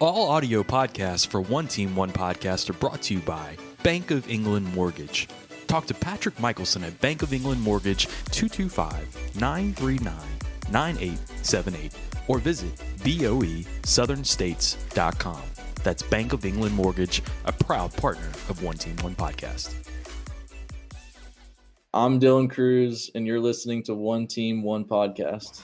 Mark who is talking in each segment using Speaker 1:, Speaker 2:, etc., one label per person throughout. Speaker 1: All audio podcasts for One Team One Podcast are brought to you by Bank of England Mortgage. Talk to Patrick Michelson at Bank of England Mortgage 225 939 9878 or visit E boesouthernstates.com. That's Bank of England Mortgage, a proud partner of One Team One Podcast.
Speaker 2: I'm Dylan Cruz, and you're listening to One Team, One Podcast.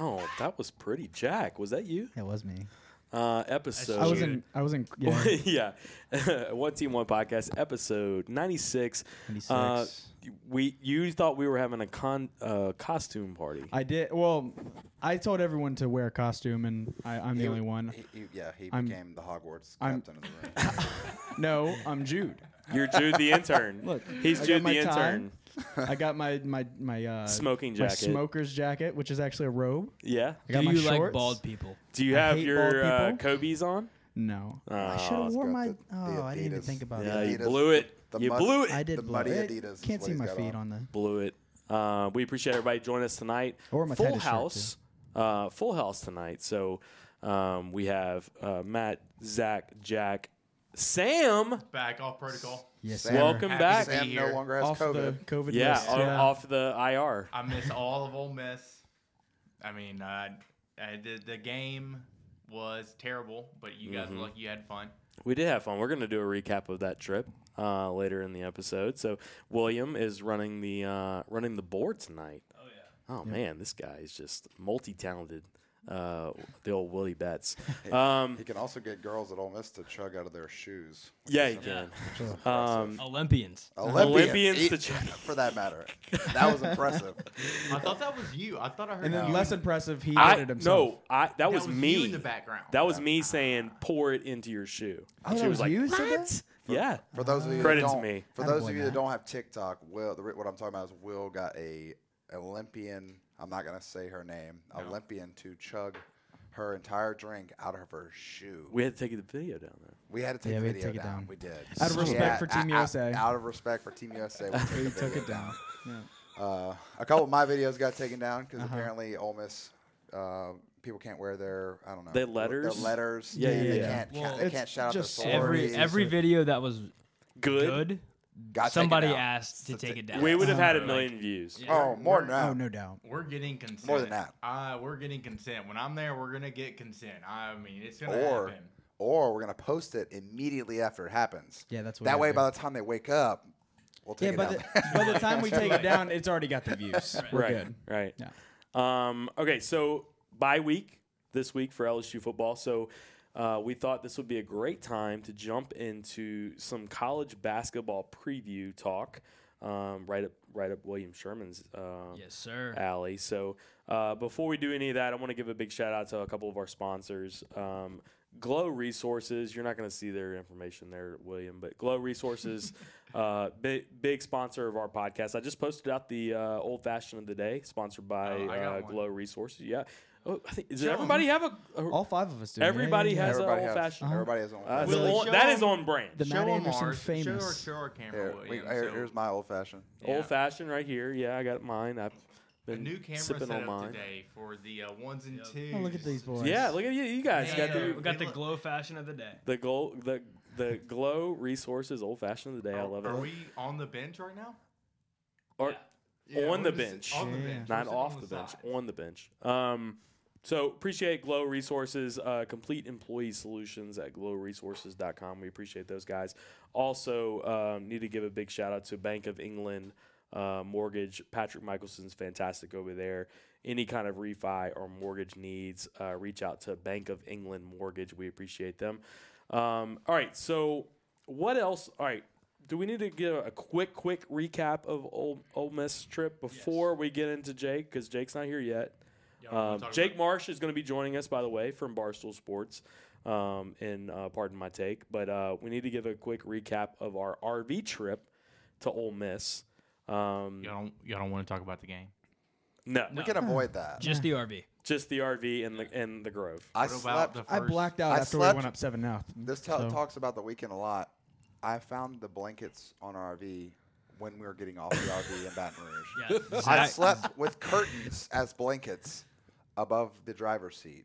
Speaker 1: Oh, that was pretty. Jack, was that you?
Speaker 3: It was me.
Speaker 1: Uh, episode.
Speaker 3: I was in. I was in. Yeah.
Speaker 1: yeah. one Team One Podcast, episode 96. Uh,
Speaker 3: 96.
Speaker 1: we You thought we were having a con, uh, costume party.
Speaker 3: I did. Well, I told everyone to wear a costume, and I, I'm the only one.
Speaker 4: He, he, yeah, he
Speaker 3: I'm-
Speaker 4: became the Hogwarts
Speaker 3: I'm-
Speaker 4: captain of the ring.
Speaker 3: No, I'm Jude.
Speaker 1: You're Jude the intern.
Speaker 3: Look,
Speaker 1: he's
Speaker 3: I got
Speaker 1: Jude
Speaker 3: my
Speaker 1: the
Speaker 3: tie.
Speaker 1: intern.
Speaker 3: I got my my my uh,
Speaker 1: Smoking
Speaker 3: my
Speaker 1: jacket.
Speaker 3: smoker's jacket, which is actually a robe.
Speaker 1: Yeah.
Speaker 3: I got
Speaker 5: Do
Speaker 3: my
Speaker 5: you like
Speaker 3: shorts.
Speaker 5: bald people?
Speaker 1: Do you
Speaker 3: I
Speaker 1: have
Speaker 3: hate
Speaker 1: your
Speaker 3: bald
Speaker 1: uh,
Speaker 3: people.
Speaker 1: Kobe's on?
Speaker 3: No, I
Speaker 1: Oh,
Speaker 3: should have
Speaker 1: it's
Speaker 3: worn
Speaker 4: got
Speaker 3: my.
Speaker 4: the- the
Speaker 3: oh, I didn't even
Speaker 4: Adidas.
Speaker 3: think about
Speaker 4: Yeah,
Speaker 3: it.
Speaker 1: you
Speaker 4: Adidas,
Speaker 1: blew it.
Speaker 4: the
Speaker 1: you
Speaker 4: mud-
Speaker 1: blew it.
Speaker 3: I did
Speaker 4: the
Speaker 3: blow
Speaker 4: muddy
Speaker 3: it.
Speaker 4: Adidas is
Speaker 3: Can't
Speaker 4: what
Speaker 3: see
Speaker 4: he's
Speaker 3: my
Speaker 4: got
Speaker 3: feet
Speaker 4: on.
Speaker 3: on the.
Speaker 1: blew it. Uh, we appreciate everybody joining us tonight.
Speaker 3: wore my
Speaker 1: full
Speaker 3: tennis shirt,
Speaker 1: house, uh, full house tonight. So um, we have uh, Matt, Zach, Jack, Sam.
Speaker 6: back off protocol.
Speaker 3: Yes,
Speaker 4: Sam-
Speaker 3: sir.
Speaker 1: Welcome
Speaker 6: Happy
Speaker 1: back.
Speaker 6: to see
Speaker 4: Sam no
Speaker 6: here.
Speaker 4: longer has
Speaker 3: off
Speaker 4: COVID.
Speaker 3: the COVID
Speaker 1: Yeah,
Speaker 3: list.
Speaker 1: o-
Speaker 3: yeah.
Speaker 1: off the IR.
Speaker 6: I miss all of Ole Miss. I mean, uh, I, the, the game was terrible, but you guys
Speaker 1: Mm-hmm.
Speaker 6: look, you had fun.
Speaker 1: We did have fun. We're going to do a recap of that trip uh, later in the episode. So William is running the uh, running the board tonight. Oh yeah. Oh man, this guy is just multi-talented. Uh, the old Willie Betts. Um,
Speaker 4: He can also get girls at Ole Miss to chug out of their shoes.
Speaker 1: yeah, he can. Um,
Speaker 5: Olympians.
Speaker 1: Olympians
Speaker 4: eat-
Speaker 1: to chug-
Speaker 4: for that matter. That was impressive.
Speaker 6: I thought that was you. I thought I heard
Speaker 3: And then
Speaker 6: you.
Speaker 3: less impressive, he
Speaker 1: I,
Speaker 3: added himself.
Speaker 1: no, I, that,
Speaker 6: that
Speaker 1: was,
Speaker 6: was
Speaker 1: me.
Speaker 6: you in the background.
Speaker 1: That was me saying, "Pour it into your shoe."
Speaker 3: Oh, that was you that said that?
Speaker 1: yeah,
Speaker 4: For those of you
Speaker 1: Credit to
Speaker 4: that don't,
Speaker 1: me.
Speaker 4: for
Speaker 3: Atta
Speaker 4: those
Speaker 3: boy,
Speaker 4: of you that
Speaker 3: Matt.
Speaker 4: don't have TikTok, Will, the, re- what I'm talking about is Will got a Olympian. I'm not gonna say her name. Olympian to chug her entire drink out of her shoe.
Speaker 1: we had to take the video down there.
Speaker 4: We had to take
Speaker 3: Yeah,
Speaker 4: the
Speaker 3: we had to
Speaker 4: video
Speaker 3: take it
Speaker 4: down.
Speaker 3: down.
Speaker 4: We did.
Speaker 3: Out of
Speaker 4: So,
Speaker 3: respect for Team
Speaker 4: o- o-
Speaker 3: USA.
Speaker 4: Out of respect for Team USA, we took, the
Speaker 3: He took
Speaker 4: video
Speaker 3: it down. Yeah.
Speaker 4: Uh, a couple of my videos got taken down because
Speaker 3: Uh-huh.
Speaker 4: apparently Ole Miss uh, people can't wear their I don't know
Speaker 1: Their
Speaker 4: their-
Speaker 1: letters?
Speaker 4: Their letters.
Speaker 1: Yeah, yeah,
Speaker 4: They
Speaker 1: yeah.
Speaker 4: can't, ca-
Speaker 5: Well,
Speaker 4: they
Speaker 3: it's
Speaker 4: can't shout out their
Speaker 3: just
Speaker 4: stories.
Speaker 5: Every every video that was
Speaker 1: Good.
Speaker 5: good,
Speaker 4: Got taken
Speaker 5: somebody
Speaker 4: down.
Speaker 5: asked to take it down.
Speaker 1: We would have had a
Speaker 6: Uh,
Speaker 1: million views.
Speaker 4: Oh, more than that.
Speaker 3: Oh, no doubt.
Speaker 6: We're getting consent.
Speaker 4: More than that.
Speaker 6: Uh, we're getting consent. When I'm there, we're gonna get consent. I mean, it's gonna
Speaker 4: Or
Speaker 6: happen.
Speaker 4: or we're gonna post it immediately after it happens.
Speaker 3: Yeah, that's what
Speaker 4: that
Speaker 3: we
Speaker 4: way.
Speaker 3: do.
Speaker 4: By the time they wake up, we'll
Speaker 3: Yeah,
Speaker 4: take
Speaker 3: by
Speaker 4: it
Speaker 3: the,
Speaker 4: down.
Speaker 3: by the time we take it down, it's already got the views. We're
Speaker 1: right,
Speaker 3: good.
Speaker 1: right.
Speaker 3: Yeah.
Speaker 1: Um, okay, so bye week this week for LSU football. So uh, we thought this would be a great time to jump into some college basketball preview talk. Um, right up, right up William Sherman's um,
Speaker 5: Yes, sir.
Speaker 1: alley. So uh, before we do any of that, I want to give a big shout out to a couple of our sponsors. Um, Glow Resources, you're not going to see their information there, William, but Glow Resources, uh, big, big sponsor of our podcast. I just posted out the uh, old fashioned of the day, sponsored by
Speaker 6: Oh, I got
Speaker 1: uh,
Speaker 6: one.
Speaker 1: Glow Resources. Yeah. Oh, I think, does
Speaker 6: Show 'em.
Speaker 1: everybody have a? a-
Speaker 3: All five of us do.
Speaker 1: everybody
Speaker 3: Yeah, yeah, yeah.
Speaker 1: has an
Speaker 4: everybody
Speaker 1: old
Speaker 4: has.
Speaker 1: fashioned.
Speaker 4: Everybody has on.
Speaker 1: Uh,
Speaker 4: That's
Speaker 1: so
Speaker 4: it.
Speaker 1: on-
Speaker 6: Show
Speaker 1: that
Speaker 6: 'em.
Speaker 1: is on brand.
Speaker 3: The Matt
Speaker 6: show 'em
Speaker 3: Anderson
Speaker 6: ours.
Speaker 3: famous.
Speaker 6: Show our, show our camera.
Speaker 4: Here, we-
Speaker 6: William.
Speaker 4: here-
Speaker 6: So,
Speaker 4: here's my old fashioned.
Speaker 6: yeah.
Speaker 1: Old fashioned right here. Yeah, I got mine. I've
Speaker 6: A
Speaker 1: been
Speaker 6: new camera
Speaker 1: sipping
Speaker 6: set
Speaker 1: on
Speaker 6: up
Speaker 1: mine.
Speaker 6: today for the uh, ones and twos.
Speaker 3: Oh, look at these boys.
Speaker 1: Yeah, look at you. You guys
Speaker 6: Yeah,
Speaker 1: got the
Speaker 5: we got the
Speaker 6: look-
Speaker 5: glow fashion of the day.
Speaker 1: The goal, the the glow resources, old fashioned of the day. I
Speaker 6: Are-
Speaker 1: love it.
Speaker 6: Oh, Are we on the bench right now?
Speaker 1: or on
Speaker 6: we're
Speaker 1: the
Speaker 6: just
Speaker 1: bench,
Speaker 6: On the
Speaker 3: Yeah.
Speaker 6: bench.
Speaker 1: not
Speaker 6: We're
Speaker 1: off the
Speaker 6: sitting
Speaker 1: bench,
Speaker 6: side.
Speaker 1: on the bench. Um, so appreciate Glow Resources, uh, complete employee solutions at glowresources.com. We appreciate those guys. Also, um, need to give a big shout out to Bank of England uh, Mortgage. Patrick Michelson's fantastic over there. Any kind of refi or mortgage needs, uh, reach out to Bank of England Mortgage. We appreciate them. Um, all right, so what else? All right, do we need to give a quick, quick recap of Ole, Ole Miss trip before we get into Jake? Because Jake's not here yet.
Speaker 6: Y'all wanna
Speaker 1: Um,
Speaker 6: talk
Speaker 1: Jake
Speaker 6: about-
Speaker 1: Marsh is going to be joining us, by the way, from Barstool Sports. Um, in uh, pardon my take, but uh, we need to give a quick recap of our RV trip to Ole Miss. Um,
Speaker 6: y'all don't y'all don't want to talk about the game.
Speaker 1: no,
Speaker 4: We can avoid that.
Speaker 5: Just the RV.
Speaker 1: just the RV and the and the Grove.
Speaker 4: I
Speaker 6: What about
Speaker 4: slept.
Speaker 6: the
Speaker 3: I
Speaker 6: first-
Speaker 3: blacked out
Speaker 4: I
Speaker 3: after
Speaker 4: slept-
Speaker 3: we went up seven now.
Speaker 4: This t- talks about the weekend a lot. I found the blankets on our RV when we were getting off the RV in Baton Rouge.
Speaker 5: Yeah.
Speaker 4: I
Speaker 5: Zach-
Speaker 4: slept with curtains as blankets above the driver's seat.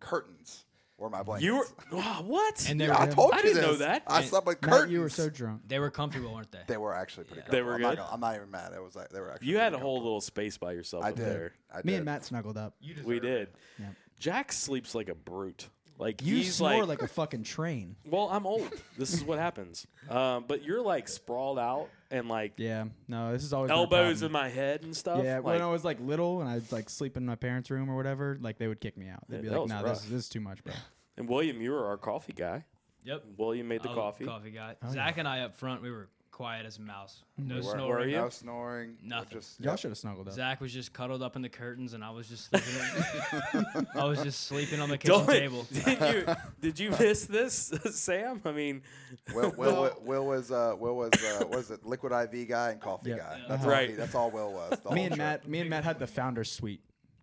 Speaker 4: Curtains were my blankets.
Speaker 1: You were wow, what?
Speaker 5: And they
Speaker 4: Yeah, I
Speaker 5: were,
Speaker 4: told
Speaker 1: I
Speaker 4: you
Speaker 1: didn't know
Speaker 4: this.
Speaker 1: that.
Speaker 4: I
Speaker 1: And
Speaker 4: slept with
Speaker 3: Matt,
Speaker 4: curtains.
Speaker 3: you were so drunk.
Speaker 5: they were comfortable, weren't they?
Speaker 4: they were actually pretty good.
Speaker 1: They were
Speaker 4: I'm
Speaker 1: good?
Speaker 4: Not, gonna- I'm not even mad. It was like they were actually.
Speaker 1: you had a
Speaker 4: pretty
Speaker 1: whole little space by yourself.
Speaker 4: good. I
Speaker 1: up
Speaker 4: did.
Speaker 1: There.
Speaker 4: I did.
Speaker 3: Me and Matt snuggled up.
Speaker 6: You
Speaker 1: We
Speaker 6: deserve
Speaker 1: did.
Speaker 6: it.
Speaker 3: Yeah.
Speaker 1: Jack sleeps like a brute. Like
Speaker 3: You
Speaker 1: he's
Speaker 3: snore
Speaker 1: like,
Speaker 3: like, a fucking train.
Speaker 1: well, I'm old. This is what happens. Um, but you're like sprawled out and like
Speaker 3: Yeah. No, this is always been a
Speaker 1: elbows
Speaker 3: problem.
Speaker 1: in my head and stuff.
Speaker 3: Yeah,
Speaker 1: like,
Speaker 3: when I was like little and I'd like sleep in my parents' room or whatever, like they would kick me out. They'd be
Speaker 1: that
Speaker 3: like,
Speaker 1: was
Speaker 3: "No,
Speaker 1: rough.
Speaker 3: this, is- this is too much, bro."
Speaker 1: and William, you were our coffee guy.
Speaker 5: Yep.
Speaker 1: William made the
Speaker 5: I was
Speaker 1: coffee.
Speaker 5: Oh, Coffee guy. Zach and I up front, we were quiet as a mouse. No
Speaker 4: Were-
Speaker 5: snoring.
Speaker 1: Were you?
Speaker 4: No snoring. We're
Speaker 5: Nothing.
Speaker 4: Just,
Speaker 3: Y'all
Speaker 4: yep.
Speaker 3: should have snuggled up.
Speaker 5: Zach was just cuddled up in the curtains, and I was just sleeping. on, I was just sleeping on the kitchen
Speaker 1: Don't-
Speaker 5: table.
Speaker 1: did you did you miss this, Sam? I mean,
Speaker 4: Will, Will, Will was uh, Will was uh, what is it? Liquid IV guy and coffee
Speaker 3: Yeah.
Speaker 4: guy.
Speaker 3: Yeah.
Speaker 4: That's
Speaker 1: Right.
Speaker 4: All he, that's all Will was. the
Speaker 3: me
Speaker 4: whole
Speaker 3: and
Speaker 4: trip.
Speaker 3: Matt, me and Matt had the founder's suite.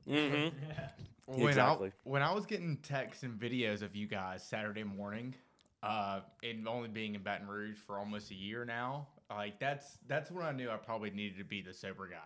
Speaker 1: mhm.
Speaker 6: When
Speaker 1: Exactly.
Speaker 6: I, when I was getting texts and videos of you guys Saturday morning, uh, and only being in Baton Rouge for almost a year now, like that's that's when I knew I probably needed to be the sober guy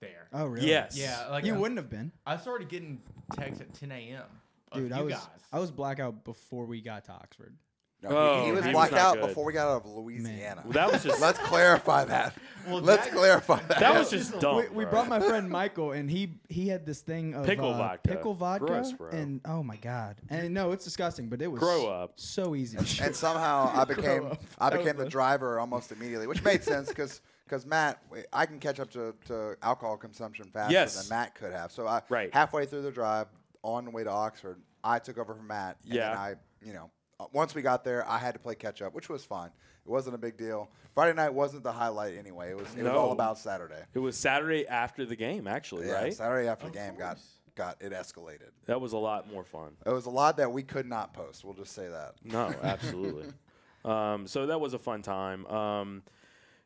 Speaker 6: there.
Speaker 3: Oh, really?
Speaker 1: yes,
Speaker 6: yeah, like
Speaker 3: you
Speaker 6: I,
Speaker 3: wouldn't have been,
Speaker 6: I started getting texts at 10 a.m. of
Speaker 3: dude.
Speaker 6: you
Speaker 3: I was
Speaker 6: guys.
Speaker 3: I was blackout before we got to Oxford.
Speaker 4: No,
Speaker 1: Oh,
Speaker 4: he, he was
Speaker 1: he was
Speaker 4: blacked
Speaker 1: not
Speaker 4: out
Speaker 1: good.
Speaker 4: before we got out of Louisiana.
Speaker 1: Well, that was just-
Speaker 4: Let's clarify that. Let's
Speaker 6: that-
Speaker 4: clarify that.
Speaker 1: that was just dumb.
Speaker 3: we, we
Speaker 1: bro.
Speaker 3: brought my friend Michael, and he he had this thing of
Speaker 1: Pickle
Speaker 3: uh,
Speaker 1: vodka.
Speaker 3: pickle vodka,
Speaker 1: Gross, bro.
Speaker 3: and oh my god, and no, it's disgusting, but it was
Speaker 1: Grow up.
Speaker 3: so easy.
Speaker 4: and somehow I became
Speaker 3: up.
Speaker 4: I
Speaker 3: That was
Speaker 4: became the
Speaker 3: the-
Speaker 4: driver almost immediately, which made sense because Matt I can catch up to, to alcohol consumption faster
Speaker 1: Yes.
Speaker 4: than Matt could have. So I
Speaker 1: Right.
Speaker 4: halfway through the drive on the way to Oxford, I took over from Matt. And
Speaker 1: Yeah.
Speaker 4: then I you know uh, once we got there, I had to play catch up, which was fine. It wasn't a big deal. Friday night wasn't the highlight anyway. It was it was
Speaker 1: No.
Speaker 4: all about Saturday.
Speaker 1: It was Saturday after the game, actually,
Speaker 4: Yeah,
Speaker 1: right?
Speaker 4: Saturday after the game got got it escalated.
Speaker 1: That was a lot more fun.
Speaker 4: It was a lot that we could not post. We'll just say that.
Speaker 1: No, absolutely. um, so that was a fun time. Um,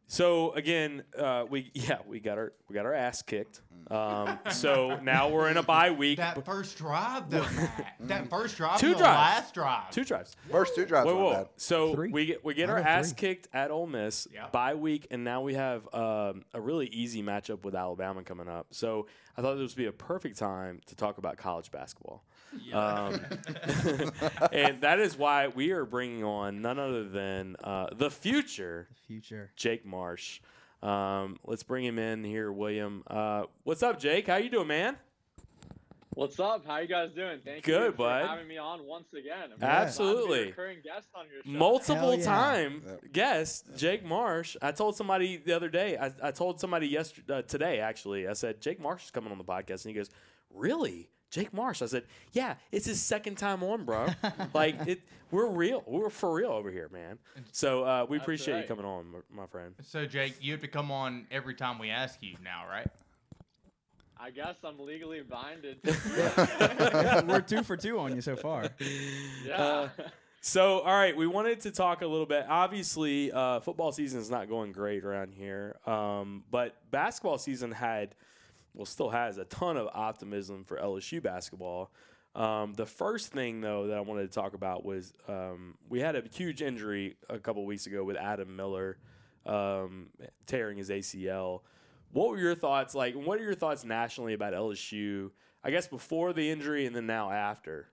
Speaker 1: so again, uh, we yeah we got our we got our ass kicked. Um, so now we're in a bye week.
Speaker 6: that first drive though, Matt. that first drive,
Speaker 1: Mm-hmm. Two
Speaker 6: and the
Speaker 1: drives.
Speaker 6: last drive.
Speaker 1: Two drives.
Speaker 4: First two drives
Speaker 1: Whoa,
Speaker 4: were bad.
Speaker 1: whoa. So
Speaker 3: Three.
Speaker 1: we get we get
Speaker 3: I
Speaker 1: our
Speaker 3: got
Speaker 1: ass
Speaker 3: three.
Speaker 1: kicked at Ole Miss
Speaker 6: Yeah.
Speaker 1: bye week, and now we have um, a really easy matchup with Alabama coming up. So I thought this would be a perfect time to talk about college basketball. Um, and that is why we are bringing on none other than uh, the future
Speaker 3: Future.
Speaker 1: Jake Marsh. Um, let's bring him in here, William. Uh, what's up, Jake? How you doing, man?
Speaker 7: What's up? How you guys doing? Thank you
Speaker 1: Good,
Speaker 7: for
Speaker 1: bud.
Speaker 7: having me on once again. I'm glad to be a
Speaker 1: Absolutely.
Speaker 7: recurring guest on your show.
Speaker 1: multiple
Speaker 3: Hell yeah.
Speaker 1: time
Speaker 4: Yep.
Speaker 1: guest Jake Marsh. I told somebody the other day. I, I told somebody yesterday uh, today actually. I said Jake Marsh is coming on the podcast, and he goes, "Really, Jake Marsh?" I said, "Yeah, it's his second time on, bro. like it, we're real. We're for real over here, man. So uh, we
Speaker 7: That's
Speaker 1: appreciate you
Speaker 7: right.
Speaker 1: coming on, m- my friend.
Speaker 6: So Jake, you have to come on every time we ask you now, right?
Speaker 7: I guess I'm legally binded. To
Speaker 3: We're two for two on you so far.
Speaker 7: yeah.
Speaker 1: Uh, So, all right, we wanted to talk a little bit. Obviously, uh, football season is not going great around here, um, but basketball season had, well, still has a ton of optimism for LSU basketball. Um, the first thing, though, that I wanted to talk about was um, we had a huge injury a couple weeks ago with Adam Miller um, tearing his ACL. What were your thoughts like? and What are your thoughts nationally about LSU? I guess before the injury and then now after.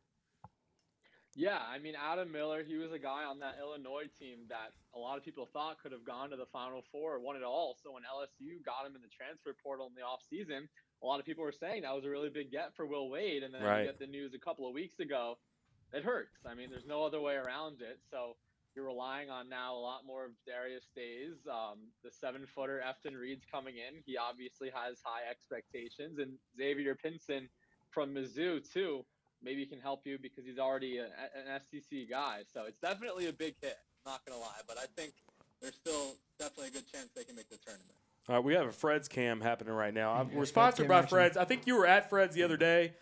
Speaker 7: yeah, I mean, Adam Miller, he was a guy on that Illinois team that a lot of people thought could have gone to the Final Four or won it all. So when LSU got him in the transfer portal in the offseason, a lot of people were saying that was a really big get for Will Wade. And then
Speaker 1: Right.
Speaker 7: you get the news a couple of weeks ago. It hurts. I mean, there's no other way around it. So you're relying on now a lot more of Darius Days. Um, the seven footer Efton Reed's coming in. He obviously has high expectations. And Xavier Pinson from Mizzou, too, maybe can help you because E he's already a, an SEC guy. So it's definitely a big hit. Not going to lie. But I think there's still definitely a good chance they can make the tournament.
Speaker 1: All right, Uh, we have a Fred's cam happening right now. I'm,
Speaker 3: Yeah,
Speaker 1: we're
Speaker 3: Fred's
Speaker 1: sponsored
Speaker 3: cam
Speaker 1: by
Speaker 3: action.
Speaker 1: Fred's. I think you were at Fred's the other day,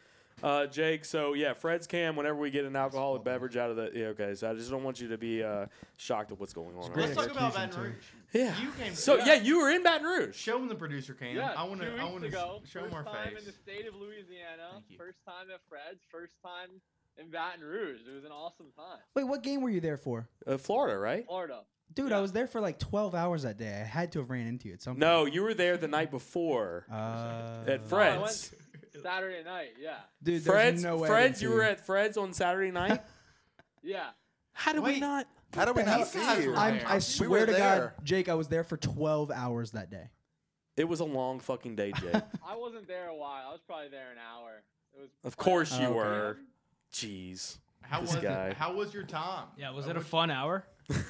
Speaker 1: uh, Jake. So yeah, Fred's cam. Whenever we get an alcoholic beverage out of the, yeah, okay. So I just don't want you to be uh, shocked at what's going on.
Speaker 3: great.
Speaker 1: Right?
Speaker 6: Let's talk about
Speaker 3: execution,
Speaker 6: Baton
Speaker 3: too.
Speaker 6: Rouge.
Speaker 1: Yeah.
Speaker 6: You came.
Speaker 1: So yeah, you were in Baton Rouge.
Speaker 6: Show him the producer cam.
Speaker 7: Yeah,
Speaker 6: I want to.
Speaker 7: two
Speaker 6: I
Speaker 7: weeks
Speaker 6: want to
Speaker 7: ago,
Speaker 6: show
Speaker 7: first
Speaker 6: him our
Speaker 7: time in
Speaker 6: face.
Speaker 7: the state of Louisiana,
Speaker 6: Thank you.
Speaker 7: first time at Fred's, first time in Baton Rouge. It was an awesome time.
Speaker 3: Wait, what game were you there for?
Speaker 1: Uh, Florida, right?
Speaker 7: Florida.
Speaker 3: Dude,
Speaker 7: Yeah.
Speaker 3: I was there for like 12 hours that day. I had to have ran into you at some point.
Speaker 1: No, you were there the night before
Speaker 3: Uh,
Speaker 1: at
Speaker 7: No, I
Speaker 1: Fred's.
Speaker 7: went Saturday night. Yeah,
Speaker 3: Dude, there's
Speaker 1: Fred's,
Speaker 3: no way I
Speaker 1: Fred's,
Speaker 3: didn't
Speaker 1: you
Speaker 3: see
Speaker 1: were at Fred's on Saturday night.
Speaker 7: yeah.
Speaker 1: How did we
Speaker 6: Wait.
Speaker 1: not?
Speaker 4: How do we not
Speaker 6: These guys
Speaker 4: see you?
Speaker 6: were
Speaker 3: I'm,
Speaker 6: there.
Speaker 3: I
Speaker 6: We
Speaker 3: swear
Speaker 4: were
Speaker 3: to
Speaker 4: there.
Speaker 3: God, Jake, I was there for 12 hours that day.
Speaker 1: It was a long fucking day, Jake.
Speaker 7: I wasn't there a while. I was probably there an hour. It was.
Speaker 1: of course
Speaker 3: Oh,
Speaker 1: you
Speaker 3: okay.
Speaker 1: were. Jeez.
Speaker 6: How
Speaker 1: this
Speaker 6: was
Speaker 1: guy.
Speaker 6: it? How was your time?
Speaker 5: Yeah, was
Speaker 6: I
Speaker 5: it a
Speaker 6: wish-
Speaker 5: fun hour?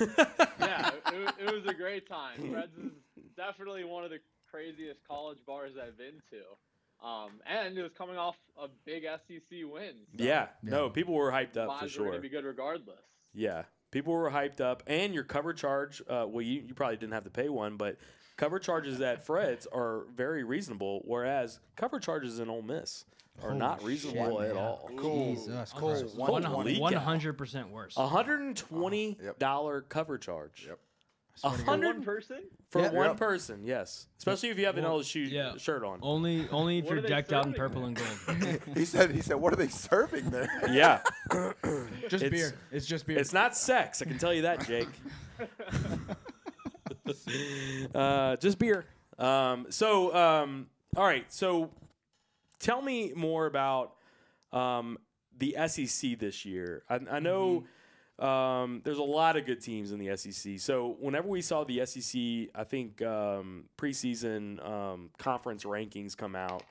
Speaker 7: Yeah, it, it, it was a great time. Fred's is definitely one of the craziest college bars I've been to. Um, and it was coming off a big SEC win. so
Speaker 1: yeah. No, people were hyped up for
Speaker 7: odds were
Speaker 1: sure.
Speaker 7: going to be good regardless.
Speaker 1: Yeah, people were hyped up, and your cover charge. Uh, well, you you probably didn't have to pay one, but cover charges at Fred's are very reasonable, whereas cover charges in Ole Miss are
Speaker 3: Holy
Speaker 1: not
Speaker 3: shit,
Speaker 1: reasonable
Speaker 3: man.
Speaker 1: at all.
Speaker 4: Cool.
Speaker 3: Jesus
Speaker 4: Cool.
Speaker 3: Christ.
Speaker 5: One
Speaker 1: One leak out. Uh,
Speaker 5: hundred percent worse.
Speaker 1: A hundred and twenty
Speaker 4: Uh, yep.
Speaker 1: dollar cover charge.
Speaker 4: Yep.
Speaker 1: A
Speaker 7: For one
Speaker 1: hundred
Speaker 7: person?
Speaker 1: for
Speaker 3: Yep.
Speaker 1: one
Speaker 4: Yep.
Speaker 1: person, yes. Especially if you have an
Speaker 5: Well,
Speaker 1: LSU
Speaker 5: yeah.
Speaker 1: shirt on.
Speaker 5: Only, only if
Speaker 7: What are
Speaker 5: you're
Speaker 7: they
Speaker 5: decked out in
Speaker 7: serving?
Speaker 5: purple and gold.
Speaker 4: he said. He said, "What are they serving there?"
Speaker 1: Yeah,
Speaker 3: Just
Speaker 1: It's-
Speaker 3: beer. It's just beer.
Speaker 1: it's not sex. I can tell you that, Jake. uh, just beer. Um, so, um, all right. So, tell me more about um, the SEC this year. I, I know um, there's a lot of good teams in the SEC. So, whenever we saw the SEC, I think um, preseason um, conference rankings come out,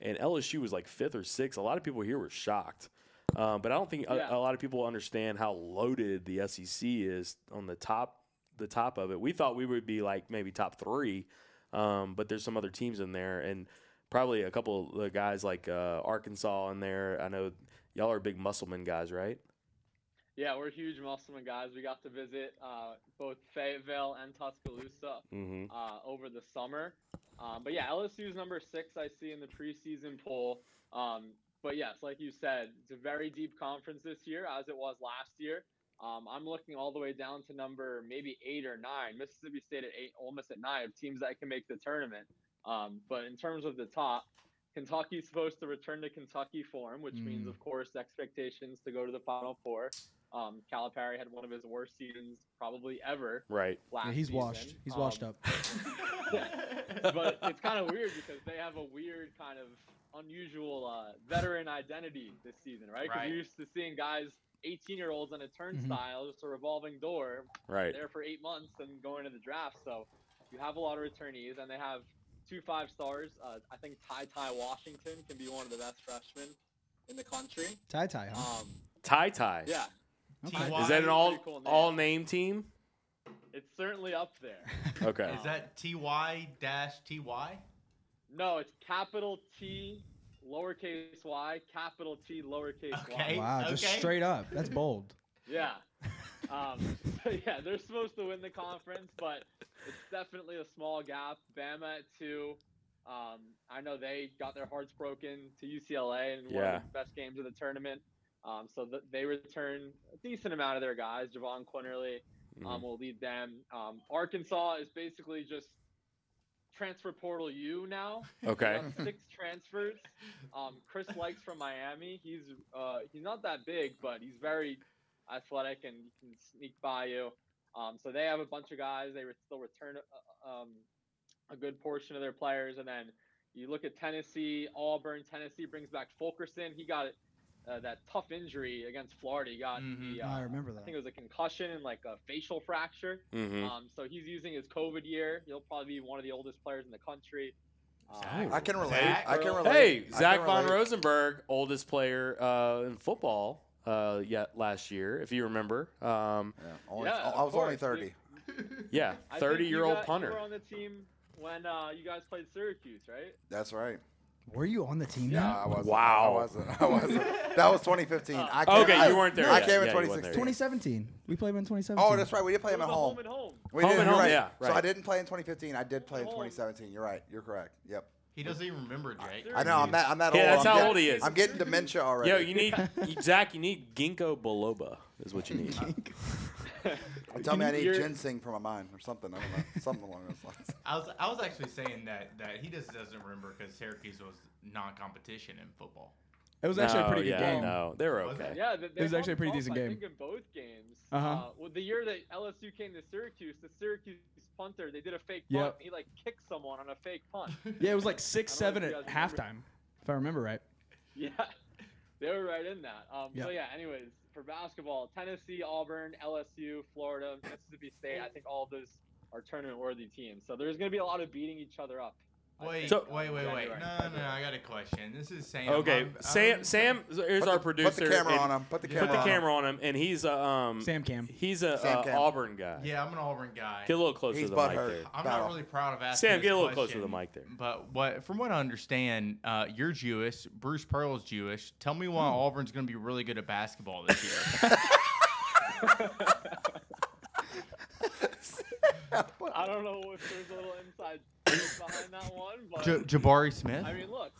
Speaker 1: and LSU was like fifth or sixth. A lot of people here were shocked. Um, but I don't think
Speaker 7: Yeah.
Speaker 1: a, a lot of people understand how loaded the SEC is on the top the top of it. We thought we would be like maybe top three, um, but there's some other teams in there, and probably a couple of the guys like uh, Arkansas in there. I know y'all are big Musselman guys, right?
Speaker 7: Yeah, we're huge Musselman guys. We got to visit uh, both Fayetteville and Tuscaloosa
Speaker 1: Mm-hmm.
Speaker 7: uh, over the summer. Um, but yeah, LSU's number six I see in the preseason poll. Um, but yes, like you said, it's a very deep conference this year, as it was last year. Um, I'm looking all the way down to number maybe eight or nine. Mississippi State at eight, Ole Miss at nine of teams that can make the tournament. Um, but in terms of the top, Kentucky's supposed to return to Kentucky form, which means,
Speaker 3: Mm.
Speaker 7: of course, expectations to go to the Final Four. Um, Calipari had one of his worst seasons probably ever
Speaker 1: Right.
Speaker 7: last.
Speaker 3: Yeah, he's
Speaker 7: season.
Speaker 3: washed. He's washed
Speaker 7: Um,
Speaker 3: up.
Speaker 7: but it's kind of weird because they have a weird kind of unusual uh, veteran identity this season, right? Because
Speaker 6: Right. Mm-hmm.
Speaker 7: you're used to seeing guys, 18 year olds on a turnstile, just a revolving door,
Speaker 1: Right.
Speaker 7: there for eight months and going to the draft. So you have a lot of returnees, and they have two five stars. Uh, I think Ty Ty Washington can be one of the best freshmen in the country.
Speaker 3: Tie tie, huh?
Speaker 7: Um,
Speaker 1: Tie tie.
Speaker 7: yeah,
Speaker 3: Okay.
Speaker 6: Ty-
Speaker 1: Is that an all
Speaker 7: Pretty cool name.
Speaker 1: all name team?
Speaker 7: it's certainly up there.
Speaker 1: Okay.
Speaker 6: Is that ty dash ty?
Speaker 7: No, it's capital T, lowercase y, capital T, lowercase
Speaker 6: Okay.
Speaker 7: y.
Speaker 3: Wow, just
Speaker 6: okay.
Speaker 3: straight up. That's bold.
Speaker 7: Yeah. Um, so yeah, they're supposed to win the conference, but it's definitely a small gap. Bama at two. Um, I know they got their hearts broken to UCLA in one
Speaker 1: Yeah.
Speaker 7: of the best games of the tournament. Um, so th- they return a decent amount of their guys. Javon Quinterly
Speaker 1: Mm-hmm.
Speaker 7: um, will lead them. Um, Arkansas is basically just transfer portal U now.
Speaker 1: Mm-hmm. Okay.
Speaker 7: About six transfers. Um, Chris Likes from Miami. He's uh, he's not that big, but he's very athletic and he can sneak by you. Um, so they have a bunch of guys. They re- still return uh, um, a good portion of their players, and then you look at Tennessee, Auburn. Tennessee brings back Fulkerson. He got uh, that tough injury against Florida. He got
Speaker 6: Mhm.
Speaker 7: the, uh,
Speaker 3: I remember that.
Speaker 7: I think it was a concussion and like a facial fracture.
Speaker 1: hmm
Speaker 7: Um, so he's using his COVID year. He'll probably be one of the oldest players in the country.
Speaker 6: Zach.
Speaker 4: I can relate.
Speaker 6: Zach,
Speaker 4: I can
Speaker 6: bro.
Speaker 4: relate.
Speaker 1: Hey,
Speaker 4: I
Speaker 1: Zach
Speaker 4: can
Speaker 1: von
Speaker 4: relate.
Speaker 1: Rosenberg, oldest player uh, in football uh, yet last year, if you remember. Um,
Speaker 4: Yeah, only,
Speaker 7: Yeah,
Speaker 4: I was only
Speaker 7: of course, dude.
Speaker 4: thirty.
Speaker 1: yeah,
Speaker 7: I think you
Speaker 1: thirty year old
Speaker 7: got- You
Speaker 1: punter.
Speaker 7: were on the team when uh, you guys played Syracuse, right?
Speaker 4: That's right.
Speaker 3: Were you on the team?
Speaker 4: Yeah,
Speaker 3: then?
Speaker 4: I wasn't.
Speaker 1: Wow.
Speaker 4: I wasn't. I wasn't. That was 2015. I
Speaker 1: Okay,
Speaker 4: came- I-
Speaker 1: you weren't there
Speaker 4: I
Speaker 1: yet.
Speaker 4: came in
Speaker 1: Yeah, you weren't
Speaker 4: 2016.
Speaker 1: there
Speaker 3: 2017. We played him in 2017.
Speaker 4: Oh, that's right. We did play
Speaker 7: It
Speaker 4: him
Speaker 7: was
Speaker 4: at
Speaker 7: a home
Speaker 4: home.
Speaker 7: and home.
Speaker 4: We
Speaker 1: Home
Speaker 4: did,
Speaker 1: and
Speaker 4: you're
Speaker 1: home,
Speaker 4: right.
Speaker 1: yeah,
Speaker 4: So I
Speaker 1: right.
Speaker 4: didn't play in 2015. I did play in
Speaker 7: Home.
Speaker 4: 2017. You're right. You're correct. Yep.
Speaker 6: He doesn't even remember Jake.
Speaker 4: I know. I'm that. I'm that
Speaker 1: Yeah,
Speaker 4: old.
Speaker 1: that's
Speaker 4: I'm
Speaker 1: how
Speaker 4: get-
Speaker 1: old he is.
Speaker 4: I'm getting dementia already.
Speaker 1: Yo, you need Zach. You need ginkgo biloba is what you need.
Speaker 4: Or Tell me I need
Speaker 7: You're-
Speaker 4: ginseng for my mind or something. I don't know. Something along those lines.
Speaker 6: I was I was actually saying that that he just doesn't remember because Syracuse was non-competition in football.
Speaker 3: It was actually a
Speaker 1: No,
Speaker 3: pretty good
Speaker 1: yeah,
Speaker 3: game.
Speaker 1: No, they were
Speaker 6: Was it?
Speaker 1: okay.
Speaker 7: Yeah, th- they
Speaker 3: was
Speaker 7: held
Speaker 3: actually a
Speaker 7: them
Speaker 3: pretty
Speaker 7: up,
Speaker 3: decent
Speaker 7: I
Speaker 3: game.
Speaker 7: think in both games.
Speaker 3: Uh-huh.
Speaker 7: Uh, well, the year that LSU came to Syracuse, the Syracuse punter, they did a fake punt.
Speaker 3: Yep.
Speaker 7: And he like kicked someone on a fake punt.
Speaker 3: Yeah, it was like six
Speaker 7: I don't
Speaker 3: seven
Speaker 7: know if
Speaker 3: at
Speaker 7: you guys
Speaker 3: halftime, if I remember right.
Speaker 7: yeah, they were right in that. Um,
Speaker 3: Yep.
Speaker 7: So yeah, anyways, for basketball, Tennessee, Auburn, LSU, Florida, Mississippi State. I think all of those are tournament-worthy teams. So there's going to be a lot of beating each other up. I
Speaker 6: Wait,
Speaker 7: think,
Speaker 1: So-
Speaker 7: um,
Speaker 6: wait, wait, wait.
Speaker 7: January.
Speaker 6: No, no, I got a question. This is Sam.
Speaker 1: Okay,
Speaker 6: I'm- I'm-
Speaker 1: Sam. Sam here's
Speaker 4: Put
Speaker 1: our
Speaker 4: the-
Speaker 1: producer.
Speaker 4: Put the camera
Speaker 1: and
Speaker 4: on him. Put the
Speaker 6: Yeah.
Speaker 4: camera.
Speaker 1: Put the
Speaker 4: on 'em.
Speaker 1: camera on him, and he's a um.
Speaker 3: Sam Cam.
Speaker 1: He's a,
Speaker 4: Sam
Speaker 1: uh,
Speaker 4: Cam.
Speaker 1: Auburn guy.
Speaker 6: Yeah, I'm an Auburn guy.
Speaker 1: Get a little closer
Speaker 4: He's
Speaker 1: to the mic
Speaker 4: butthurt.
Speaker 1: there.
Speaker 6: I'm
Speaker 4: Bow.
Speaker 6: not really proud of asking.
Speaker 1: Sam,
Speaker 6: this
Speaker 1: get a little
Speaker 6: question,
Speaker 1: closer to the mic there.
Speaker 6: But what, from what I understand, uh, you're Jewish. Bruce Pearl's Jewish. Tell me
Speaker 1: Hmm.
Speaker 6: why Auburn's going to be really good at basketball this year.
Speaker 7: I don't know if there's a little inside joke behind that one, but
Speaker 6: Jabari Smith.
Speaker 7: I mean, look.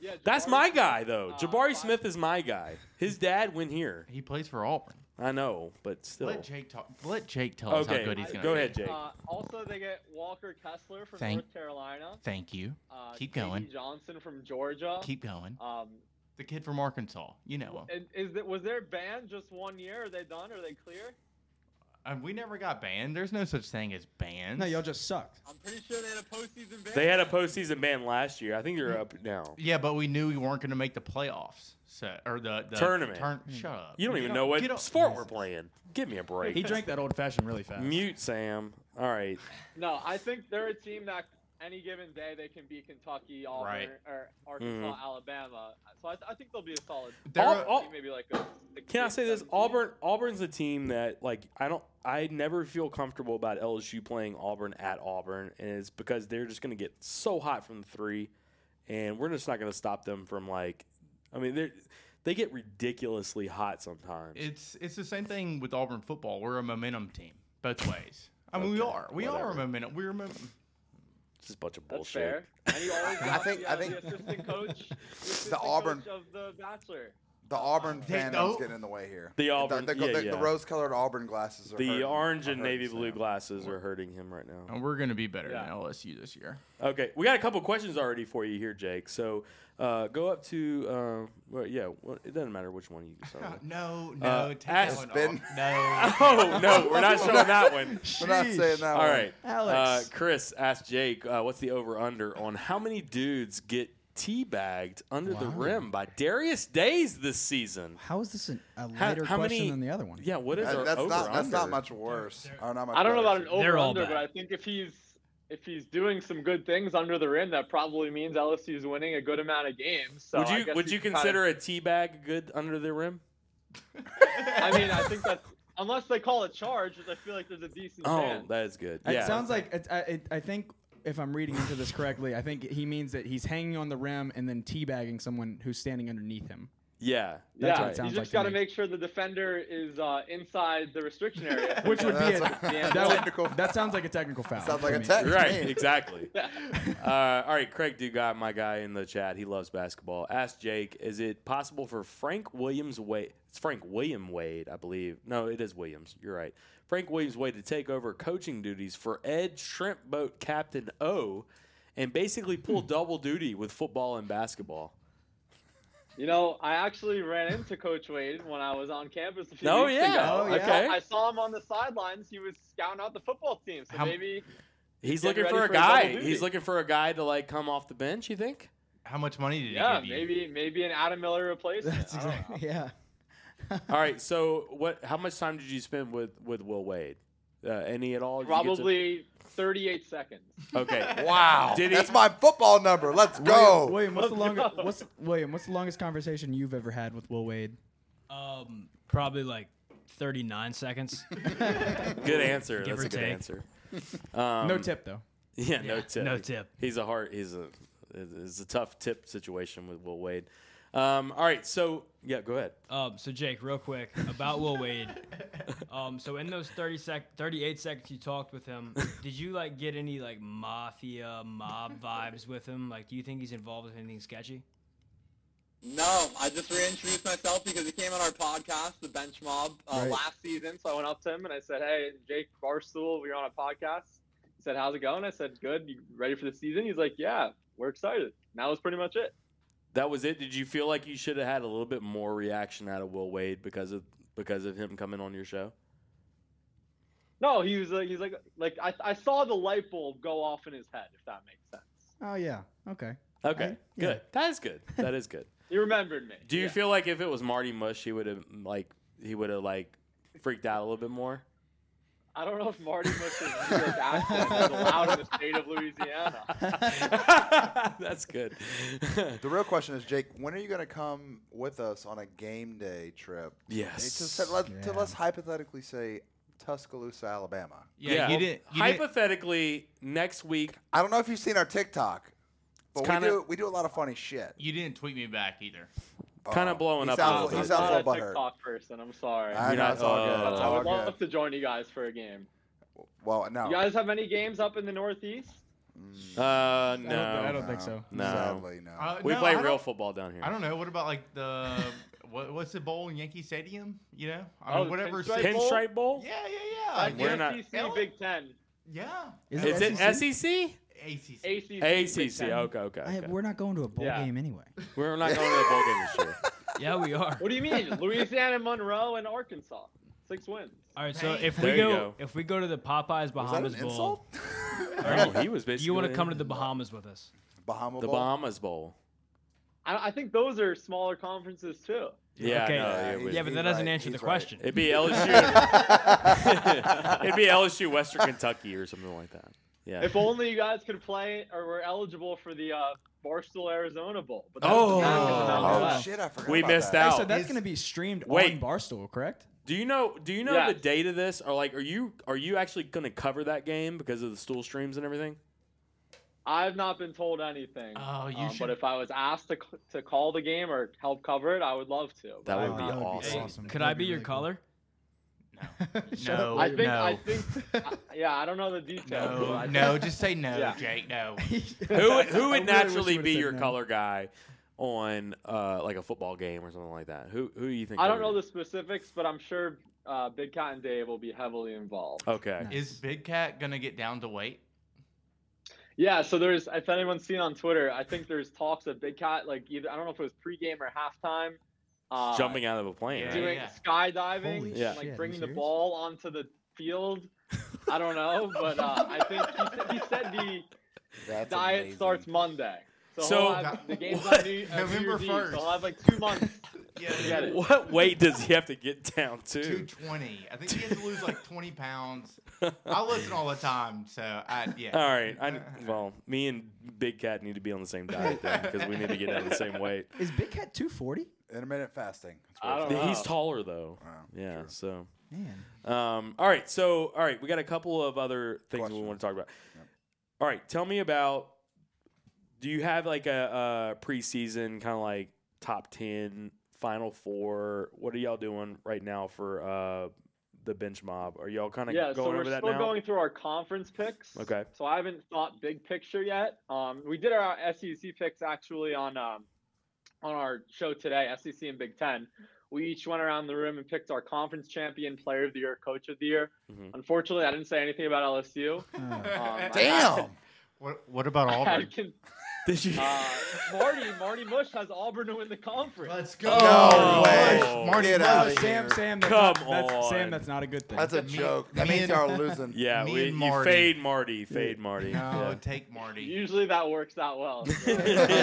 Speaker 7: Yeah,
Speaker 1: That's
Speaker 7: Jabari
Speaker 1: my
Speaker 7: Smith-
Speaker 1: guy, though.
Speaker 7: uh,
Speaker 1: Jabari
Speaker 7: five-
Speaker 1: Smith is my guy. His dad went here.
Speaker 6: he plays for Auburn.
Speaker 1: I know, but still.
Speaker 6: Let Jake talk. Let Jake tell us
Speaker 1: Okay,
Speaker 6: how good he's going to
Speaker 1: go
Speaker 6: be.
Speaker 1: ahead, Jake.
Speaker 7: Uh, also, they get Walker Kessler from
Speaker 6: Thank-
Speaker 7: North Carolina.
Speaker 6: Thank you.
Speaker 7: Uh,
Speaker 6: Keep
Speaker 7: J.D.
Speaker 6: going.
Speaker 7: Johnson from Georgia.
Speaker 6: Keep going.
Speaker 7: Um,
Speaker 6: The kid from Arkansas. You know him.
Speaker 7: and is that was their ban just one year? Are they done? Are they clear?
Speaker 6: And Uh, we never got banned. There's no such thing as banned.
Speaker 3: No, y'all just sucked.
Speaker 7: I'm pretty sure they had a postseason ban.
Speaker 1: They had a postseason ban last year. I think they're up now.
Speaker 6: Yeah, but we knew we weren't going to make the playoffs. So or the, the
Speaker 1: Tournament.
Speaker 6: Turn, shut up.
Speaker 1: You don't
Speaker 6: Get
Speaker 1: even
Speaker 6: off-
Speaker 1: know
Speaker 6: get
Speaker 1: what
Speaker 6: off-
Speaker 1: sport we're playing. Give me a break.
Speaker 3: He drank that old fashioned really fast.
Speaker 1: Mute Sam. All right.
Speaker 7: No, I think they're a team that any given day they can beat Kentucky, Auburn,
Speaker 6: Right.
Speaker 7: or Arkansas,
Speaker 1: Mm-hmm.
Speaker 7: Alabama. So I, I think they'll be a solid.
Speaker 6: They're
Speaker 1: All-
Speaker 6: a-
Speaker 1: all-
Speaker 7: maybe like a 16,
Speaker 1: Oh. Can I say this?
Speaker 7: 17.
Speaker 1: Auburn Auburn's a team that like I don't I never feel comfortable about LSU playing Auburn at Auburn and it's because they're just gonna get so hot from the three and we're just not gonna stop them from like I mean they they get ridiculously hot sometimes.
Speaker 6: It's it's the same thing with Auburn football. We're a momentum team both ways. I mean, we
Speaker 1: Okay,
Speaker 6: are. We are a
Speaker 1: whatever.
Speaker 6: momentum. We're a momentum.
Speaker 1: it's just a bunch of
Speaker 7: That's
Speaker 1: bullshit.
Speaker 7: fair. And you always
Speaker 4: I
Speaker 7: want
Speaker 4: think-
Speaker 7: the,
Speaker 4: I
Speaker 7: uh,
Speaker 4: think-
Speaker 7: the assistant coach, the, assistant
Speaker 4: Auburn-
Speaker 7: coach of the Bachelor.
Speaker 4: The Auburn
Speaker 6: They
Speaker 4: fandom's
Speaker 6: don't-
Speaker 4: getting in the way here.
Speaker 1: The Auburn-
Speaker 4: the, the,
Speaker 1: yeah,
Speaker 4: the,
Speaker 1: yeah.
Speaker 4: rose-colored Auburn glasses are
Speaker 1: The
Speaker 4: hurting-
Speaker 1: orange
Speaker 4: are
Speaker 1: and navy
Speaker 4: hurting
Speaker 1: blue
Speaker 4: Sam.
Speaker 1: glasses are hurting him right now.
Speaker 6: And we're going to be better
Speaker 7: Yeah.
Speaker 6: than LSU this year.
Speaker 1: Okay, we got a couple questions already for you here, Jake. So uh, go up to uh, well, yeah, well, it doesn't matter which one you. start with.
Speaker 6: No, no,
Speaker 1: Uh,
Speaker 6: take
Speaker 1: ask
Speaker 6: that one
Speaker 4: Ben.
Speaker 6: off. No.
Speaker 1: oh no, we're not showing that one.
Speaker 4: We're not saying that.
Speaker 1: All
Speaker 4: one.
Speaker 1: right,
Speaker 3: Alex.
Speaker 1: Uh, Chris asked Jake, uh, "What's the over/under on how many dudes get teabagged under the
Speaker 3: Wow.
Speaker 1: rim by Darius Days this season?"
Speaker 3: How is this an, a
Speaker 1: How-
Speaker 3: lighter
Speaker 1: how
Speaker 3: question
Speaker 1: many-
Speaker 3: than the other one?
Speaker 1: Yeah, what is
Speaker 4: That-
Speaker 1: our
Speaker 4: that's
Speaker 1: over
Speaker 4: not that's not
Speaker 1: under?
Speaker 4: much worse. Or not much
Speaker 7: I don't know about
Speaker 4: better.
Speaker 7: an
Speaker 5: They're
Speaker 7: over
Speaker 5: all
Speaker 7: under, but
Speaker 5: bad.
Speaker 7: I think if he's if he's doing some good things under the rim, that probably means LSU's winning a good amount of games. So
Speaker 1: would
Speaker 7: I
Speaker 1: you
Speaker 7: guess
Speaker 1: would
Speaker 7: we
Speaker 1: you
Speaker 7: can kinda-
Speaker 1: consider a teabag good under the rim?
Speaker 7: I mean, I think that's unless they call it charge, which I feel like there's a decent
Speaker 1: Oh,
Speaker 7: chance.
Speaker 1: that is good.
Speaker 3: It
Speaker 1: yeah,
Speaker 3: sounds like it, I, it, I think if I'm reading into this correctly, I think he means that he's hanging on the rim and then teabagging someone who's standing underneath him.
Speaker 1: yeah.
Speaker 3: That's
Speaker 7: yeah,
Speaker 3: what it sounds
Speaker 7: you
Speaker 3: like
Speaker 7: just
Speaker 3: to
Speaker 7: got to
Speaker 3: me.
Speaker 7: make sure the defender is uh, inside the restriction area.
Speaker 3: Which would be a,
Speaker 4: That's a-
Speaker 3: that, would-
Speaker 4: technical-
Speaker 3: that sounds like a technical foul.
Speaker 4: Sounds like
Speaker 3: to
Speaker 4: a
Speaker 3: me.
Speaker 4: tech.
Speaker 1: Right, exactly.
Speaker 7: Yeah.
Speaker 1: Uh, all right, Craig Dugat, my guy in the chat, he loves basketball. Ask Jake, is it possible for Frank Williams Wade? It's Frank William Wade, I believe. No, it is Williams. You're right. Frank Williams Wade to take over coaching duties for Ed Shrimp Boat Captain O, and basically pull
Speaker 7: Hmm.
Speaker 1: double duty with football and basketball.
Speaker 7: You know, I actually ran into Coach Wade when I was on campus a few
Speaker 1: Oh,
Speaker 7: weeks
Speaker 1: yeah.
Speaker 7: ago.
Speaker 3: Oh,
Speaker 7: I
Speaker 3: yeah.
Speaker 7: saw-
Speaker 1: Okay.
Speaker 7: I saw him on the sidelines. He was scouting out the football team. So
Speaker 6: How-
Speaker 7: maybe
Speaker 1: He's
Speaker 7: Getting
Speaker 1: looking for a
Speaker 7: ready for a double
Speaker 1: guy.
Speaker 7: duty.
Speaker 1: He's looking for a guy to like come off the bench. You think?
Speaker 6: How much money did he
Speaker 7: Yeah,
Speaker 6: give you?
Speaker 7: maybe maybe an Adam Miller replacement.
Speaker 3: That's
Speaker 7: I don't know.
Speaker 3: exactly yeah.
Speaker 1: All right. So what? How much time did you spend with with Will Wade? Uh, any at all? Did you get to-
Speaker 7: Probably 38 seconds.
Speaker 1: okay.
Speaker 4: Wow,
Speaker 1: Did he-
Speaker 4: that's my football number. Let's go.
Speaker 3: William, William, what's the
Speaker 7: Let's
Speaker 3: longest?
Speaker 7: go.
Speaker 3: What's William? What's the longest conversation you've ever had with Will Wade?
Speaker 5: Um, probably like 39 seconds.
Speaker 1: Good answer.
Speaker 5: Give
Speaker 1: That's
Speaker 5: or
Speaker 1: a good
Speaker 5: take.
Speaker 1: answer. Um,
Speaker 3: no tip though.
Speaker 1: Yeah, no
Speaker 5: Yeah,
Speaker 1: tip.
Speaker 5: no tip.
Speaker 1: He's a hard. He's a. It's a tough tip situation with Will Wade. Um, all right, so yeah, go ahead.
Speaker 5: Um, so Jake, real quick about Will Wade. Um, so in those 30 sec, 38 seconds you talked with him, did you like get any like mafia mob vibes with him? Like, do you think he's involved with anything sketchy?
Speaker 7: No, I just reintroduced myself because he came on our podcast, the Bench Mob, uh,
Speaker 3: Right.
Speaker 7: last season. So I went up to him and I said, "Hey, Jake Barstool, we were on a podcast." He said, "How's it going?" I said, "Good. You ready for the season?" He's like, "Yeah, we're excited." And that was pretty much it.
Speaker 1: That was it. Did you feel like you should have had a little bit more reaction out of Will Wade because of because of him coming on your show?
Speaker 7: No, he was like, he's like, like I, I saw the light bulb go off in his head. If that makes sense,
Speaker 3: Oh yeah. Okay.
Speaker 1: Okay,
Speaker 3: I- yeah.
Speaker 1: good. That is good. That is good.
Speaker 7: he remembered me.
Speaker 1: Do you
Speaker 7: Yeah.
Speaker 1: feel like if it was Marty Mush, he would have like he would have like freaked out a little bit more?
Speaker 7: I don't know if Marty Mush's New York accent is allowed in the state of Louisiana.
Speaker 1: That's good.
Speaker 4: The real question is, Jake, when are you going to come with us on a game day trip?
Speaker 1: yes.
Speaker 4: It's just- let,
Speaker 3: Yeah.
Speaker 4: to, let's hypothetically say Tuscaloosa, Alabama.
Speaker 6: Yeah,
Speaker 1: Yeah.
Speaker 6: you didn't. You didn't-
Speaker 1: Hypothetically, next week.
Speaker 4: I don't know if you've seen our TikTok, but
Speaker 1: It's
Speaker 4: we
Speaker 1: kinda-
Speaker 4: do we do a lot of funny shit. Uh,
Speaker 6: you didn't tweet me back either.
Speaker 1: Kinda blowing
Speaker 4: he
Speaker 1: up a
Speaker 4: Sounds,
Speaker 1: little
Speaker 4: he
Speaker 1: bit.
Speaker 4: sounds
Speaker 1: That's
Speaker 4: a
Speaker 7: I'm
Speaker 4: little
Speaker 7: not a
Speaker 4: butthurt.
Speaker 7: TikTok person. I'm sorry.
Speaker 4: I
Speaker 1: You're
Speaker 4: know
Speaker 1: not-
Speaker 4: it's all good.
Speaker 1: uh,
Speaker 4: It's
Speaker 7: I
Speaker 4: all
Speaker 7: would love
Speaker 4: good.
Speaker 7: to join you guys for a game.
Speaker 4: Well, no.
Speaker 7: You guys have any games up in the Northeast?
Speaker 4: Mm,
Speaker 1: Uh,
Speaker 3: I don't, I
Speaker 1: no.
Speaker 3: don't think so.
Speaker 1: No.
Speaker 4: Sadly, no.
Speaker 6: Uh,
Speaker 1: We
Speaker 6: no, I
Speaker 1: play
Speaker 6: don't-
Speaker 1: real football down here.
Speaker 6: I don't know. What about like the what, what's the bowl in Yankee Stadium? You know, I
Speaker 7: Oh,
Speaker 6: mean
Speaker 7: the
Speaker 6: whatever.
Speaker 7: Pinstripe
Speaker 6: city-
Speaker 7: Bowl?
Speaker 1: Pinstripe Bowl?
Speaker 6: Yeah, yeah,
Speaker 7: Like
Speaker 1: we're
Speaker 6: yeah.
Speaker 1: not-
Speaker 7: SEC Big Ten,
Speaker 6: Yeah,
Speaker 3: Is E
Speaker 1: Is it E
Speaker 3: SEC?
Speaker 1: SEC?
Speaker 6: ACC.
Speaker 7: ACC. Big
Speaker 1: ACC.
Speaker 7: Ten.
Speaker 1: Okay, okay.
Speaker 3: I,
Speaker 1: okay.
Speaker 3: we're not going to a bowl
Speaker 7: Yeah.
Speaker 3: game anyway.
Speaker 1: We're not going to the bowl game this year.
Speaker 5: Yeah, we are.
Speaker 7: What do you mean? Louisiana, Monroe, and Arkansas. Six wins.
Speaker 5: All right, so
Speaker 6: Right.
Speaker 5: if
Speaker 1: There
Speaker 5: we
Speaker 1: you
Speaker 5: go,
Speaker 1: go.
Speaker 5: if we go to the Popeyes
Speaker 4: Was that
Speaker 5: Bahamas
Speaker 4: an
Speaker 5: Bowl,
Speaker 4: insult?
Speaker 1: Oh, he was
Speaker 5: do
Speaker 1: basically.
Speaker 5: you want to come to the Bahamas with us?
Speaker 4: Bahama
Speaker 1: The
Speaker 4: Bowl?
Speaker 1: Bahamas Bowl.
Speaker 7: I, I think those are smaller conferences too.
Speaker 1: Yeah,
Speaker 5: Okay.
Speaker 1: no,
Speaker 5: Yeah,
Speaker 1: it
Speaker 4: he's-
Speaker 1: was-
Speaker 5: yeah, but that doesn't
Speaker 4: right,
Speaker 5: answer the
Speaker 4: he's right.
Speaker 5: question.
Speaker 1: it'd be LSU. it'd be LSU, Western Kentucky, or something like that. Yeah.
Speaker 7: If only you guys could play or were eligible for the uh, Barstool Arizona Bowl. But that's
Speaker 1: Oh.
Speaker 7: not going on
Speaker 4: Oh,
Speaker 7: left.
Speaker 4: shit, I forgot
Speaker 1: We
Speaker 4: about
Speaker 1: missed
Speaker 4: that.
Speaker 1: out.
Speaker 3: Hey, so that's
Speaker 6: Is-
Speaker 3: going to be streamed
Speaker 1: Wait.
Speaker 3: on Barstool, correct?
Speaker 1: Do you know? Do you know the
Speaker 7: Yes.
Speaker 1: date of this? Or like, are you are you actually going to cover that game because of the stool streams and everything?
Speaker 7: I've not been told anything.
Speaker 6: Oh, you
Speaker 7: Um,
Speaker 6: should.
Speaker 7: But if I was asked to, c- to call the game or help cover it, I would love to.
Speaker 1: That
Speaker 7: But
Speaker 3: Oh,
Speaker 1: would be
Speaker 7: I'm not.
Speaker 1: awesome.
Speaker 5: Could
Speaker 3: That'd
Speaker 5: I be your
Speaker 3: really cool.
Speaker 5: color?
Speaker 3: Shut
Speaker 6: no,
Speaker 3: up.
Speaker 7: I think.
Speaker 6: no,
Speaker 7: I think. I- yeah, I don't know the details. but I
Speaker 6: no,
Speaker 7: think-
Speaker 6: no. Just say no,
Speaker 7: Yeah.
Speaker 6: Jake. No.
Speaker 1: Who
Speaker 3: I
Speaker 1: would- who
Speaker 3: really
Speaker 1: would
Speaker 3: wish
Speaker 1: naturally
Speaker 3: you would've
Speaker 1: be
Speaker 3: said
Speaker 1: your
Speaker 3: no.
Speaker 1: color guy on uh, like a football game or something like that? Who who do you think?
Speaker 7: I
Speaker 1: that
Speaker 7: don't
Speaker 1: would be?
Speaker 7: know the specifics, but I'm sure uh, Big Cotton Dave will be heavily involved.
Speaker 1: Okay.
Speaker 6: Is Big Cat gonna get down to weight?
Speaker 7: Yeah, so there's if anyone's seen on Twitter, I think there's talks of Big Cat like either I don't know if it was pregame or halftime, uh,
Speaker 1: Jumping out of a plane.
Speaker 6: Yeah.
Speaker 1: right?
Speaker 7: doing
Speaker 6: Yeah.
Speaker 7: skydiving,
Speaker 3: Holy
Speaker 1: Yeah.
Speaker 7: and,
Speaker 3: shit, are
Speaker 7: like
Speaker 3: you
Speaker 7: bringing the
Speaker 3: serious?
Speaker 7: ball onto the field. I don't know, but uh, I think he said, he said the
Speaker 4: That's
Speaker 7: diet
Speaker 4: amazing.
Speaker 7: starts Monday. So,
Speaker 1: So-
Speaker 7: he'll have, the game's on
Speaker 1: What?
Speaker 7: New, uh,
Speaker 6: November
Speaker 7: New Year's Eve, so
Speaker 6: 1st.
Speaker 7: I'll have like two months.
Speaker 6: Yeah,
Speaker 7: Get it.
Speaker 1: What weight does he have to get down
Speaker 6: Two
Speaker 1: to?
Speaker 6: twenty. I think he has to lose like twenty pounds. I listen all the time, so I yeah.
Speaker 1: All right. I, well, me and Big Cat need to be on the same diet then because we need to get down to the same weight.
Speaker 3: Is Big Cat 240?
Speaker 4: Intermittent fasting. That's
Speaker 1: Uh,
Speaker 7: I
Speaker 4: what
Speaker 7: don't
Speaker 4: it's-
Speaker 7: know.
Speaker 1: He's taller though.
Speaker 4: Wow,
Speaker 1: yeah.
Speaker 4: true.
Speaker 1: So.
Speaker 3: Man.
Speaker 1: Um, all right. So, all right, we got a couple of other things we
Speaker 4: Questions.
Speaker 1: want to talk about.
Speaker 4: Yep.
Speaker 1: All right, tell me about. Do you have like a, a preseason kind of like top ten, final four? What are y'all doing right now for uh, the bench mob? Are y'all kind of
Speaker 7: yeah,
Speaker 1: going
Speaker 7: so we're
Speaker 1: over that
Speaker 7: still
Speaker 1: now?
Speaker 7: going through our conference picks.
Speaker 1: Okay.
Speaker 7: So I haven't thought big picture yet. Um, we did our SEC picks actually on um, on our show today, SEC and Big Ten. We each went around the room and picked our conference champion, player of the year, coach of the year.
Speaker 1: Mhm.
Speaker 7: Unfortunately, I didn't say anything about LSU.
Speaker 3: Uh,
Speaker 7: Um,
Speaker 4: Damn.
Speaker 6: What What about
Speaker 7: I
Speaker 6: Auburn?
Speaker 7: had con-
Speaker 1: Did you?
Speaker 7: uh, Marty Marty Mush has Auburn to win the conference.
Speaker 6: Let's go.
Speaker 1: Oh. No
Speaker 4: way.
Speaker 6: Marty,
Speaker 4: Get
Speaker 6: Marty
Speaker 4: out
Speaker 6: Mush.
Speaker 4: of here.
Speaker 3: Sam, Sam, that's, not,
Speaker 1: Come
Speaker 3: that's,
Speaker 1: on.
Speaker 3: Sam, that's not a good thing.
Speaker 4: That's a
Speaker 6: Me-
Speaker 4: joke. That
Speaker 6: me
Speaker 4: means
Speaker 6: and-
Speaker 4: y'all losing.
Speaker 1: yeah,
Speaker 6: me
Speaker 1: we,
Speaker 6: and
Speaker 1: you
Speaker 6: Marty.
Speaker 1: fade Marty. Fade
Speaker 6: No,
Speaker 1: Marty.
Speaker 6: take Marty.
Speaker 7: Usually that works out well.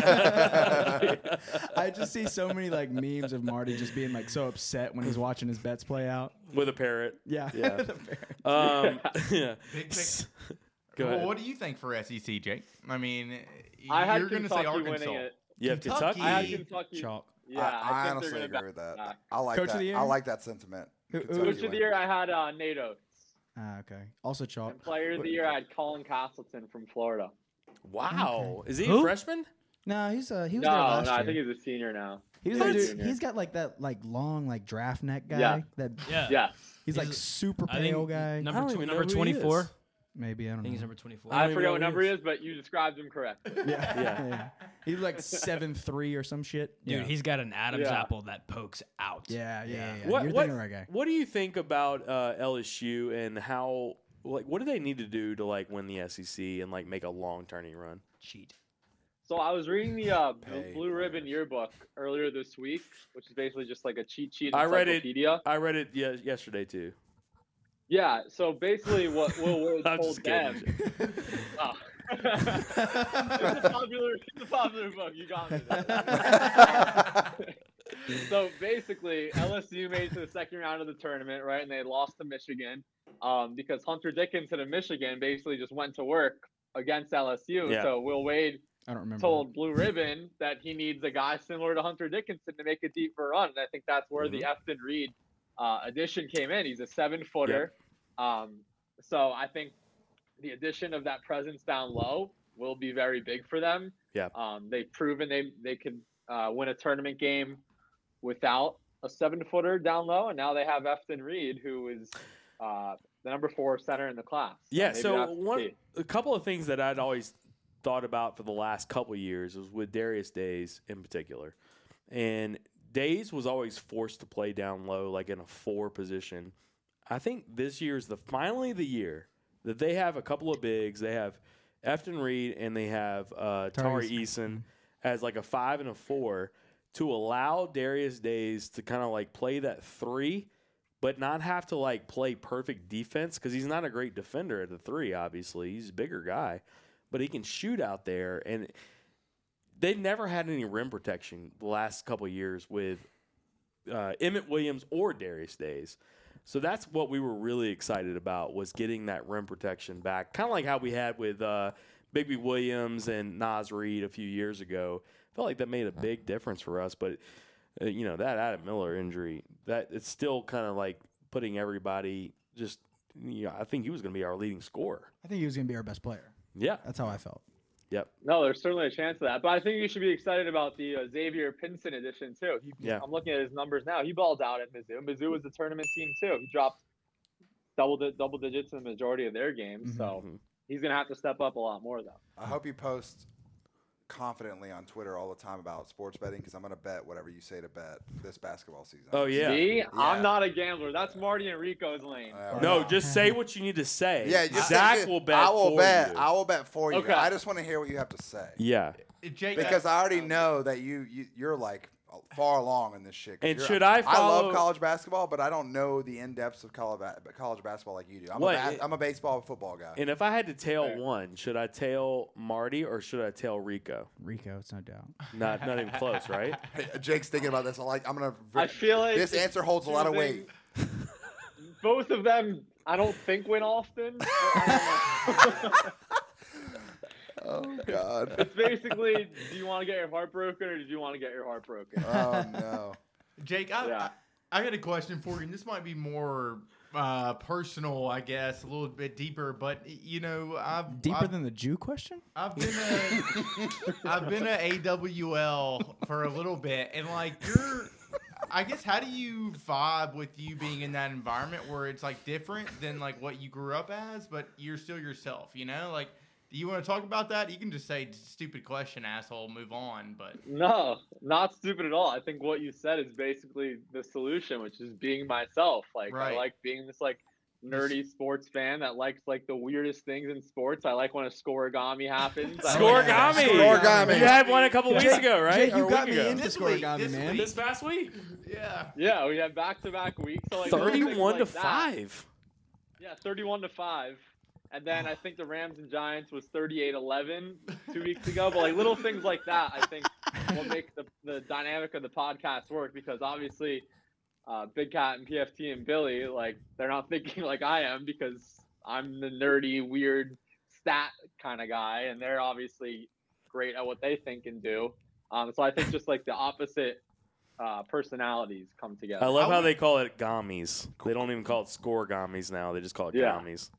Speaker 1: Yeah.
Speaker 3: I just see so many like memes of Marty just being like so upset when he's watching his bets play out.
Speaker 1: With a parrot.
Speaker 3: Yeah.
Speaker 1: Yeah.
Speaker 3: The bear.
Speaker 1: Um, yeah.
Speaker 6: Big pick.
Speaker 1: Go
Speaker 6: well,
Speaker 1: ahead.
Speaker 6: what do you think for SEC, Jake? I mean,
Speaker 7: I had
Speaker 6: you're going to say
Speaker 7: Kentucky
Speaker 6: Arkansas.
Speaker 7: winning it.
Speaker 1: you have Kentucky.
Speaker 6: Kentucky.
Speaker 7: I had
Speaker 6: Ye-
Speaker 7: Kentucky.
Speaker 3: Chalk.
Speaker 7: Yeah,
Speaker 4: I, I,
Speaker 7: think they're
Speaker 4: honestly
Speaker 7: gonna
Speaker 4: agree
Speaker 7: bounce
Speaker 4: with that.
Speaker 7: back.
Speaker 4: I like
Speaker 3: Coach of
Speaker 4: that.
Speaker 3: the year?
Speaker 4: I like that sentiment.
Speaker 3: Who- who-
Speaker 4: Kentucky
Speaker 7: Coach of
Speaker 4: win.
Speaker 7: the year, I had uh, Nate Oates.
Speaker 3: Ah, okay. Also chalk.
Speaker 7: And player of the year, I had Colin Castleton from Florida.
Speaker 1: Wow. Is he a
Speaker 5: Who?
Speaker 1: freshman?
Speaker 3: No, he's uh, he was
Speaker 7: no,
Speaker 3: there
Speaker 7: no,
Speaker 3: last
Speaker 7: I
Speaker 3: year.
Speaker 7: think he's a senior now.
Speaker 3: He was
Speaker 7: Yeah,
Speaker 3: like,
Speaker 7: he's
Speaker 3: dude,
Speaker 7: junior.
Speaker 3: he's got like that like long like draft neck guy.
Speaker 7: Yeah.
Speaker 3: That
Speaker 5: Yeah.
Speaker 7: Yes.
Speaker 3: he's like
Speaker 5: He's-
Speaker 3: super
Speaker 5: I think
Speaker 3: pale guy.
Speaker 1: I don't
Speaker 5: Number, tw-
Speaker 1: even know
Speaker 5: number
Speaker 1: who he
Speaker 5: 24.
Speaker 1: is.
Speaker 3: Maybe I
Speaker 5: I
Speaker 3: don't
Speaker 5: think he's
Speaker 3: know.
Speaker 5: number 24.
Speaker 1: I
Speaker 7: I
Speaker 1: don't even
Speaker 7: forget
Speaker 1: know
Speaker 7: what
Speaker 1: who
Speaker 7: number
Speaker 1: he
Speaker 7: he is, but you described him correctly.
Speaker 3: Yeah.
Speaker 1: Yeah.
Speaker 3: yeah. He's like seven three or some shit.
Speaker 5: Dude,
Speaker 3: yeah.
Speaker 5: he's got an Adam's
Speaker 7: Yeah.
Speaker 5: apple that pokes out.
Speaker 3: yeah, yeah, yeah.
Speaker 1: What,
Speaker 3: You're
Speaker 1: what,
Speaker 3: thinking right guy.
Speaker 1: what do you think about uh, LSU and how like what do they need to do to like win the SEC and like make a long turning run?
Speaker 5: Cheat.
Speaker 7: So I was reading the uh, Bl-
Speaker 4: Pay
Speaker 7: Blue Ribbon
Speaker 4: players.
Speaker 7: yearbook earlier this week, which is basically just like a cheat sheet
Speaker 1: I read it.
Speaker 7: encyclopedia.
Speaker 1: I read it ye- yesterday too.
Speaker 7: Yeah. So basically, what Will Wade
Speaker 1: I'm
Speaker 7: told
Speaker 1: just kidding.
Speaker 7: them. Oh. it's a popular, it's a popular book. You got me. there. so basically, LSU made it to the second round of the tournament, right? And they lost to Michigan um, because Hunter Dickinson of Michigan basically just went to work against LSU.
Speaker 1: Yeah.
Speaker 7: So Will Wade
Speaker 3: I don't remember.
Speaker 7: told Blue Ribbon that he needs a guy similar to Hunter Dickinson to make a deeper run. And I think that's where the
Speaker 1: Mm-hmm.
Speaker 7: Efton Reed uh, addition came in. He's a seven footer. Um, so I think the addition of that presence down low will be very big for them.
Speaker 1: Yeah.
Speaker 7: Um, they've proven they, they can uh, win a tournament game without a seven footer down low. And now they have Efton Reed, who is uh, the number four center in the class.
Speaker 1: Yeah,
Speaker 7: maybe
Speaker 1: so
Speaker 7: that's the
Speaker 1: one
Speaker 7: key.
Speaker 1: a couple of things that I'd always thought about for the last couple of years was with Darius Days in particular. And Days was always forced to play down low, like in a four position. I think this year is the finally the year that they have a couple of bigs. They have Efton Reed and they have uh, Tari
Speaker 3: Tari
Speaker 1: Eason as like a five and a four to allow Darius Days to kind of like play that three, but not have to like play perfect defense because he's not a great defender at the three. Obviously, he's a bigger guy, but he can shoot out there, and they never had any rim protection the last couple of years with uh, Emmett Williams or Darius Days. So that's what we were really excited about was getting that rim protection back, kind of like how we had with uh, Bigby Williams and Nas Reed a few years ago. Felt like that made a big difference for us, but uh, you know that Adam Miller injury that it's still kind of like putting everybody just you know I think he was going to be our leading scorer.
Speaker 3: I think he was gonna be our best player.
Speaker 1: Yeah.
Speaker 3: That's how I felt.
Speaker 1: Yep.
Speaker 7: No, there's certainly a chance of that. But I think you should be excited about the uh, Xavier Pinson addition too. He,
Speaker 1: Yeah.
Speaker 7: I'm looking at his numbers now. He balled out at Mizzou. Mizzou was the tournament team too. He dropped double di- double digits in the majority of their games. So
Speaker 4: Mm-hmm.
Speaker 1: Mhm.
Speaker 7: he's gonna have to step up a lot more though.
Speaker 4: I hope you post confidently on Twitter all the time about sports betting because I'm gonna bet whatever you say to bet this basketball season.
Speaker 1: Oh yeah.
Speaker 7: See,
Speaker 4: Yeah.
Speaker 7: I'm not a gambler. That's Marty and Rico's lane.
Speaker 4: Uh,
Speaker 1: No, just say what you need to say.
Speaker 4: Yeah, just say
Speaker 1: Zach
Speaker 4: this.
Speaker 1: will bet.
Speaker 4: I will
Speaker 1: for
Speaker 4: bet.
Speaker 1: you.
Speaker 4: I will bet for you.
Speaker 7: Okay.
Speaker 4: I just want to hear what you have to say
Speaker 1: yeah.
Speaker 6: If Jake,
Speaker 4: because I already know that you, you you're like far along in this shit. 'cause
Speaker 1: And
Speaker 4: you're-
Speaker 1: should I
Speaker 4: I
Speaker 1: follow-
Speaker 4: love college basketball, but I don't know the in depths of college ba- college basketball like you do. I'm,
Speaker 1: What-
Speaker 4: a, bas- I'm a baseball and football guy.
Speaker 1: And if I had to tail
Speaker 7: Fair.
Speaker 1: one, should I tail Marty or should I tail Rico?
Speaker 3: Rico, it's no doubt.
Speaker 1: Not not even close, right?
Speaker 4: Hey, uh, Jake's thinking about this. I'm like I'm gonna.
Speaker 7: I feel like
Speaker 4: this answer holds a lot of weight.
Speaker 7: Both of them, I don't think win often. but I don't know.
Speaker 4: Oh God.
Speaker 7: it's basically, do you want to get your heart broken or do you want to get your heart broken?
Speaker 4: oh no.
Speaker 6: Jake, I,
Speaker 7: Yeah.
Speaker 6: I, I got a question for you, and this might be more uh, personal, I guess, a little bit deeper. But you know, I've
Speaker 3: Deeper
Speaker 6: I've,
Speaker 3: than the Jew question?
Speaker 6: I've been a I've been a AWL for a little bit, and like you're, I guess, how do you vibe with you being in that environment where it's like different than like what you grew up as, but you're still yourself, you know? Like, do you want to talk about that? You can just say stupid question, asshole, move on. But
Speaker 7: No, not stupid at all. I think what you said is basically the solution, which is being myself. Like
Speaker 6: Right.
Speaker 7: I like being this like nerdy sports fan that likes like the weirdest things in sports. I like when a scoregami happens. I
Speaker 3: Oh,
Speaker 7: like-
Speaker 1: Scoregami.
Speaker 4: Scoregami.
Speaker 1: You had one a couple
Speaker 7: Yeah.
Speaker 1: weeks ago, right?
Speaker 3: Jake,
Speaker 1: Or a
Speaker 3: you got
Speaker 1: week
Speaker 3: me
Speaker 1: ago.
Speaker 3: into
Speaker 6: This
Speaker 3: score
Speaker 6: week,
Speaker 3: Gami,
Speaker 6: this
Speaker 3: man.
Speaker 6: week.
Speaker 1: this past week.
Speaker 6: yeah.
Speaker 7: yeah, we had back to back weeks. So like little things
Speaker 1: Thirty-one to
Speaker 7: like that.
Speaker 1: five.
Speaker 7: Yeah, 31 to 5. And then I think the Rams and Giants was 38 11 two weeks ago. But like little things like that, I think will make the, the dynamic of the podcast work because obviously uh, Big Cat and PFT and Billy, like they're not thinking like I am because I'm the nerdy, weird stat kind of guy. And they're obviously great at what they think and do. Um, so I think just like the opposite uh, personalities come together.
Speaker 1: I love
Speaker 6: I
Speaker 1: how
Speaker 6: would-
Speaker 1: they call it gommies. They don't even call it score gommies now. They just call it
Speaker 7: Yeah.
Speaker 1: gommies.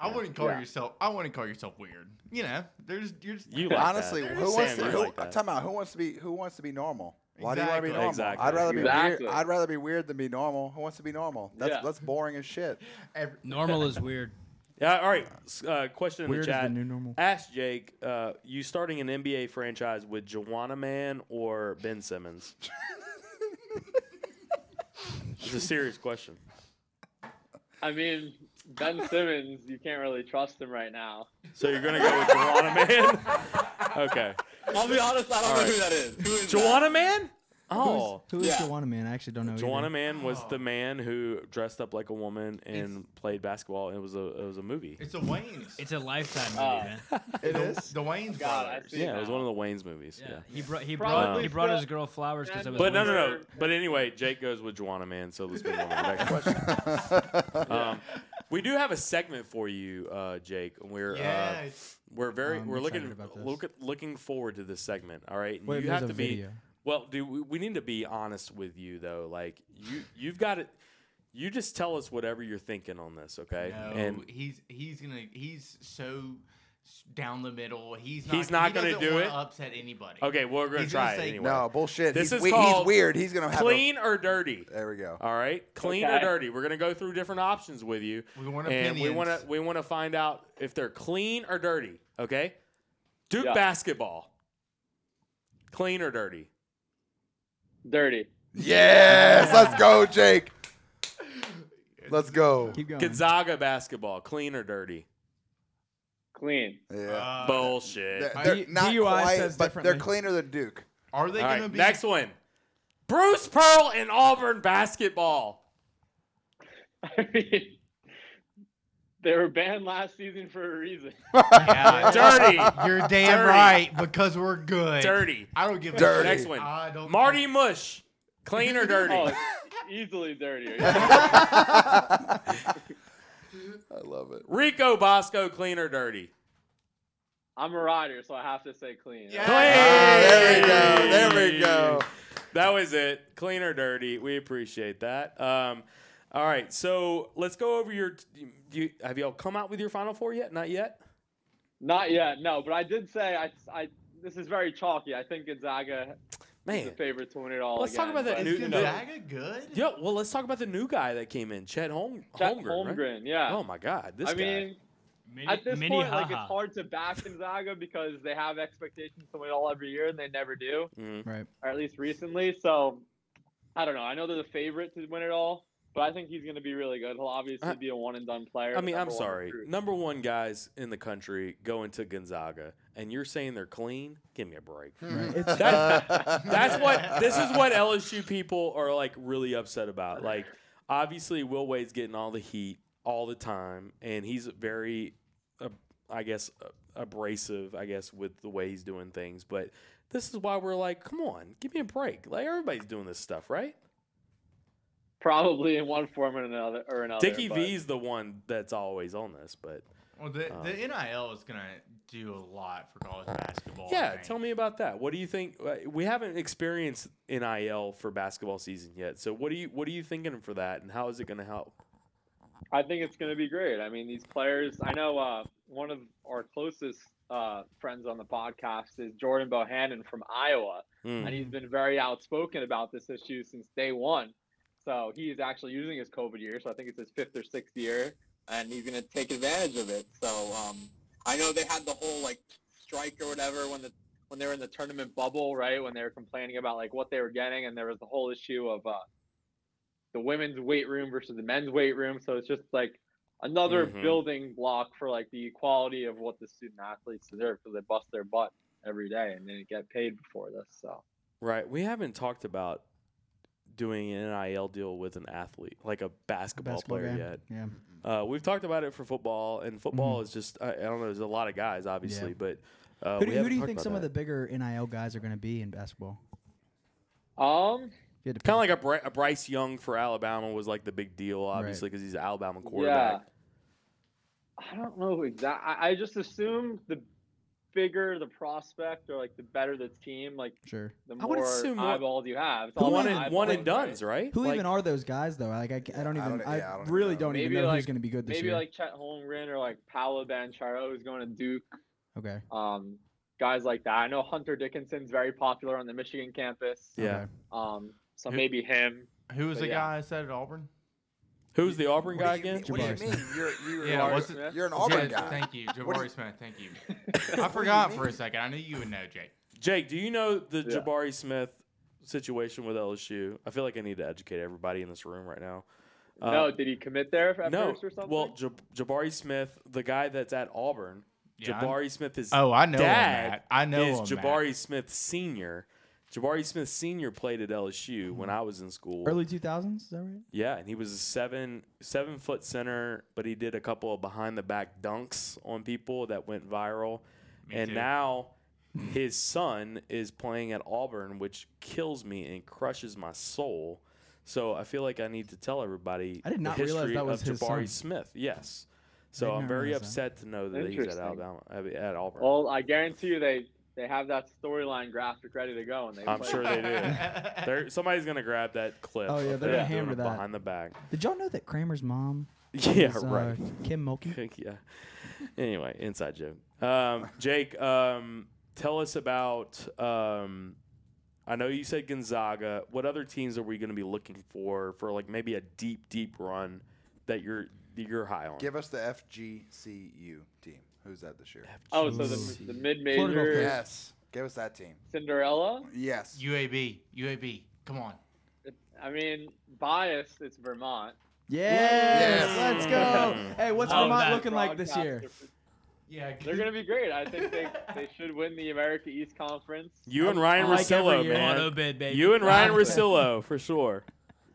Speaker 6: I wouldn't call
Speaker 7: Yeah.
Speaker 6: yourself. I wouldn't call yourself weird. You know, there's you're just,
Speaker 1: You like
Speaker 4: Honestly,
Speaker 1: that.
Speaker 4: who wants
Speaker 1: Sam,
Speaker 4: to?
Speaker 1: you
Speaker 4: Who,
Speaker 1: like
Speaker 4: I'm
Speaker 1: that.
Speaker 4: talking about who wants to be who wants to be normal. Why do you want to be
Speaker 6: Exactly.
Speaker 4: normal?
Speaker 1: Exactly.
Speaker 4: I'd rather be
Speaker 7: Exactly.
Speaker 4: weird. I'd rather be weird than be normal. Who wants to be normal? That's
Speaker 7: Yeah.
Speaker 4: that's boring as shit.
Speaker 6: every,
Speaker 5: Normal is weird.
Speaker 1: Yeah, all right. S- Uh, question in
Speaker 3: Weird is
Speaker 1: the chat.
Speaker 3: the new normal.
Speaker 1: Ask Jake, uh, you starting an NBA franchise with Joanna Man or Ben Simmons? it's a serious question.
Speaker 7: I mean, Ben Simmons, you can't really trust him right now.
Speaker 1: So you're gonna go with Joanna Man? okay.
Speaker 7: I'll be honest, I don't know
Speaker 1: Alright.
Speaker 7: who that is.
Speaker 1: Joanna Man? Oh.
Speaker 3: Who's, who is
Speaker 7: Yeah.
Speaker 3: Joanna Man? I actually don't know. either.
Speaker 1: Joanna Man was the man who dressed up like a woman and played basketball. It was a it was a movie.
Speaker 6: it's the Wayne's.
Speaker 5: It's a lifetime
Speaker 7: Oh.
Speaker 5: movie, man.
Speaker 6: it is the Wayne's
Speaker 7: God, I
Speaker 6: brothers.
Speaker 7: see.
Speaker 1: Yeah, it was one of the Wayne's movies.
Speaker 5: Yeah.
Speaker 1: Yeah.
Speaker 5: He brought he
Speaker 7: Probably
Speaker 5: brought he brought
Speaker 7: still-
Speaker 5: his girl flowers because it was.
Speaker 1: But no, no,
Speaker 5: Wednesday.
Speaker 1: no. But anyway, Jake goes with Joanna Man, so let's move on to the next question. Um, we do have a segment for you, uh, Jake. and We're uh,
Speaker 6: Yes.
Speaker 1: we're very
Speaker 3: I'm
Speaker 1: we're looking
Speaker 3: excited about this.
Speaker 1: look at, looking forward to this segment. All right,
Speaker 3: What if
Speaker 1: you
Speaker 3: there's
Speaker 1: have
Speaker 3: a
Speaker 1: to be
Speaker 3: video?
Speaker 1: well. Do we, we need to be honest with you though? Like you you've got it. You just tell us whatever you're thinking on this, okay?
Speaker 6: no,
Speaker 1: and
Speaker 6: he's he's gonna he's so s- down the middle. He's not,
Speaker 1: He's not
Speaker 6: he
Speaker 1: gonna
Speaker 6: doesn't
Speaker 1: do
Speaker 6: wanna
Speaker 1: it?
Speaker 6: Upset anybody?
Speaker 1: okay, well, we're gonna
Speaker 6: He's gonna
Speaker 1: try
Speaker 6: say
Speaker 1: it anyway.
Speaker 4: No bullshit.
Speaker 1: This
Speaker 4: he's,
Speaker 1: is
Speaker 4: we-
Speaker 1: called
Speaker 4: he's weird. He's gonna have a-
Speaker 1: Clean or dirty?
Speaker 4: there we go.
Speaker 1: All right, clean or
Speaker 7: Okay.
Speaker 1: dirty. We're gonna go through different options with you,
Speaker 6: We want
Speaker 1: and
Speaker 6: opinions.
Speaker 1: we want to we want to find out if they're clean or dirty. Okay, Duke
Speaker 7: Yeah.
Speaker 1: basketball, clean or dirty?
Speaker 7: Dirty.
Speaker 4: Yes, let's go, Jake. Let's go.
Speaker 3: Keep going.
Speaker 1: Gonzaga basketball, clean or dirty?
Speaker 7: Clean.
Speaker 4: Yeah.
Speaker 6: Uh,
Speaker 1: Bullshit.
Speaker 4: They're- they're
Speaker 3: D-
Speaker 4: not
Speaker 3: DUI
Speaker 4: quite,
Speaker 3: says
Speaker 4: but they're
Speaker 3: differently.
Speaker 4: cleaner than Duke.
Speaker 6: are they
Speaker 1: All
Speaker 6: gonna
Speaker 1: right,
Speaker 6: be
Speaker 1: next one. Bruce Pearl and Auburn basketball.
Speaker 7: I mean, they were banned last season for a reason.
Speaker 6: Yeah,
Speaker 1: Dirty.
Speaker 6: You're damn
Speaker 1: Dirty.
Speaker 6: right because we're good.
Speaker 1: Dirty.
Speaker 6: I don't give a shit.
Speaker 4: Dirty.
Speaker 1: Next one.
Speaker 6: I don't
Speaker 1: Marty Mush, clean or dirty?
Speaker 7: Oh, easily dirty.
Speaker 4: I love it.
Speaker 1: Rico Bosco, clean or dirty?
Speaker 7: I'm a rider, so I have to say clean.
Speaker 6: Yeah.
Speaker 1: Clean.
Speaker 4: Ah, there we go. There we go.
Speaker 1: That was it. Clean or dirty. We appreciate that. Um, all right, so let's go over your. do you, have y'all come out with your final four yet? Not yet.
Speaker 7: Not yet, no. But I did say I, I this is very chalky. I think Gonzaga is the
Speaker 1: Man,
Speaker 7: favorite to win it all.
Speaker 1: Let's talk
Speaker 7: again,
Speaker 1: about that
Speaker 7: but-
Speaker 1: new-
Speaker 6: Is
Speaker 1: Newton-
Speaker 6: Gonzaga good?
Speaker 1: yeah. Well, let's talk about the new guy that came in, Chet Holm,
Speaker 7: Chet
Speaker 1: Holmgren. right?
Speaker 7: Holmgren, yeah.
Speaker 1: Oh my God, this
Speaker 7: I
Speaker 1: guy.
Speaker 7: mean,
Speaker 5: Mini,
Speaker 7: at this
Speaker 5: mini
Speaker 7: point,
Speaker 5: haha.
Speaker 7: like it's hard to back Gonzaga because they have expectations to win it all every year and they never do,
Speaker 1: Mhm.
Speaker 3: Right.
Speaker 7: or at least recently. So I don't know. I know they're the favorite to win it all, but I think he's going to be really good. He'll obviously
Speaker 1: I-
Speaker 7: be a one and done player.
Speaker 1: Uh, I
Speaker 7: the
Speaker 1: mean, I'm
Speaker 7: number one
Speaker 1: sorry.
Speaker 7: recruit.
Speaker 1: Number one guys in the country going to Gonzaga, and you're saying they're clean? Give me a break.
Speaker 4: Hmm.
Speaker 3: Right. It's-
Speaker 4: Uh,
Speaker 1: That- That's what this is what LSU people are like really upset about. Like, obviously, Will Wade's getting all the heat all the time, and he's very, uh, I guess, uh, abrasive. I guess with the way he's doing things, but this is why we're like, come on, give me a break. Like everybody's doing this stuff, right?
Speaker 7: Probably in one form or another. Or another
Speaker 1: Dickie
Speaker 7: but-
Speaker 1: V's the one that's always on this, but
Speaker 6: Well, the,
Speaker 7: Uh.
Speaker 1: Um,
Speaker 6: the NIL is gonna do a lot for college basketball. I
Speaker 1: Yeah,
Speaker 6: think.
Speaker 1: tell me about that. What do you think? uh, We haven't experienced NIL for basketball season yet. So what do you what are you thinking for that, and how is it going to help?
Speaker 7: I think it's going to be great. I mean, these players. I know uh, one of our closest uh, friends on the podcast is Jordan Bohannon from Iowa,
Speaker 1: Mm.
Speaker 7: and he's been very outspoken about this issue since day one. So he is actually using his COVID year. So I think it's his fifth or sixth year, and he's going to take advantage of it. So um, I know they had the whole like strike or whatever when the when they were in the tournament bubble, right? When they were complaining about like what they were getting, and there was the whole issue of uh, the women's weight room versus the men's weight room. So it's just like another
Speaker 1: Mhm.
Speaker 7: building block for like the equality of what the student athletes deserve because they bust their butt every day and didn't get paid before this. So
Speaker 1: Right. We haven't talked about doing an NIL deal with an athlete, like a basketball,
Speaker 3: Basketball
Speaker 1: player,
Speaker 3: guy. Mm-hmm.
Speaker 1: yet.
Speaker 3: Yeah.
Speaker 1: Uh, we've talked about it for football, and football is just I, I don't know. There's a lot of guys, obviously, but. Uh,
Speaker 3: who
Speaker 1: we
Speaker 3: do, who
Speaker 1: haven't
Speaker 3: do you
Speaker 1: talked
Speaker 3: think
Speaker 1: about
Speaker 3: some of the
Speaker 1: that.
Speaker 3: bigger NIL guys are going to be in basketball?
Speaker 7: um.
Speaker 3: If you had to
Speaker 1: kind of
Speaker 3: pick-
Speaker 1: like a, Bry- a Bryce Young for Alabama was like the big deal, obviously, because he's an Alabama quarterback.
Speaker 7: I don't know exactly. I, I just assume the bigger the prospect or like the better the team, like
Speaker 3: Sure.
Speaker 7: the
Speaker 1: I would
Speaker 7: more
Speaker 1: assume one-
Speaker 7: eyeballs you have. It's all
Speaker 1: One
Speaker 7: about
Speaker 1: and one and
Speaker 7: eyeballs,
Speaker 1: duns,
Speaker 7: right?
Speaker 1: right?
Speaker 3: Who
Speaker 1: Like,
Speaker 3: even are those guys though? Like I, ca- I don't
Speaker 4: I
Speaker 3: even. I,
Speaker 4: don't- e-, yeah, I don't even
Speaker 3: really
Speaker 4: know.
Speaker 3: don't even
Speaker 7: Maybe
Speaker 3: know who's
Speaker 7: like-
Speaker 3: going to be good this
Speaker 7: Maybe
Speaker 3: year.
Speaker 7: like Chet Holmgren or like Paolo Banchero who's going to Duke.
Speaker 3: okay.
Speaker 7: Um, guys like that. I know Hunter Dickinson's very popular on the Michigan campus.
Speaker 1: Yeah.
Speaker 3: Okay.
Speaker 7: Um, so
Speaker 6: Who-
Speaker 7: maybe him.
Speaker 6: Who was
Speaker 7: But
Speaker 6: the
Speaker 7: yeah.
Speaker 6: guy I said at Auburn?
Speaker 1: Who's the Auburn
Speaker 4: What
Speaker 1: guy
Speaker 4: do you
Speaker 1: again?
Speaker 4: mean- What do
Speaker 3: Jabari
Speaker 4: you mean? You're, you're,
Speaker 6: Yeah,
Speaker 4: you're-
Speaker 6: what's
Speaker 7: it-
Speaker 4: you're an Auburn
Speaker 6: Yes,
Speaker 4: guy.
Speaker 6: Thank you,
Speaker 4: What do
Speaker 6: Jabari
Speaker 4: you-
Speaker 6: Smith. Thank you.
Speaker 4: do
Speaker 6: I
Speaker 4: you
Speaker 6: forgot for a
Speaker 4: mean?
Speaker 6: second. I knew you would know, Jake.
Speaker 1: Jake, do you know the
Speaker 7: Yeah.
Speaker 1: Jabari Smith situation with LSU? I feel like I need to educate everybody in this room right now. Uh,
Speaker 7: no, did he commit there at
Speaker 1: no.
Speaker 7: first or something?
Speaker 1: Well, Jab- Jabari Smith, the guy that's at Auburn,
Speaker 6: Yeah, I-
Speaker 1: Jabari Smith is
Speaker 6: Oh, I know
Speaker 1: Dad
Speaker 6: him, Matt. I know
Speaker 1: is
Speaker 6: him, Matt.
Speaker 1: Jabari Smith Senior. Jabari Smith Senior played at
Speaker 6: Mm-hmm.
Speaker 1: LSU when I was in school.
Speaker 3: Early two thousands. Is that right?
Speaker 1: Yeah, and he was a seven seven foot center, but he did a couple of behind the back dunks on people that went viral.
Speaker 6: Me
Speaker 1: and
Speaker 6: too.
Speaker 1: now his son is playing at Auburn, which kills me and crushes my soul. So I feel like I need to tell everybody
Speaker 3: I did not
Speaker 1: the
Speaker 3: realize
Speaker 1: history
Speaker 3: that was
Speaker 1: of
Speaker 3: his
Speaker 1: Jabari
Speaker 3: son.
Speaker 1: Smith.
Speaker 3: I
Speaker 1: Yes. So
Speaker 3: did
Speaker 1: I'm
Speaker 3: not
Speaker 1: very
Speaker 3: realize that.
Speaker 1: upset to know that he's at
Speaker 7: Interesting.
Speaker 1: Alabama I mean, at Auburn.
Speaker 7: Well, I guarantee you they they have that storyline graphic ready to go, and they.
Speaker 1: I'm
Speaker 7: play
Speaker 1: sure
Speaker 7: it.
Speaker 1: they do. There, somebody's gonna grab that clip.
Speaker 3: Oh, yeah,
Speaker 1: of
Speaker 3: they're
Speaker 1: them
Speaker 3: gonna hammer
Speaker 1: doing it
Speaker 3: that.
Speaker 1: behind the back.
Speaker 3: Did y'all know that Kramer's mom?
Speaker 1: Yeah,
Speaker 3: is, uh,
Speaker 1: right.
Speaker 3: Kim Mulkey.
Speaker 1: yeah. Anyway, inside joke. Um, Jake, um, tell us about. Um, I know you said Gonzaga. What other teams are we going to be looking for for like maybe a deep, deep run that you're that you're high on?
Speaker 4: Give us the FGCU team. Who's that this year?
Speaker 7: Oh, so
Speaker 1: Jeez.
Speaker 7: the, the mid major
Speaker 4: Yes. Give us that team.
Speaker 7: Cinderella.
Speaker 4: Yes.
Speaker 6: UAB, UAB. Come on.
Speaker 7: I mean, biased. It's Vermont.
Speaker 3: Yes,
Speaker 4: Yes.
Speaker 3: let's go. Hey, what's
Speaker 5: Love
Speaker 3: Vermont
Speaker 5: that
Speaker 3: looking like this year?
Speaker 6: Yeah,
Speaker 7: They're gonna be great. I think they, they should win the America East Conference. Um,
Speaker 1: you and Ryan
Speaker 3: I like every
Speaker 1: Rosillo,
Speaker 3: year.
Speaker 5: Auto
Speaker 1: man.
Speaker 5: bid, baby.
Speaker 1: You and Ryan
Speaker 3: Auto bid.
Speaker 1: Rosillo for sure.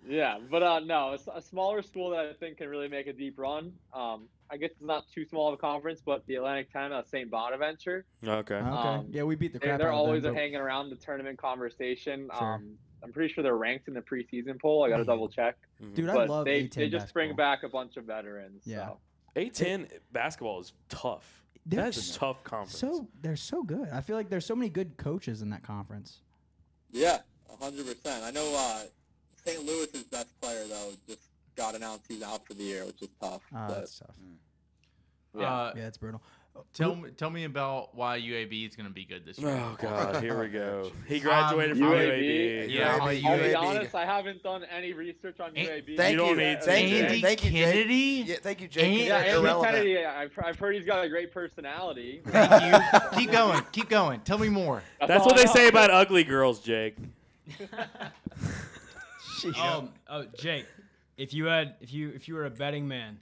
Speaker 7: Yeah, but uh, no, it's a smaller school that I think can really make a deep run. Um, I guess it's not too small of a conference, but the Atlantic 10, uh, St. Bonaventure.
Speaker 1: Okay.
Speaker 3: Okay.
Speaker 7: Um,
Speaker 3: yeah, we beat the
Speaker 7: They-
Speaker 3: crap
Speaker 7: they're
Speaker 3: out of
Speaker 7: always
Speaker 3: them. but-
Speaker 7: hanging around the tournament conversation.
Speaker 3: Sure.
Speaker 7: Um, I'm pretty sure they're ranked in the preseason poll. I got to double check.
Speaker 3: Dude, I
Speaker 7: But
Speaker 3: love
Speaker 7: they,
Speaker 3: A10
Speaker 7: they just bring
Speaker 3: basketball.
Speaker 7: back a bunch of veterans.
Speaker 3: Yeah.
Speaker 7: So.
Speaker 1: A10 basketball is tough.
Speaker 3: They're
Speaker 1: That's a tough conference.
Speaker 3: So they're so good. I feel like there's so many good coaches in that conference.
Speaker 7: Yeah, 100%. I know uh, St. Louis's best player, though, just got announced he's out for the year, which is tough.
Speaker 3: Uh,
Speaker 7: but,
Speaker 3: that's tough.
Speaker 7: yeah.
Speaker 6: Uh,
Speaker 3: Yeah, it's brutal.
Speaker 6: Tell me, tell me about why UAB is going to be good this year.
Speaker 1: oh god, here we go. He
Speaker 6: Um,
Speaker 1: graduated from
Speaker 7: UAB.
Speaker 1: UAB.
Speaker 4: UAB,
Speaker 6: Yeah, I'll
Speaker 7: I'll
Speaker 6: be
Speaker 7: be
Speaker 4: UAB.
Speaker 7: honest, I haven't done any research on
Speaker 6: Ain't-
Speaker 7: UAB.
Speaker 4: Thank
Speaker 1: You don't need to,
Speaker 4: Thank you,
Speaker 6: Andy
Speaker 4: Jake. Thank you, Jake.
Speaker 6: Kennedy.
Speaker 4: Yeah, thank you, Jake.
Speaker 6: Andy-
Speaker 4: You're
Speaker 7: Yeah, Andy
Speaker 4: irrelevant.
Speaker 7: Kennedy, I've, I've heard he's got a great personality.
Speaker 6: Thank you. keep going. Keep going. Tell me more.
Speaker 1: That's
Speaker 7: all
Speaker 1: what
Speaker 7: I
Speaker 1: they
Speaker 7: know.
Speaker 1: say about ugly girls, Jake.
Speaker 5: Um, oh, Jake, if you had, if you, if you were a betting man,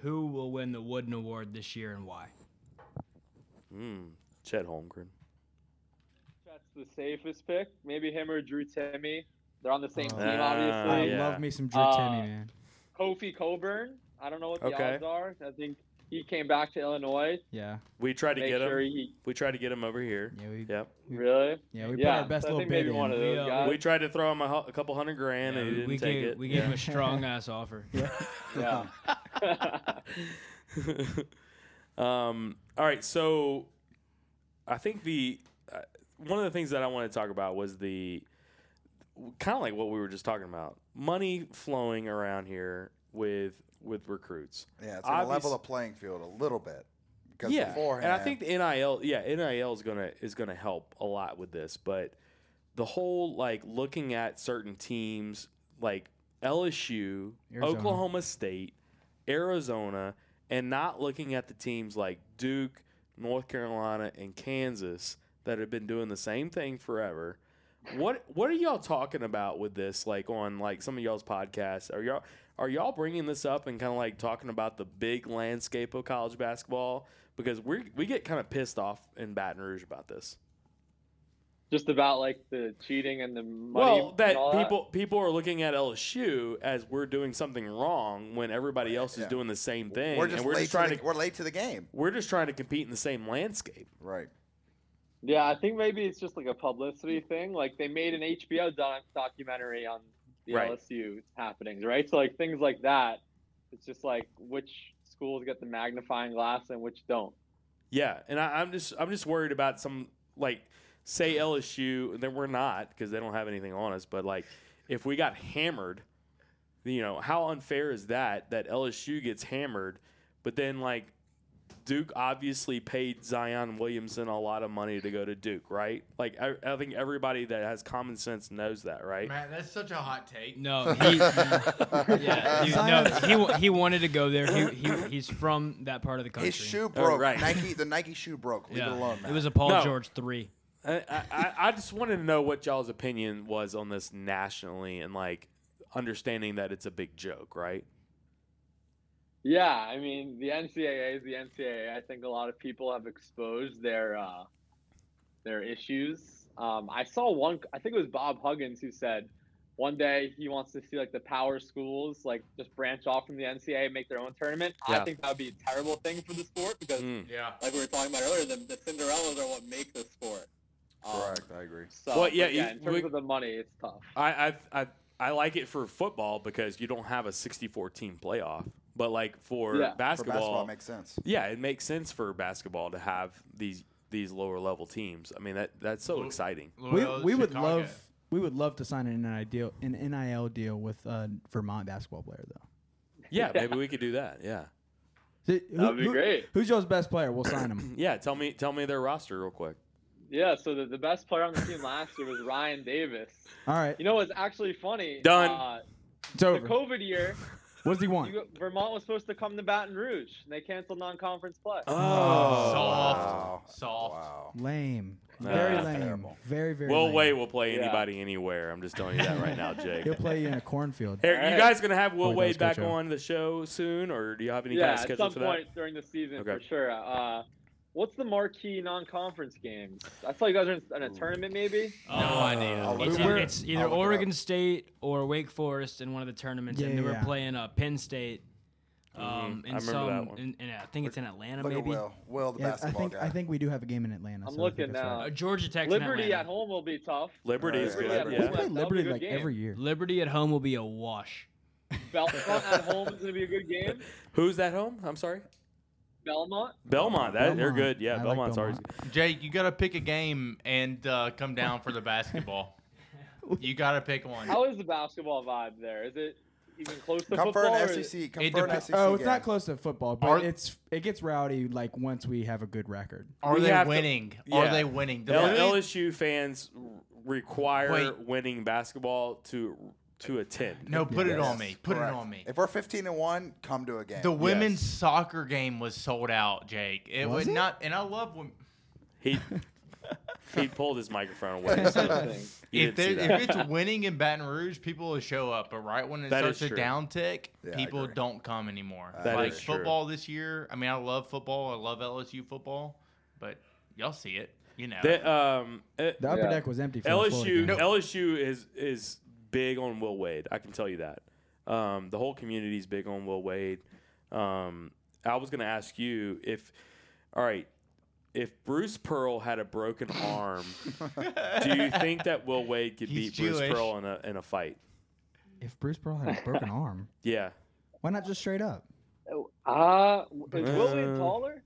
Speaker 5: who will win the Wooden Award this year and why?
Speaker 1: Mm, Chet Holmgren.
Speaker 7: That's the safest pick. Maybe him or Drew Timmy. They're on the same
Speaker 3: Oh.
Speaker 7: team,
Speaker 1: Ah,
Speaker 7: obviously.
Speaker 3: I
Speaker 1: yeah.
Speaker 3: love me some Drew
Speaker 7: Uh,
Speaker 3: Timmy, man.
Speaker 7: Kofi Coburn. I don't know what the
Speaker 1: Okay.
Speaker 7: odds are. I think he came back to Illinois.
Speaker 3: Yeah,
Speaker 1: We tried to
Speaker 7: Make
Speaker 1: get
Speaker 7: sure
Speaker 1: him.
Speaker 7: he
Speaker 1: We tried to get him over here.
Speaker 3: yeah, we,
Speaker 1: Yep.
Speaker 7: really.
Speaker 3: yeah, we put
Speaker 7: yeah,
Speaker 3: our best
Speaker 7: so I
Speaker 3: little
Speaker 7: think maybe
Speaker 3: bid in.
Speaker 7: one of those
Speaker 5: Yeah.
Speaker 7: guys.
Speaker 1: We tried to throw him a, hu- a couple hundred grand, and he
Speaker 5: we
Speaker 1: didn't
Speaker 5: we
Speaker 1: take
Speaker 5: gave,
Speaker 1: it.
Speaker 5: we gave him a strong ass offer.
Speaker 7: yeah.
Speaker 1: um, all right, so I think the uh, one of the things that I wanted to talk about was the kind of like what we were just talking about, money flowing around here with with recruits.
Speaker 4: Yeah, it's gonna
Speaker 1: Obvious-
Speaker 4: level the playing field a little bit. Because
Speaker 1: yeah,
Speaker 4: beforehand,
Speaker 1: and I think the NIL, yeah, NIL is gonna is gonna help a lot with this, but the whole like looking at certain teams like LSU,
Speaker 3: Arizona.
Speaker 1: Oklahoma State, Arizona, and not looking at the teams like Duke, North Carolina, and Kansas that have been doing the same thing forever. What what are y'all talking about with this? Like on like some of y'all's podcasts, are y'all are y'all bringing this up and kind of like talking about the big landscape of college basketball? Because we we get kind of pissed off in Baton Rouge about this.
Speaker 7: Just about like the cheating and the money.
Speaker 1: Well,
Speaker 7: and
Speaker 1: that
Speaker 7: all
Speaker 1: people people are looking at LSU as we're doing something wrong when everybody else is
Speaker 4: Yeah.
Speaker 1: doing the same thing.
Speaker 4: we're just
Speaker 1: and we're
Speaker 4: late
Speaker 1: just trying
Speaker 4: to
Speaker 1: to,
Speaker 4: the, we're late to the game.
Speaker 1: we're just trying to compete in the same landscape.
Speaker 4: Right.
Speaker 7: Yeah, I think maybe it's just like a publicity thing. Like they made an HBO doc- documentary on the
Speaker 1: Right.
Speaker 7: LSU happenings, right? So like things like that. It's just like which schools get the magnifying glass and which don't.
Speaker 1: Yeah, and I, I'm just I'm just worried about some like say LSU that we're not because they don't have anything on us, but like if we got hammered, you know how unfair is that that LSU gets hammered, but then like Duke obviously paid Zion Williamson a lot of money to go to Duke, right? Like I, I think everybody that has common sense knows that, right?
Speaker 6: Man, that's such a hot take.
Speaker 5: No, he, yeah, dude, no, he, wa- he wanted to go there. He, he he's from that part of the country.
Speaker 4: His shoe broke.
Speaker 1: Oh, right.
Speaker 4: Nike, the Nike shoe broke. Leave
Speaker 5: yeah.
Speaker 4: it alone.
Speaker 5: It
Speaker 4: Matt.
Speaker 5: was a Paul
Speaker 1: No.
Speaker 5: George three.
Speaker 1: I, I, I just wanted to know what y'all's opinion was on this nationally and like understanding that it's a big joke, right?
Speaker 7: Yeah, I mean the NCAA is the NCAA. I think a lot of people have exposed their uh, their issues. Um, I saw one. I think it was Bob Huggins who said one day he wants to see like the power schools like just branch off from the NCAA and make their own tournament.
Speaker 1: Yeah.
Speaker 7: I think that would be a terrible thing for the sport because,
Speaker 1: Mm.
Speaker 6: Yeah.
Speaker 7: like we were talking about earlier, the, the Cinderellas are what make the sport. Um,
Speaker 4: correct. I agree.
Speaker 7: So
Speaker 1: Well, yeah,
Speaker 7: but yeah
Speaker 1: you-
Speaker 7: in terms
Speaker 1: we-
Speaker 7: of the money, it's tough.
Speaker 1: I, I I I like it for football because you don't have a 64 team playoff, but like for
Speaker 7: Yeah. For
Speaker 4: For
Speaker 1: basketball,
Speaker 4: basketball, it makes sense.
Speaker 1: yeah, it makes sense for basketball to have these these lower level teams. I mean that that's so
Speaker 6: Well-
Speaker 1: exciting.
Speaker 3: we,
Speaker 6: Loyola
Speaker 3: we would
Speaker 6: Chicago.
Speaker 3: love we would love to sign an ideal an NIL deal with a Vermont basketball player though.
Speaker 1: Yeah, maybe we could do that. Yeah.
Speaker 3: Th- who-
Speaker 7: That'd be
Speaker 3: who-
Speaker 7: great.
Speaker 3: Who's y'all's best player? We'll sign him.
Speaker 1: Yeah, tell me tell me their roster real quick.
Speaker 7: Yeah. So the, the best player on the team last year was Ryan Davis.
Speaker 3: All right,
Speaker 7: You know what's actually funny?
Speaker 1: Done.
Speaker 7: Uh,
Speaker 3: it's
Speaker 7: the
Speaker 3: over.
Speaker 7: COVID year.
Speaker 3: What does he want?
Speaker 7: You, Vermont was supposed to come to Baton Rouge, and they canceled non-conference play.
Speaker 1: Oh,
Speaker 5: Oh,
Speaker 4: Wow.
Speaker 6: Soft. Soft.
Speaker 4: Wow.
Speaker 3: Lame.
Speaker 1: Nah,
Speaker 3: Very
Speaker 1: that's
Speaker 3: lame.
Speaker 4: terrible.
Speaker 3: Very very.
Speaker 1: Will
Speaker 3: lame.
Speaker 1: Way will play
Speaker 7: Yeah.
Speaker 1: anybody anywhere. I'm just telling you that right now, Jake.
Speaker 3: He'll play you in a cornfield.
Speaker 1: Hey,
Speaker 7: All
Speaker 1: you
Speaker 7: right.
Speaker 1: guys gonna have
Speaker 3: Boy,
Speaker 1: Will
Speaker 3: that was
Speaker 1: Wade
Speaker 3: good
Speaker 1: back
Speaker 3: show.
Speaker 1: on the show soon, or do you have any kind
Speaker 7: yeah,
Speaker 1: of
Speaker 7: at
Speaker 1: schedule
Speaker 7: some
Speaker 1: for that?
Speaker 7: point during the season
Speaker 1: Okay.
Speaker 7: for sure. Uh, what's the marquee non-conference games? I saw you guys are in, in a tournament, maybe.
Speaker 5: No idea.
Speaker 4: I'll look
Speaker 5: It's,
Speaker 4: it up.
Speaker 5: it's either
Speaker 4: I'll look it
Speaker 5: Oregon
Speaker 4: up.
Speaker 5: State or Wake Forest in one of the tournaments,
Speaker 3: Yeah,
Speaker 5: and they were
Speaker 3: yeah.
Speaker 5: playing uh, Penn State. Um,
Speaker 1: Mhm.
Speaker 5: in
Speaker 1: I remember
Speaker 5: some,
Speaker 1: that one.
Speaker 5: In, in- I think it's in Atlanta,
Speaker 4: Look at
Speaker 5: maybe.
Speaker 4: Will. Will, the
Speaker 3: Yeah, I
Speaker 4: basketball
Speaker 3: think
Speaker 4: guy.
Speaker 3: I think we do have a game in Atlanta. so
Speaker 7: I'm
Speaker 3: I think
Speaker 7: looking
Speaker 3: that's
Speaker 7: now.
Speaker 5: Uh,
Speaker 3: right.
Speaker 5: Georgia Tech's in
Speaker 7: Liberty
Speaker 5: Atlanta.
Speaker 7: at home will be tough.
Speaker 1: Liberty is
Speaker 4: Liberty
Speaker 1: good.
Speaker 4: at
Speaker 1: Yeah.
Speaker 3: We play
Speaker 7: That'll be a
Speaker 3: Liberty
Speaker 7: good
Speaker 3: like
Speaker 7: game.
Speaker 3: every year.
Speaker 5: Liberty at home will be a wash.
Speaker 7: Belmont at home is going to be a good game.
Speaker 1: Who's that home? I'm sorry.
Speaker 7: Belmont.
Speaker 1: Belmont. That, They're
Speaker 3: Belmont.
Speaker 1: good. Yeah,
Speaker 3: I like
Speaker 1: Belmont's always
Speaker 3: Belmont.
Speaker 1: good.
Speaker 6: Jake, you gotta pick a game and uh, come down for the basketball. You gotta pick one.
Speaker 7: How is the basketball vibe there? Is it even close to
Speaker 4: Come for
Speaker 7: football?
Speaker 4: an E
Speaker 7: or is-
Speaker 4: SEC. Come
Speaker 6: It
Speaker 4: for an
Speaker 6: depe-
Speaker 4: SEC.
Speaker 3: Oh, it's
Speaker 4: game.
Speaker 3: not close to football, but
Speaker 6: Are-
Speaker 3: it's it gets rowdy like once we have a good record.
Speaker 6: Are
Speaker 1: We
Speaker 6: they
Speaker 1: have to-
Speaker 6: winning? Are
Speaker 1: yeah.
Speaker 6: they winning? The
Speaker 1: L-
Speaker 6: only-
Speaker 1: LSU fans r- require
Speaker 6: Wait.
Speaker 1: winning basketball to to attend.
Speaker 6: no, put it
Speaker 3: Yes,
Speaker 6: on me. Put
Speaker 4: Correct.
Speaker 6: it on me.
Speaker 4: If we're 15 and one, come to a game.
Speaker 6: The women's soccer game was sold out, Jake. It
Speaker 3: Was
Speaker 6: was,
Speaker 3: it?
Speaker 6: not, and I love when
Speaker 1: He he pulled his microphone away. So
Speaker 7: Interesting.
Speaker 1: you
Speaker 6: if,
Speaker 1: didn't see
Speaker 6: there,
Speaker 1: that.
Speaker 6: if it's winning in Baton Rouge, people will show up. But right when it
Speaker 1: That
Speaker 6: starts
Speaker 1: is
Speaker 6: to
Speaker 1: true.
Speaker 6: downtick,
Speaker 4: Yeah, I
Speaker 6: people
Speaker 4: agree.
Speaker 6: don't come anymore.
Speaker 4: That
Speaker 6: like
Speaker 1: is true.
Speaker 6: football this year. I mean, I love football. I love LSU football, but y'all see it. You know,
Speaker 1: That, um, uh,
Speaker 3: The upper
Speaker 7: Yeah.
Speaker 3: deck was empty. For the Florida
Speaker 1: LSU
Speaker 3: game.
Speaker 1: LSU is is big on Will Wade. I can tell you that. Um, the whole community is big on Will Wade. Um, I was going to ask you if, all right, if Bruce Pearl had a broken arm, do you think that Will Wade could
Speaker 6: He's
Speaker 1: beat Bruce
Speaker 6: Jewish.
Speaker 1: Pearl in a in a fight?
Speaker 3: If Bruce Pearl had a broken arm,
Speaker 1: Yeah.
Speaker 3: why not just straight up?
Speaker 7: Uh, is William
Speaker 1: Uh,
Speaker 7: taller?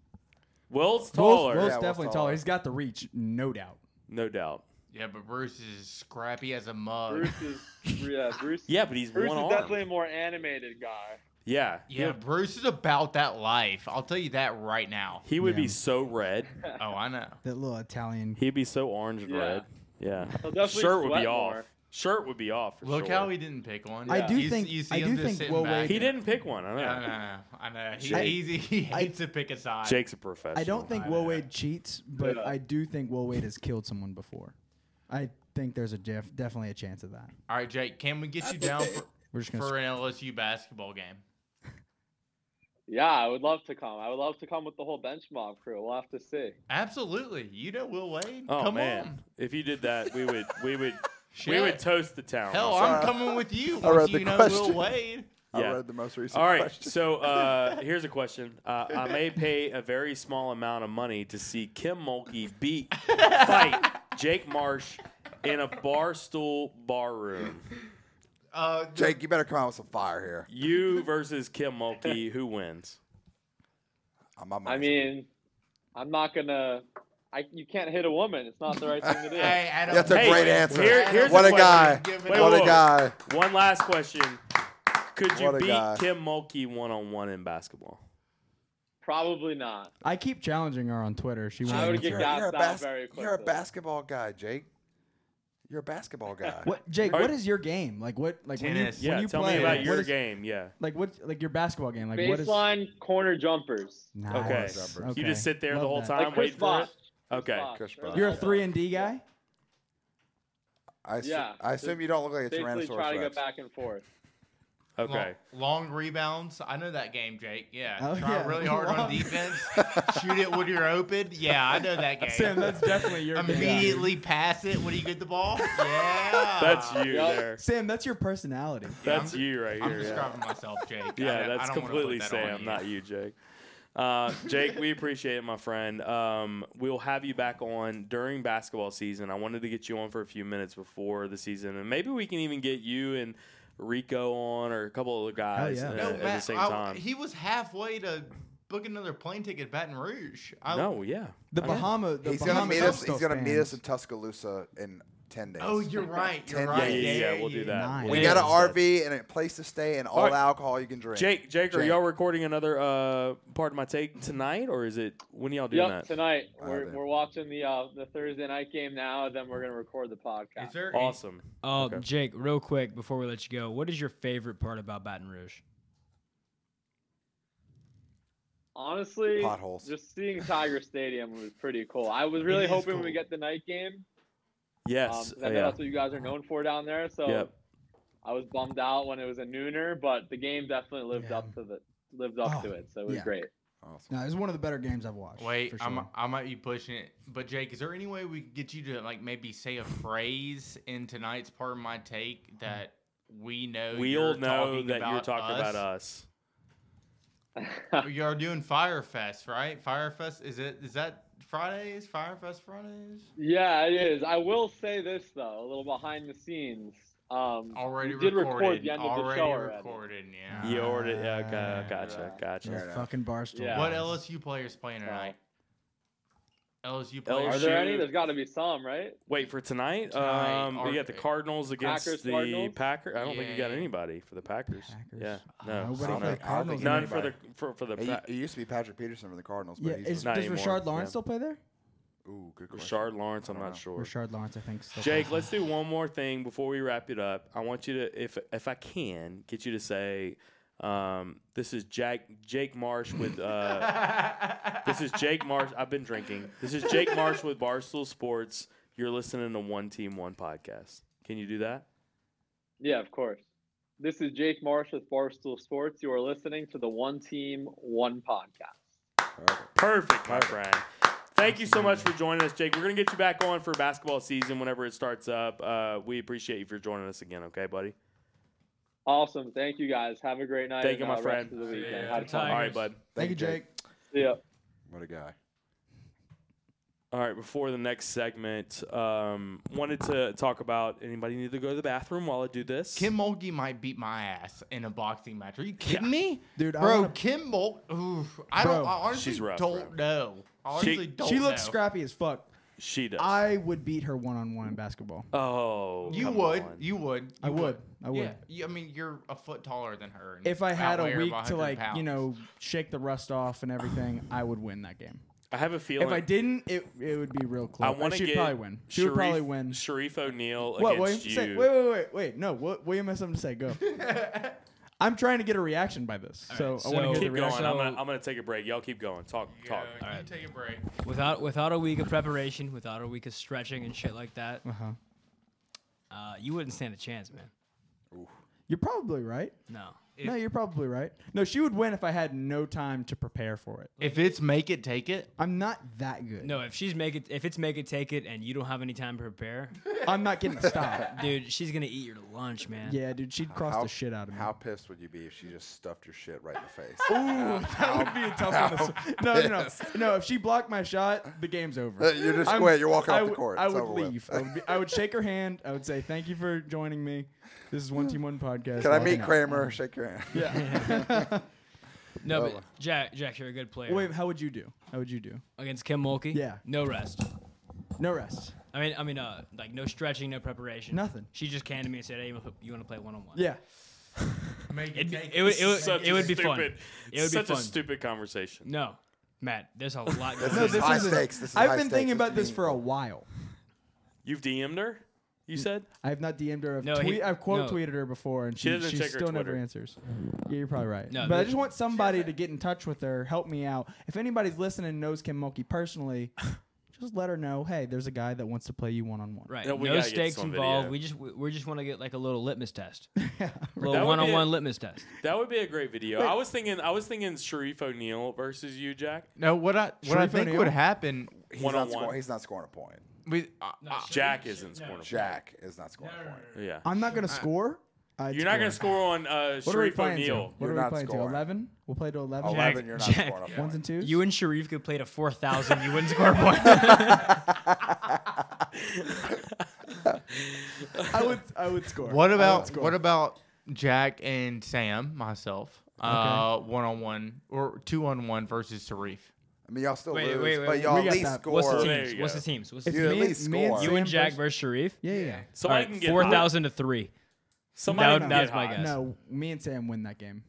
Speaker 1: Will's
Speaker 3: Will's-
Speaker 1: taller,
Speaker 3: Will's,
Speaker 4: Yeah, Will's
Speaker 3: definitely taller.
Speaker 4: taller.
Speaker 3: He's got the reach, no doubt.
Speaker 1: no doubt.
Speaker 6: yeah, but Bruce is scrappy as a mug.
Speaker 7: Bruce is yeah. Bruce.
Speaker 1: uh, Yeah, but he's
Speaker 7: Bruce
Speaker 1: one
Speaker 7: is
Speaker 1: arm.
Speaker 7: definitely a more animated guy.
Speaker 1: yeah.
Speaker 6: yeah, Bruce is about that life. I'll tell you that right now.
Speaker 1: He would
Speaker 3: Yeah.
Speaker 1: be so red.
Speaker 6: Oh, I know.
Speaker 3: That little Italian.
Speaker 1: He'd be so orange and
Speaker 7: Yeah.
Speaker 1: red. Yeah.
Speaker 7: He'll definitely
Speaker 1: Shirt would be
Speaker 7: sweat
Speaker 1: off.
Speaker 7: more.
Speaker 1: Shirt would be off. For
Speaker 6: Look
Speaker 1: sure.
Speaker 6: how he didn't pick one.
Speaker 3: I do
Speaker 6: You s-
Speaker 3: think-
Speaker 6: you see
Speaker 3: I
Speaker 6: him
Speaker 3: do
Speaker 6: just
Speaker 3: think
Speaker 6: sitting
Speaker 3: Will
Speaker 6: back.
Speaker 3: Wade-
Speaker 1: He didn't pick one. I know.
Speaker 6: Yeah, I know. I know. He,
Speaker 1: Jake-
Speaker 6: he's, he
Speaker 3: I-
Speaker 6: hates to pick a side.
Speaker 1: Jake's a professional.
Speaker 3: I don't think
Speaker 6: I
Speaker 3: Will
Speaker 6: know.
Speaker 3: Wade cheats, but
Speaker 7: Yeah.
Speaker 3: I do think Will Wade has killed someone before. I think there's a def- definitely a chance of that.
Speaker 6: All right, Jake, can we get you down for,
Speaker 3: We're just gonna.
Speaker 6: for an LSU basketball game?
Speaker 7: Yeah, I would love to come. I would love to come with the whole bench mob crew. We'll have to see.
Speaker 6: Absolutely. You know Will Wade.
Speaker 1: Oh
Speaker 6: Come
Speaker 1: man,
Speaker 6: on.
Speaker 1: if you did that, we would we would we
Speaker 6: Shit.
Speaker 1: would toast the town.
Speaker 6: Hell,
Speaker 1: Sorry.
Speaker 6: I'm coming with you
Speaker 4: I
Speaker 6: once
Speaker 4: read
Speaker 6: you
Speaker 4: the
Speaker 6: know Will
Speaker 4: question.
Speaker 6: Wade.
Speaker 4: I
Speaker 1: Yeah.
Speaker 4: read the most recent.
Speaker 1: All right,
Speaker 4: question.
Speaker 1: so uh, here's a question. Uh, I may pay a very small amount of money to see Kim Mulkey beat fight Jake Marsh in a bar stool bar room.
Speaker 6: Uh,
Speaker 4: Jake, you better come out with some fire here.
Speaker 1: You versus Kim Mulkey, who wins?
Speaker 4: I'm, I'm
Speaker 7: I mean, I'm not gonna. I, you can't hit a woman. It's not the right thing to do.
Speaker 6: Hey, Adam,
Speaker 4: That's a
Speaker 1: Hey,
Speaker 4: great answer.
Speaker 1: here- here's
Speaker 4: what
Speaker 1: a
Speaker 4: a,
Speaker 1: question.
Speaker 4: guy.
Speaker 6: Give it
Speaker 1: Wait,
Speaker 4: what
Speaker 1: whoa.
Speaker 4: a guy.
Speaker 1: One last question. Could you
Speaker 4: What a
Speaker 1: beat
Speaker 4: guy.
Speaker 1: Kim Mulkey one on one in basketball?
Speaker 7: Probably not.
Speaker 3: I keep challenging her on Twitter. She won't
Speaker 7: I would
Speaker 3: answer
Speaker 7: get
Speaker 3: it.
Speaker 7: down.
Speaker 4: You're a,
Speaker 7: That's not
Speaker 4: bas-
Speaker 7: very
Speaker 4: you're a
Speaker 7: quickly.
Speaker 4: basketball guy, Jake. You're a basketball guy.
Speaker 3: What, Jake?
Speaker 1: Are-
Speaker 3: What is your game? Like what? Like
Speaker 6: Tennis.
Speaker 3: when you,
Speaker 1: Yeah,
Speaker 3: when you
Speaker 1: tell
Speaker 3: play,
Speaker 1: me about
Speaker 3: like,
Speaker 1: your
Speaker 3: what is-
Speaker 1: game. Yeah.
Speaker 3: Like what? Like your basketball game? Like what is?
Speaker 7: Baseline corner jumpers.
Speaker 1: Okay.
Speaker 3: Nice.
Speaker 4: You
Speaker 1: You just sit there
Speaker 3: Love
Speaker 1: the whole
Speaker 3: that.
Speaker 1: time,
Speaker 7: Like Chris
Speaker 1: wait for
Speaker 7: Bosh.
Speaker 1: it. Okay.
Speaker 4: Chris
Speaker 7: There's
Speaker 4: Bosh.
Speaker 3: You're a
Speaker 7: another
Speaker 3: three
Speaker 7: one.
Speaker 3: and D guy.
Speaker 4: I, assu-
Speaker 7: Yeah.
Speaker 4: I assume you don't look like a
Speaker 7: Basically
Speaker 4: Tyrannosaurus
Speaker 7: try to
Speaker 4: Rex.
Speaker 7: get back and forth.
Speaker 1: Okay.
Speaker 6: Long, long rebounds. I know that game, Jake. Yeah.
Speaker 3: Oh,
Speaker 6: Try
Speaker 3: yeah.
Speaker 6: really hard on
Speaker 3: Long-
Speaker 6: defense. shoot it when you're open. Yeah, I know that game.
Speaker 3: Sam, that's definitely your game.
Speaker 6: Immediately pass it when you get the ball. Yeah.
Speaker 1: That's you
Speaker 7: Yup.
Speaker 1: there.
Speaker 3: Sam, that's your personality.
Speaker 1: That's
Speaker 6: I'm-
Speaker 1: you right
Speaker 6: I'm
Speaker 1: here. yeah.
Speaker 6: describing myself, Jake. I
Speaker 1: Yeah,
Speaker 6: don't- I
Speaker 1: that's
Speaker 6: don't wanna put
Speaker 1: completely
Speaker 6: that on
Speaker 1: Sam,
Speaker 6: you.
Speaker 1: not you, Jake. Uh, Jake, we appreciate it, my friend. Um, we'll have you back on during basketball season. I wanted to get you on for a few minutes before the season, and maybe we can even get you and Rico on or a couple of guys
Speaker 3: yeah.
Speaker 1: uh,
Speaker 6: No,
Speaker 1: at the
Speaker 6: Matt,
Speaker 1: same
Speaker 6: I-
Speaker 1: time.
Speaker 6: He was halfway to book another plane ticket to Baton Rouge. I,
Speaker 1: no, yeah.
Speaker 3: The Bahama. The
Speaker 4: He's
Speaker 3: Bahama
Speaker 4: gonna meet us. He's
Speaker 3: Coastal
Speaker 4: gonna meet
Speaker 3: fans.
Speaker 4: us in Tuscaloosa in ten days.
Speaker 6: Oh, you're right. You're
Speaker 4: Ten
Speaker 1: Yeah,
Speaker 6: right.
Speaker 4: days.
Speaker 1: yeah, yeah,
Speaker 6: yeah,
Speaker 1: we'll do
Speaker 6: yeah.
Speaker 1: that.
Speaker 3: Nice.
Speaker 1: We'll
Speaker 4: we
Speaker 1: do
Speaker 4: got
Speaker 1: that.
Speaker 4: an RV and a place to stay and all
Speaker 1: Alright.
Speaker 4: the alcohol you can drink.
Speaker 1: Jake, Jake, are
Speaker 4: Jake.
Speaker 1: y'all recording another uh, part of my take tonight, or is it when are y'all doing
Speaker 7: yep,
Speaker 1: that?
Speaker 7: tonight
Speaker 4: I
Speaker 7: we're,
Speaker 4: haven't.
Speaker 7: we're watching the uh, the Thursday night game now. Then we're gonna record the podcast.
Speaker 6: Is there any-
Speaker 1: Awesome.
Speaker 5: Uh,
Speaker 1: Okay.
Speaker 5: Jake, real quick before we let you go, what is your favorite part about Baton Rouge?
Speaker 7: Honestly,
Speaker 4: Potholes.
Speaker 7: just seeing Tiger Stadium was pretty cool. I was really
Speaker 6: is
Speaker 7: hoping we
Speaker 6: cool.
Speaker 7: get the night game. Um,
Speaker 1: Yes.
Speaker 7: 'cause I know
Speaker 1: yeah.
Speaker 7: that's what you guys are known for down there. So
Speaker 1: Yep.
Speaker 7: I was bummed out when it was a nooner, but the game definitely lived
Speaker 3: Yeah.
Speaker 7: up to the lived up
Speaker 3: Oh,
Speaker 7: to it. So it was
Speaker 3: yeah.
Speaker 7: great.
Speaker 4: Awesome.
Speaker 3: No, it's one of the better games I've watched.
Speaker 6: Wait,
Speaker 3: for
Speaker 6: I'm,
Speaker 3: sure.
Speaker 6: I might be pushing it, but Jake, is there any way we could get you to like maybe say a phrase in tonight's part of my take that we know
Speaker 1: We
Speaker 6: Oh, you're
Speaker 1: all know
Speaker 6: talking
Speaker 1: that
Speaker 6: about
Speaker 1: you're talking
Speaker 6: us?
Speaker 1: about uh, us.
Speaker 6: You are doing Firefest, right? Firefest is it? Is that Fridays? Firefest Fridays?
Speaker 7: Yeah, it is. I will say this though, a little behind the scenes. Um,
Speaker 6: Already
Speaker 7: we did record
Speaker 6: recorded.
Speaker 7: the end of the
Speaker 6: already
Speaker 7: show already.
Speaker 6: recorded. Yeah.
Speaker 1: You ordered, yeah, okay,
Speaker 3: Ah,
Speaker 1: gotcha,
Speaker 7: Right.
Speaker 1: gotcha.
Speaker 3: Those
Speaker 4: Fair enough.
Speaker 3: fucking barstool.
Speaker 7: Yeah.
Speaker 6: What
Speaker 3: guys.
Speaker 6: LSU players playing tonight?
Speaker 1: LSU
Speaker 6: LSU players.
Speaker 7: Are there any?
Speaker 1: shoot.
Speaker 7: There's got to be some, right?
Speaker 1: Wait for tonight.
Speaker 6: Tonight,
Speaker 1: um, we
Speaker 6: are-
Speaker 1: got the Cardinals against
Speaker 7: Packers,
Speaker 1: the
Speaker 7: Cardinals?
Speaker 1: Packers. I don't think you got
Speaker 6: Yeah.
Speaker 1: anybody for the Packers.
Speaker 3: Packers. Ah,
Speaker 1: Yeah,
Speaker 4: I
Speaker 3: Nobody
Speaker 1: no, so
Speaker 4: don't
Speaker 3: for the
Speaker 4: think- I don't
Speaker 3: Cardinals.
Speaker 4: think
Speaker 1: no. none for the
Speaker 4: anybody.
Speaker 1: for, for the
Speaker 4: It,
Speaker 5: uh,
Speaker 1: pa-
Speaker 4: u- it used to be Patric Peterson for the Cardinals, but
Speaker 3: Yeah,
Speaker 4: he's
Speaker 3: is,
Speaker 1: not
Speaker 3: does
Speaker 1: anymore.
Speaker 3: Rashard Lawrence
Speaker 1: Yeah.
Speaker 3: still play there?
Speaker 4: ooh, good question.
Speaker 1: Rashard Lawrence. I'm
Speaker 4: I don't
Speaker 1: not sure.
Speaker 3: Rashard Lawrence, I think. Still
Speaker 1: Jake,
Speaker 3: plays.
Speaker 1: let's do one more thing before we wrap it up. I want you to, if if I can, get you to say, um, "This is Jack Jake Marsh with." Uh, this is Jake Marsh. I've been drinking. This is Jake Marsh with Barstool Sports. You're listening to One Team One Podcast. Can you do that?
Speaker 7: Yeah, of course. This is Jake Marsh with Barstool Sports. You are listening to the One Team One podcast.
Speaker 4: Perfect.
Speaker 1: Perfect, my friend. Thank you so much for joining us, Jake. We're gonna get you back on for basketball season whenever it starts up. Uh, we appreciate you for joining us again. Okay, buddy.
Speaker 7: Awesome. Thank you guys. Have a great night.
Speaker 1: Thank
Speaker 7: and,
Speaker 1: you, my
Speaker 7: uh, rest
Speaker 1: friend.
Speaker 7: of the
Speaker 5: See
Speaker 7: weekend.
Speaker 5: ya.
Speaker 7: Have
Speaker 1: All
Speaker 7: fun.
Speaker 1: right, bud.
Speaker 3: Thank you,
Speaker 4: Thank you,
Speaker 3: Jake.
Speaker 7: See ya.
Speaker 4: What a guy.
Speaker 1: All right, before the next segment, um, wanted to talk about anybody need to go to the bathroom while I do this.
Speaker 6: Kim Mulkey might beat my ass in a boxing match. Are you kidding
Speaker 1: Yeah.
Speaker 6: me,
Speaker 3: Dude, I
Speaker 6: Bro,
Speaker 3: wanna-
Speaker 6: Kim Mul. Oof, I
Speaker 3: Bro.
Speaker 6: don't. I honestly
Speaker 1: She's rough,
Speaker 6: don't
Speaker 1: bro.
Speaker 6: know. I honestly
Speaker 1: She-
Speaker 6: don't.
Speaker 3: She looks
Speaker 6: know.
Speaker 3: scrappy as fuck.
Speaker 1: she does.
Speaker 3: I would beat her one on one in basketball.
Speaker 1: oh,
Speaker 6: You
Speaker 1: come
Speaker 6: would.
Speaker 1: on.
Speaker 6: You would.
Speaker 3: I
Speaker 6: you
Speaker 3: would. I would.
Speaker 6: Yeah. You, I mean, you're a foot taller than her. and
Speaker 3: If I had
Speaker 6: outweigh
Speaker 3: a
Speaker 6: her
Speaker 3: week
Speaker 6: by
Speaker 3: to
Speaker 6: 100
Speaker 3: like,
Speaker 6: pounds.
Speaker 3: you know, shake the rust off and everything, I would win that game.
Speaker 1: I have a feeling.
Speaker 3: if I didn't, it it would be real close.
Speaker 1: I
Speaker 3: want
Speaker 1: want to
Speaker 3: She'd
Speaker 1: get
Speaker 3: probably win. She would probably win.
Speaker 1: Sharif O'Neal
Speaker 3: What
Speaker 1: against
Speaker 3: William?
Speaker 1: you.
Speaker 3: Say, wait, wait, wait, wait. No, what William has something to say. Go. I'm trying to get a reaction by this, so I want to
Speaker 5: so-
Speaker 3: hear the
Speaker 1: Keep going.
Speaker 3: reaction.
Speaker 1: I'm
Speaker 5: So-
Speaker 1: gonna, I'm gonna take a break. Y'all keep going. Talk,
Speaker 6: Yeah,
Speaker 1: talk.
Speaker 6: you take a break.
Speaker 5: Without without a week of preparation, without a week of stretching and shit like that,
Speaker 3: Uh huh.
Speaker 5: uh, you wouldn't stand a chance, man.
Speaker 3: You're probably right.
Speaker 5: No.
Speaker 3: no, you're probably right. No, she would win if I had no time to prepare for it.
Speaker 6: If it's make it, take it.
Speaker 3: I'm not that good.
Speaker 5: No, if she's make it, if it's make it, take it, and you don't have any time to prepare,
Speaker 3: I'm not getting stopped.
Speaker 5: dude, she's gonna eat your lunch, man.
Speaker 3: yeah, dude, she'd cross
Speaker 4: How-
Speaker 3: the shit out of me.
Speaker 4: How pissed would you be if she just stuffed your shit right in the face?
Speaker 3: Ooh, that would be a tough one. to s- No, no, no, no. If she blocked my shot, the game's over.
Speaker 4: Uh, You're just
Speaker 3: I'm-
Speaker 4: quit. You're walking
Speaker 3: I
Speaker 4: off the
Speaker 3: would-
Speaker 4: court.
Speaker 3: I
Speaker 4: It's
Speaker 3: would
Speaker 4: over with.
Speaker 3: leave. I would, be, I would shake her hand. I would say, "Thank you for joining me. This is One Team One Podcast."
Speaker 4: Can I
Speaker 3: Walking
Speaker 4: meet
Speaker 3: out.
Speaker 4: Kramer? Shake your hand.
Speaker 3: Yeah.
Speaker 5: No,
Speaker 4: Oh.
Speaker 5: but Jack, Jack, you're a good player.
Speaker 3: Wait, how would you do? How would you do?
Speaker 5: Against Kim Mulkey?
Speaker 3: Yeah.
Speaker 5: No rest.
Speaker 3: No rest.
Speaker 5: I mean, I mean, uh, like no stretching, no preparation.
Speaker 3: Nothing.
Speaker 5: She just came to me and said, "Hey, you want to play one on one?"
Speaker 3: Yeah.
Speaker 6: Make
Speaker 5: It'd be-
Speaker 6: take
Speaker 5: it would- it would-
Speaker 6: Make
Speaker 1: Such a
Speaker 5: would be fun.
Speaker 1: stupid-
Speaker 5: It would be
Speaker 1: such a
Speaker 5: fun.
Speaker 1: stupid conversation.
Speaker 5: No, Matt, there's a lot
Speaker 4: This
Speaker 5: going
Speaker 3: No,
Speaker 4: is
Speaker 5: on.
Speaker 3: this
Speaker 4: high
Speaker 3: isn't-
Speaker 4: stakes. This is high
Speaker 3: I've been
Speaker 4: stakes.
Speaker 3: thinking about
Speaker 4: is
Speaker 3: this for a
Speaker 4: meaningful.
Speaker 3: while.
Speaker 1: You've DM'd her. You said
Speaker 3: I have not DM'd her. I've,
Speaker 5: No,
Speaker 3: tweet,
Speaker 5: he-
Speaker 3: I've quote
Speaker 5: no.
Speaker 3: tweeted her before, and
Speaker 1: She
Speaker 3: she,
Speaker 1: doesn't
Speaker 3: she
Speaker 1: check her
Speaker 3: still never
Speaker 1: Twitter.
Speaker 3: ansers. Yeah, you're probably right.
Speaker 5: No,
Speaker 3: but I
Speaker 5: this-
Speaker 3: just want somebody to get in touch with her, help me out. If anybody's listening and knows Kim Mulkey personally, just let her know, hey, there's a guy that wants to play you one on one.
Speaker 5: Right.
Speaker 1: No,
Speaker 5: No,
Speaker 1: we gotta get
Speaker 5: stakes
Speaker 1: this on
Speaker 5: involved.
Speaker 1: video.
Speaker 5: We just we, we just want to get like a little litmus test, a
Speaker 1: That
Speaker 5: little
Speaker 1: would be
Speaker 5: one-on-one
Speaker 1: a-
Speaker 5: litmus test.
Speaker 1: that would be a great video. I was thinking. I was thinking Sharif O'Neal versus you, Jack.
Speaker 6: No, what I what I
Speaker 3: Sharif
Speaker 6: think
Speaker 3: O'Neal?
Speaker 6: would happen
Speaker 4: He's
Speaker 1: One
Speaker 4: not
Speaker 1: on
Speaker 4: scoring-
Speaker 1: one.
Speaker 4: He's not scoring a point.
Speaker 6: with uh, uh,
Speaker 1: Jack isn't scoring. a
Speaker 4: Jack is not scoring a point.
Speaker 1: point. Yeah.
Speaker 3: I'm not going to score. I
Speaker 1: You're not gonna score on uh,
Speaker 3: What are we
Speaker 1: Sharif
Speaker 3: playing to?
Speaker 1: O'Neal.
Speaker 3: What
Speaker 4: You're
Speaker 3: are we
Speaker 4: not
Speaker 3: playing to?
Speaker 4: scoring.
Speaker 3: 11? We'll play to 11.
Speaker 5: Jack-
Speaker 4: 11, you're not
Speaker 5: Jack-
Speaker 4: scoring a point.
Speaker 3: Ones and twos?
Speaker 5: You and Sharif could play to four thousand. You wouldn't score a point.
Speaker 3: I would, I would score.
Speaker 6: What
Speaker 3: I would
Speaker 6: about
Speaker 3: score.
Speaker 6: what about Jack and Sam, myself, uh, one on one or two on one versus Sharif?
Speaker 4: I mean, y'all still
Speaker 5: Wait,
Speaker 4: lose,
Speaker 5: wait, wait,
Speaker 4: but y'all
Speaker 3: we
Speaker 4: at
Speaker 3: got
Speaker 4: least
Speaker 3: that.
Speaker 4: score.
Speaker 5: What's the
Speaker 1: There
Speaker 5: teams?
Speaker 1: you
Speaker 5: What's
Speaker 1: go.
Speaker 5: the teams? What's the
Speaker 3: It's
Speaker 4: You
Speaker 5: teams?
Speaker 4: at
Speaker 3: me-
Speaker 4: least
Speaker 3: me and
Speaker 4: score.
Speaker 5: You and
Speaker 3: Sam
Speaker 5: Jack
Speaker 3: versus-
Speaker 5: versus Sharif.
Speaker 3: Yeah, yeah. yeah.
Speaker 5: All
Speaker 1: Somebody
Speaker 5: right,
Speaker 1: can get
Speaker 5: four
Speaker 1: hot.
Speaker 5: thousand to three.
Speaker 1: Somebody
Speaker 5: That-
Speaker 1: can
Speaker 5: that's
Speaker 1: get
Speaker 5: my
Speaker 1: hot.
Speaker 5: guess.
Speaker 3: No, me and Sam win that game.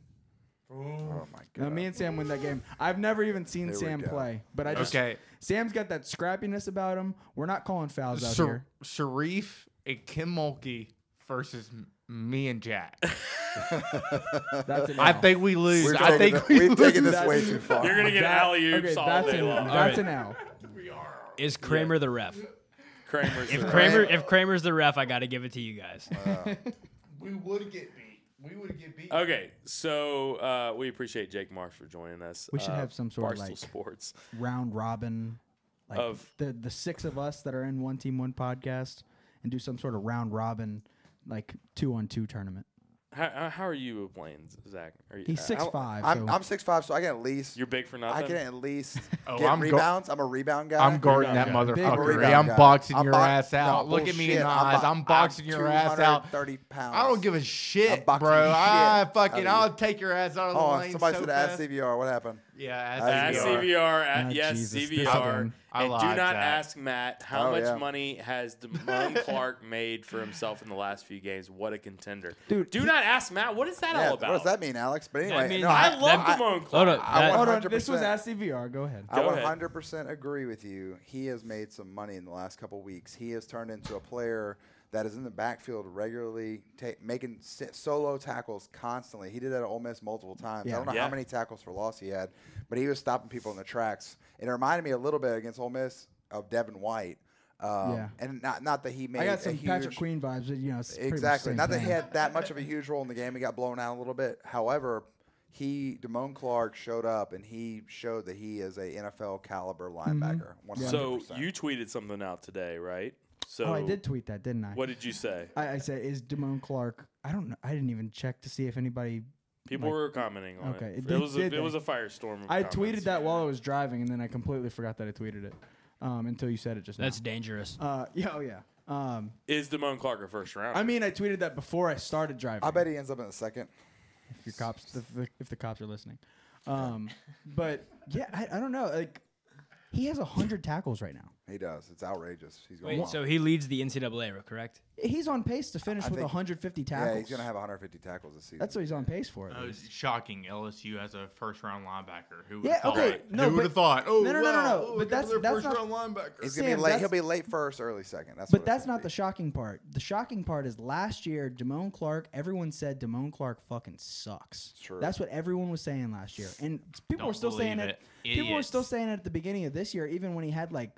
Speaker 4: Oh my god.
Speaker 3: No, me and Sam win that game. I've never even seen
Speaker 4: There we
Speaker 3: Sam
Speaker 4: go.
Speaker 3: play, but I just
Speaker 6: Okay.
Speaker 3: Sam's got that scrappiness about him. We're not calling fouls out
Speaker 6: Sha-
Speaker 3: here.
Speaker 6: Sharif and Kim Mulkey versus m- me and Jack.
Speaker 3: That's an
Speaker 6: I
Speaker 3: L.
Speaker 6: think we lose.
Speaker 4: We're taking
Speaker 6: I think
Speaker 4: the-
Speaker 6: we
Speaker 4: we've taken
Speaker 6: lose.
Speaker 4: this way too far.
Speaker 1: You're gonna get
Speaker 3: That-
Speaker 1: alley oops all
Speaker 3: that's
Speaker 1: day
Speaker 3: an,
Speaker 1: long.
Speaker 3: That's
Speaker 5: Alright.
Speaker 3: an L.
Speaker 5: Is Kramer the ref?
Speaker 1: Kramer's
Speaker 5: If
Speaker 1: the-
Speaker 5: Kramer, if Kramer's the ref, I got to give it to you guys.
Speaker 6: We would get beat. We would get beat.
Speaker 1: Okay, so uh, we appreciate Jake Marsh for joining us.
Speaker 3: We should
Speaker 1: uh,
Speaker 3: have some sort of,
Speaker 1: Barstool
Speaker 3: like-
Speaker 1: sports.
Speaker 3: Round robin, like
Speaker 1: Of-
Speaker 3: the the six of us that are in one team, one podcast, and do some sort of round robin, like two on two tournament.
Speaker 1: How, how- how are you playing, Zach? Are you, uh,
Speaker 3: He's
Speaker 1: how-
Speaker 3: six five.
Speaker 4: I'm,
Speaker 3: so
Speaker 4: I'm six five, so I can at least.
Speaker 1: You're big for
Speaker 4: I
Speaker 1: nothing.
Speaker 4: can at least
Speaker 6: Oh,
Speaker 4: get
Speaker 6: I'm go-
Speaker 4: rebounds. I'm a rebound guy.
Speaker 6: I'm guarding that
Speaker 1: Rebound
Speaker 3: guy.
Speaker 6: motherfucker.
Speaker 3: Big
Speaker 6: Hey, I'm
Speaker 4: guy.
Speaker 6: boxing
Speaker 4: I'm
Speaker 6: your
Speaker 4: box-
Speaker 6: ass out.
Speaker 4: No,
Speaker 6: Look at me
Speaker 4: bullshit.
Speaker 6: in the
Speaker 4: I'm
Speaker 6: eyes.
Speaker 4: bo-
Speaker 6: I'm boxing your ass out.
Speaker 4: 230 pounds.
Speaker 6: I don't give a shit,
Speaker 4: I'm boxing
Speaker 6: bro.
Speaker 4: the shit
Speaker 6: I
Speaker 4: out of
Speaker 6: fucking
Speaker 4: you.
Speaker 6: I'll take your ass out of the
Speaker 4: Oh,
Speaker 6: lane.
Speaker 4: somebody
Speaker 6: so
Speaker 4: said
Speaker 6: fast.
Speaker 4: ask CVR. What happened?
Speaker 6: Yeah,
Speaker 1: Ask
Speaker 6: ask
Speaker 4: CVR.
Speaker 6: CVR.
Speaker 1: CVR. At,
Speaker 3: Ah,
Speaker 1: yes,
Speaker 3: Jesus, this
Speaker 1: CVR.
Speaker 3: again.
Speaker 6: I
Speaker 1: and do
Speaker 6: lied,
Speaker 1: not
Speaker 6: Zach.
Speaker 1: ask Matt how
Speaker 4: Oh,
Speaker 1: much
Speaker 4: yeah.
Speaker 1: money has Damone Clark made for himself in the last few games. What a contender.
Speaker 3: Dude,
Speaker 1: do
Speaker 3: he-
Speaker 1: not ask Matt. What is that
Speaker 4: Yeah,
Speaker 1: all
Speaker 4: what
Speaker 1: about?
Speaker 4: does that mean, Alex? But anyway,
Speaker 5: means-
Speaker 4: no,
Speaker 1: I
Speaker 4: I,
Speaker 1: love
Speaker 4: I-
Speaker 1: Damone Clark.
Speaker 5: Hold up.
Speaker 4: I
Speaker 5: that-
Speaker 4: want-
Speaker 3: hold on. This was
Speaker 4: 100%.
Speaker 3: ask CVR. Go ahead.
Speaker 4: I
Speaker 1: Go ahead.
Speaker 4: 100% agree with you. He has made some money in the last couple weeks. He has turned into a player that is in the backfield regularly, ta- making si- solo tackles constantly. He did that at Ole Miss multiple times. I
Speaker 3: Yeah.
Speaker 4: don't know
Speaker 1: Yeah.
Speaker 4: how many tackles for loss he had, but he was stopping people in the tracks. It reminded me a little bit against Ole Miss of Devin White. Um,
Speaker 3: Yeah.
Speaker 4: And not not that he made
Speaker 3: I got
Speaker 4: a
Speaker 3: some
Speaker 4: huge,
Speaker 3: Patrick Queen vibes, but you know, it's pretty much the
Speaker 4: Exactly.
Speaker 3: same
Speaker 4: Not that
Speaker 3: thing.
Speaker 4: he had that much of a huge role in the game. He got blown out a little bit. However, he Damone Clark showed up and he showed that he is a NFL caliber
Speaker 3: Mm-hmm.
Speaker 4: linebacker. 100%.
Speaker 1: So you tweeted something out today, right? So
Speaker 3: Oh, I did tweet that, didn't I?
Speaker 1: What did you say?
Speaker 3: I, I said, is Damone Clark? I don't know. I didn't even check to see if anybody.
Speaker 1: People
Speaker 3: Like-
Speaker 1: were commenting on
Speaker 3: Okay,
Speaker 1: it.
Speaker 3: did-
Speaker 1: it was a,
Speaker 3: did
Speaker 1: it
Speaker 3: they?
Speaker 1: was a firestorm. Of
Speaker 3: I
Speaker 1: comments.
Speaker 3: tweeted that while I was driving, and then I completely forgot that I tweeted it um, until you said it just now.
Speaker 5: That's dangerous.
Speaker 3: Uh, yeah, oh yeah. Um,
Speaker 1: Is Damone Clark a first round?
Speaker 3: I mean, I tweeted that before I started driving.
Speaker 4: I bet he ends up in the second.
Speaker 3: if your cops, if the, if the cops are listening. Um, but yeah, I, I don't know. Like, he has hundred tackles right now.
Speaker 4: He does. It's outrageous. He's going.
Speaker 5: Wait, so he leads the NCAA, correct?
Speaker 3: He's on pace to finish
Speaker 4: I
Speaker 3: with
Speaker 4: think-
Speaker 3: 150 tackles.
Speaker 4: yeah, he's gonna have 150 tackles this season.
Speaker 3: That's what he's on pace for. at
Speaker 6: That
Speaker 3: least.
Speaker 6: was shocking. LSU has a first round linebacker. Who would
Speaker 3: Yeah,
Speaker 6: have thought?
Speaker 3: okay, no,
Speaker 6: Who
Speaker 3: but-
Speaker 6: would have thought? Oh,
Speaker 3: no, no, no, no,
Speaker 6: wow,
Speaker 3: no,
Speaker 6: oh,
Speaker 3: but
Speaker 6: look at
Speaker 3: that's-
Speaker 6: their
Speaker 3: that's
Speaker 6: first
Speaker 3: not-
Speaker 6: round linebacker.
Speaker 4: he's gonna
Speaker 3: Sam,
Speaker 4: be late.
Speaker 3: that's-
Speaker 4: He'll be late first, early second. That's.
Speaker 3: But
Speaker 4: what it's
Speaker 3: that's
Speaker 4: gonna
Speaker 3: not the
Speaker 4: be.
Speaker 3: shocking part. The shocking part is last year, Damone Clark, everyone said Damone Clark fucking sucks.
Speaker 4: True.
Speaker 3: That's what everyone was saying last year. And people
Speaker 6: Don't
Speaker 3: were still saying
Speaker 6: believe
Speaker 3: it.
Speaker 6: it.
Speaker 3: People were still
Speaker 6: Idiots.
Speaker 3: saying it at the beginning of this year, even when he had like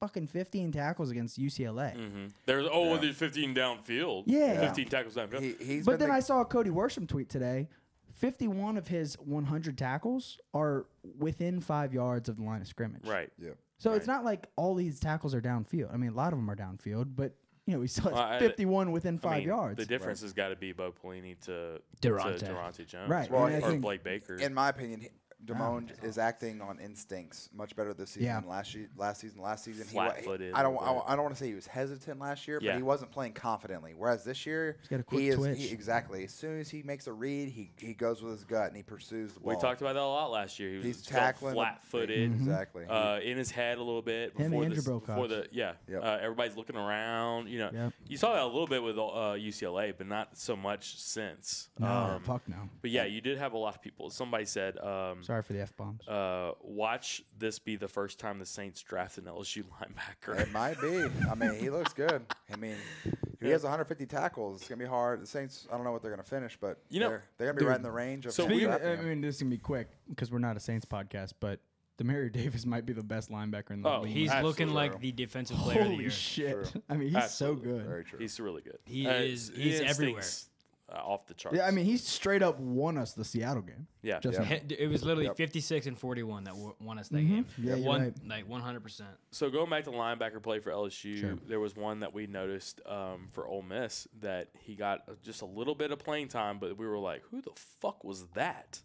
Speaker 3: fucking 15 tackles against UCLA.
Speaker 1: Mhm. there's oh, well,
Speaker 4: Yeah.
Speaker 1: there's 15 downfield.
Speaker 3: Yeah.
Speaker 1: 15 tackles downfield.
Speaker 4: He, he's
Speaker 3: But
Speaker 4: been
Speaker 3: then
Speaker 4: the-
Speaker 3: I saw a Cody Worsham tweet today. 51 of his 100 tackles are within five yards of the line of scrimmage.
Speaker 1: right.
Speaker 4: Yeah.
Speaker 3: So it's not like all these tackles are downfield. I mean, a lot of them are downfield, but you know, he still has
Speaker 1: Well, I-
Speaker 3: 51 within
Speaker 1: I
Speaker 3: five
Speaker 1: mean,
Speaker 3: yards.
Speaker 1: The difference has got to be Bo Pelini to
Speaker 5: Durante.
Speaker 1: to Durante Jones,
Speaker 3: Right,
Speaker 1: Or,
Speaker 4: and I
Speaker 1: or
Speaker 3: think-
Speaker 1: Blake Baker.
Speaker 4: in my opinion, he-
Speaker 1: Oh,
Speaker 4: Damone is acting on instincts much better this season
Speaker 3: Yeah.
Speaker 4: than last, ye- last season. Last season, he, wa- he-
Speaker 1: Flat-footed
Speaker 4: I don't.
Speaker 1: a
Speaker 4: I,
Speaker 1: little
Speaker 4: don't- I don't want to say he was hesitant last year,
Speaker 1: Yeah.
Speaker 4: but he wasn't playing confidently. Whereas this year,
Speaker 3: got a quick
Speaker 4: he is
Speaker 3: twitch.
Speaker 4: He, exactly. As soon as he makes a read, he, he goes with his gut and he pursues the ball.
Speaker 1: We talked about that a lot last year. He was
Speaker 4: He's
Speaker 1: felt
Speaker 4: tackling the-
Speaker 1: flat-footed.
Speaker 3: Mm-hmm.
Speaker 4: exactly.
Speaker 1: uh, in his head a little bit
Speaker 3: Him and
Speaker 1: before,
Speaker 3: Andrew
Speaker 1: this, before
Speaker 3: Wilcox.
Speaker 1: the yeah.
Speaker 4: Yep.
Speaker 1: Uh, everybody's looking around. You know,
Speaker 3: Yep.
Speaker 1: you saw that a little bit with uh, UCLA, but not so much since.
Speaker 3: No,
Speaker 1: Um,
Speaker 3: Oh, fuck no.
Speaker 1: But yeah, you did have a lot of people. Somebody said, um,
Speaker 3: Sorry for the f bombs.
Speaker 1: uh, "Watch this be the first time the Saints draft an LSU linebacker."
Speaker 4: It might be. I mean, he looks good. I mean, if he has 150 tackles. It's gonna be hard. The Saints. I don't know what they're gonna finish, but
Speaker 1: You know-
Speaker 4: they're, they're gonna be right in the range of.
Speaker 1: So
Speaker 4: Sam
Speaker 1: we-
Speaker 3: Speaking of, I
Speaker 4: Bradford.
Speaker 3: mean, this is gonna be quick because we're not a Saints podcast, but Demario Davis might be the best linebacker in the
Speaker 1: Oh,
Speaker 3: league.
Speaker 5: He's
Speaker 1: Absolutely.
Speaker 5: looking like the defensive player of the
Speaker 3: holy
Speaker 5: year.
Speaker 3: shit.
Speaker 4: True.
Speaker 3: I mean, he's
Speaker 1: Absolutely.
Speaker 3: so good.
Speaker 4: Very true.
Speaker 1: He's really good.
Speaker 5: He is-
Speaker 1: his
Speaker 5: he's
Speaker 1: instincts, uh, off the charts.
Speaker 3: Yeah, I mean, he straight up won us the Seattle game.
Speaker 1: yeah.
Speaker 3: Just
Speaker 4: Yeah.
Speaker 3: now.
Speaker 5: Hit- It was literally
Speaker 4: Yep.
Speaker 5: 56 and 41 that w- won us that game.
Speaker 3: Yeah, you're
Speaker 5: One,
Speaker 3: right.
Speaker 5: Like 100%.
Speaker 1: So going back to linebacker play for LSU,
Speaker 3: Sure.
Speaker 1: there was one that we noticed um, for Ole Miss that he got uh, just a little bit of playing time, but we were like, "Who the fuck was that?"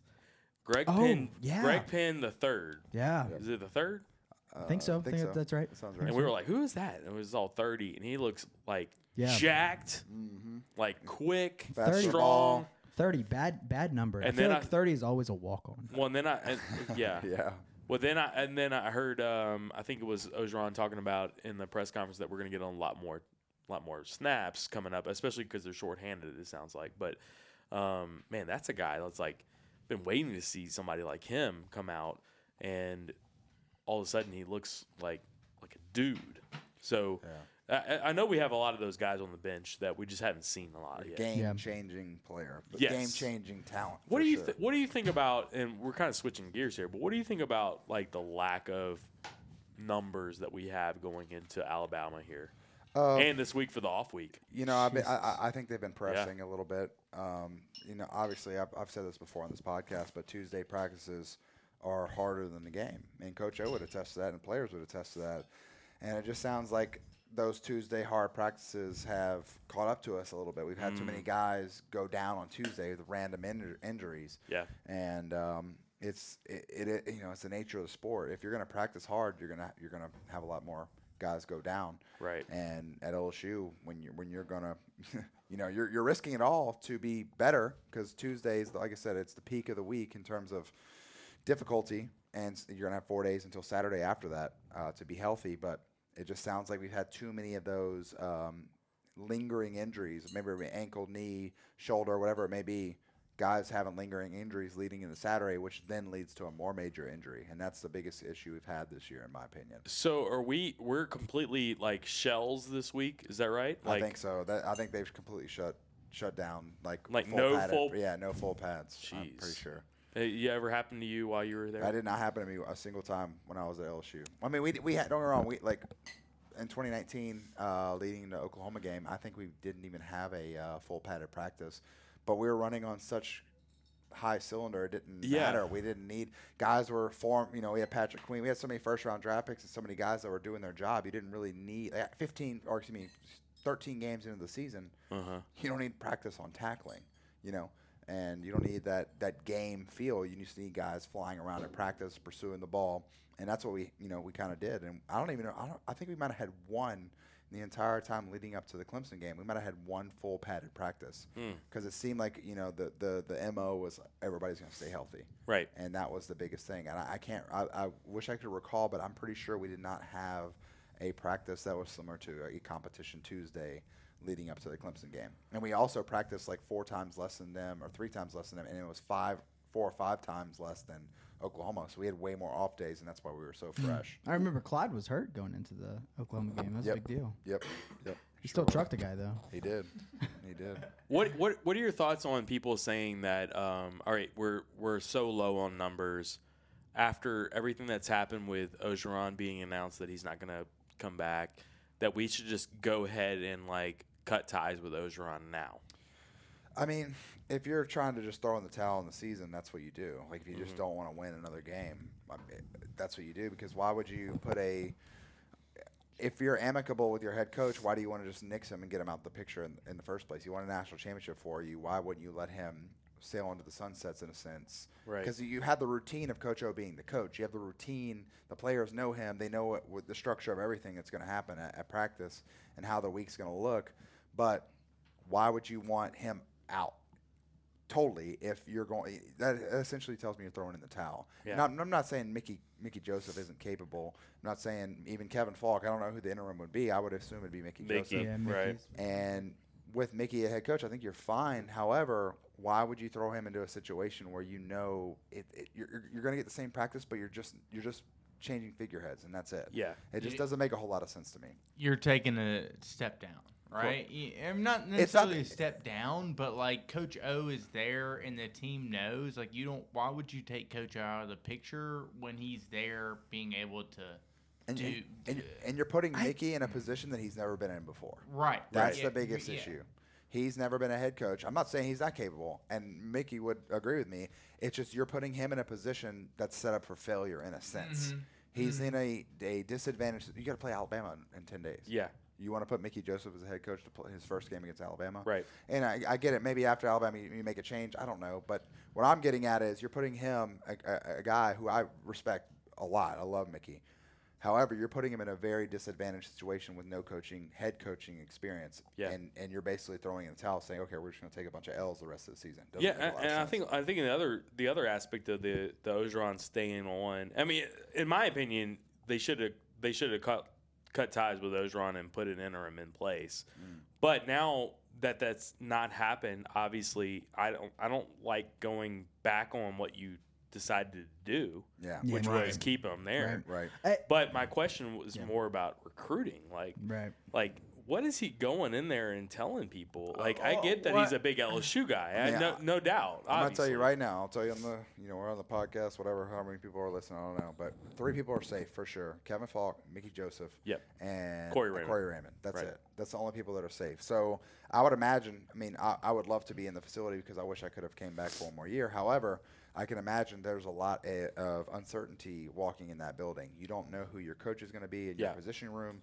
Speaker 1: Greg
Speaker 3: Oh,
Speaker 1: Penn,
Speaker 3: yeah.
Speaker 1: Greg Penn the third.
Speaker 3: Yeah,
Speaker 1: Is it the third?
Speaker 4: Uh,
Speaker 3: think so. Think that- that's right.
Speaker 4: That sounds
Speaker 1: And
Speaker 4: right.
Speaker 1: we were like, "Who is that?" And it was all thirty, and he looks like
Speaker 3: Yeah.
Speaker 1: jacked, like quick,
Speaker 4: Mm-hmm. Fast
Speaker 1: strong.
Speaker 4: with the ball.
Speaker 3: thirty bad bad number.
Speaker 1: And feel then like I-
Speaker 3: thirty is always a walk on.
Speaker 1: Well, and then I, and, yeah,
Speaker 4: Yeah.
Speaker 1: Well, then I and then I heard um, I think it was Ogeron talking about in the press conference that we're going to get on a lot more, lot more snaps coming up, especially because they're shorthanded. It sounds like, but um, man, that's a guy that's like been waiting to see somebody like him come out, and all of a sudden he looks like like a dude. So I- I, I know we have a lot of those guys on the bench that we just haven't seen a lot yet.
Speaker 3: Yeah.
Speaker 4: Game-changing player. but
Speaker 1: Yes.
Speaker 4: Game-changing talent.
Speaker 1: What
Speaker 4: for
Speaker 1: do you
Speaker 4: sure.
Speaker 1: th- What do you think about? And we're kind of switching gears here, but what do you think about like the lack of numbers that we have going into Alabama here, and this week for the off week?
Speaker 4: You know, I've been, I, I- I think they've been pressing a little bit. Um, you know, obviously, I've, I've said this before on this podcast, but Tuesday practices are harder than the game. And Coach O would attest to that, and players would attest to that. And it just sounds like those Tuesday hard practices have caught up to us a little bit. We've
Speaker 1: Mm.
Speaker 4: had too many guys go down on Tuesday with random inju- injuries.
Speaker 1: Yeah.
Speaker 4: And um, it's it, it, it you know it's the nature of the sport. If you're going to practice hard, you're gonna you're gonna have a lot more guys go down.
Speaker 1: Right.
Speaker 4: And at LSU, when you when you're gonna, you know, you're you're risking it all to be better because Tuesdays, like I said, it's the peak of the week in terms of difficulty, and s- you're gonna have four days until Saturday after that uh, to be healthy. But it just sounds like we've had too many of those um, lingering injuries, maybe it'll be ankle, knee, shoulder, whatever it may be. Guys having lingering injuries leading into Saturday, which then leads to a more major injury, and that's the biggest issue we've had this year, in my opinion.
Speaker 1: So are we? We're completely like shells this week. Is that right? Like
Speaker 4: I think so. That, I think they've completely shut shut down. Like
Speaker 1: Like, no
Speaker 4: padded-
Speaker 1: full-
Speaker 4: Yeah, no full pads. I'm pretty
Speaker 1: Jeez.
Speaker 4: sure
Speaker 1: uh, you ever happened to you while you were there?
Speaker 4: that did not happen to me a single time when I was at LSU. I mean, we d- we had don't get me wrong. We like in 2019, uh, leading the Oklahoma game. I think we didn't even have a uh, full padded practice, but we were running on such high cylinder. It didn't
Speaker 1: Yeah.
Speaker 4: matter. We didn't need guys were form. You know, we had Patrick Queen. We had so many first round draft picks and so many guys that were doing their job. You didn't really need uh, 15 or excuse me, 13 games into the season.
Speaker 1: Uh-huh.
Speaker 4: You don't need practice on tackling. You know. And you don't need that, that game feel. You just need guys flying around at practice, pursuing the ball, and that's what we you know we kind of did. And I don't even know. I, don't, I think we might have had one the entire time leading up to the Clemson game. We might have had one full padded practice because it seemed like you know the the the mo was everybody's going to stay healthy,
Speaker 1: Right.
Speaker 4: And that was the biggest thing. And I, I can't. I, I wish I could recall, but I'm pretty sure we did not have a practice that was similar to a competition Tuesday leading up to the Clemson game. And we also practiced like four times less than them or three times less than them, and it was five, four or five times less than Oklahoma. So we had way more off days, and that's why we were so fresh.
Speaker 3: I remember Clyde was hurt going into the Oklahoma game. That's
Speaker 4: Yep.
Speaker 3: a big deal.
Speaker 4: yep, yep.
Speaker 3: He still trucked the guy though.
Speaker 4: He did. He did.
Speaker 1: What what what are your thoughts on people saying that? Um, all right, we're we're so low on numbers after everything that's happened with Ogeron being announced that he's not going to come back. That we should just go ahead and like cut ties with Ogeron now.
Speaker 4: I mean, if you're trying to just throw in the towel in the season, that's what you do. Like if you just don't want to win another game, I mean, that's what you do. Because why would you put a if you're amicable with your head coach, why do you want to just nix him and get him out the picture in, in the first place? You won a national championship for you. Why wouldn't you let him sail into the sunsets in a sense
Speaker 1: Right.
Speaker 4: because you have the routine of Coach O being the coach. You have the routine. The players know him. They know what, what the structure of everything that's going to happen at, at practice and how the week's going to look. But why would you want him out totally if you're going? That that essentially tells me you're throwing in the towel.
Speaker 1: Yeah.
Speaker 4: Now, I'm not saying Mickey Mickey Joseph isn't capable. I'm not saying even Kevin Falk. I don't know who the interim would be. I would assume it'd be Mickey, Joseph.
Speaker 1: Mickey,
Speaker 3: Yeah,
Speaker 1: right?
Speaker 3: Mickey's-
Speaker 4: And with Mickey a head coach, I think you're fine. However, why would you throw him into a situation where you know it, it, you're, you're- you're going to get the same practice, but you're just you're just changing figureheads, and that's it.
Speaker 1: Yeah.
Speaker 4: It just
Speaker 6: You-
Speaker 4: doesn't make a whole lot of sense to me.
Speaker 6: you're taking a step down, right? Y- I'm not
Speaker 4: not
Speaker 6: necessarily
Speaker 4: that-
Speaker 6: a step down, but like Coach O is there and the team knows. Like you don't. Why would you take Coach O out of the picture when he's there, being able to
Speaker 4: And,
Speaker 6: do?
Speaker 4: you, and,
Speaker 6: do-
Speaker 4: and you're putting
Speaker 6: I-
Speaker 4: Mickey in a position that he's never been in before.
Speaker 6: right.
Speaker 4: That's
Speaker 6: yeah,
Speaker 4: the biggest
Speaker 6: yeah.
Speaker 4: issue. He's never been a head coach. I'm not saying he's not capable, and Mickey would agree with me. It's just you're putting him in a position that's set up for failure in a sense.
Speaker 6: Mhm.
Speaker 4: He's in a, a disadvantage. You got to play Alabama in, in 10 days.
Speaker 1: Yeah,
Speaker 4: You want to put Mickey Joseph as a head coach to play his first game against Alabama?
Speaker 1: right.
Speaker 4: And I, I get it. Maybe after Alabama, you, you make a change. I don't know. But what I'm getting at is you're putting him, a, a, a guy who I respect a lot. I love Mickey. However, you're putting him in a very disadvantaged situation with no coaching, head coaching experience.
Speaker 1: Yeah.
Speaker 4: And, and you're basically throwing in the towel saying, okay, we're just going to take a bunch of L's the rest of the season. Doesn't
Speaker 1: Yeah,
Speaker 4: make a lot
Speaker 1: and,
Speaker 4: of
Speaker 1: and I
Speaker 4: sense.
Speaker 1: think I think the other the other aspect of the the Ogeron staying on. I mean, in my opinion, they should have they should have cut cut ties with Ogeron and put an interim in place.
Speaker 4: Mm.
Speaker 1: But now that that's not happened, obviously, I don't I don't like going back on what you decided to do,
Speaker 4: Yeah.
Speaker 3: Yeah.
Speaker 1: which
Speaker 3: Right.
Speaker 1: was keep him there.
Speaker 4: Right.
Speaker 1: But my question was
Speaker 3: Yeah.
Speaker 1: more about recruiting, like
Speaker 3: Right.
Speaker 1: like what is he going in there and telling people? Like I
Speaker 6: oh,
Speaker 1: get that he's
Speaker 6: what-
Speaker 1: a big LSU guy, I,
Speaker 4: Uh, Yeah.
Speaker 1: no, no doubt.
Speaker 4: I'm gonna tell
Speaker 1: obviously.
Speaker 4: you right now. I'll tell you on the you know we're on the podcast, whatever. How many people are listening? I don't know, but three people are safe for sure. Kevin Falk, Mickey Joseph,
Speaker 1: Yep.
Speaker 4: and
Speaker 1: Corey Raymond.
Speaker 4: Corey Raymond. That's
Speaker 1: Right.
Speaker 4: it. That's the only people that are safe. So I would imagine. I mean, I, I would love to be in the facility because I wish I could have came back for one more year. However, I can imagine there's a lot eh, of uncertainty walking in that building. You don't know who your coach is going to be in
Speaker 1: Yeah.
Speaker 4: your position room.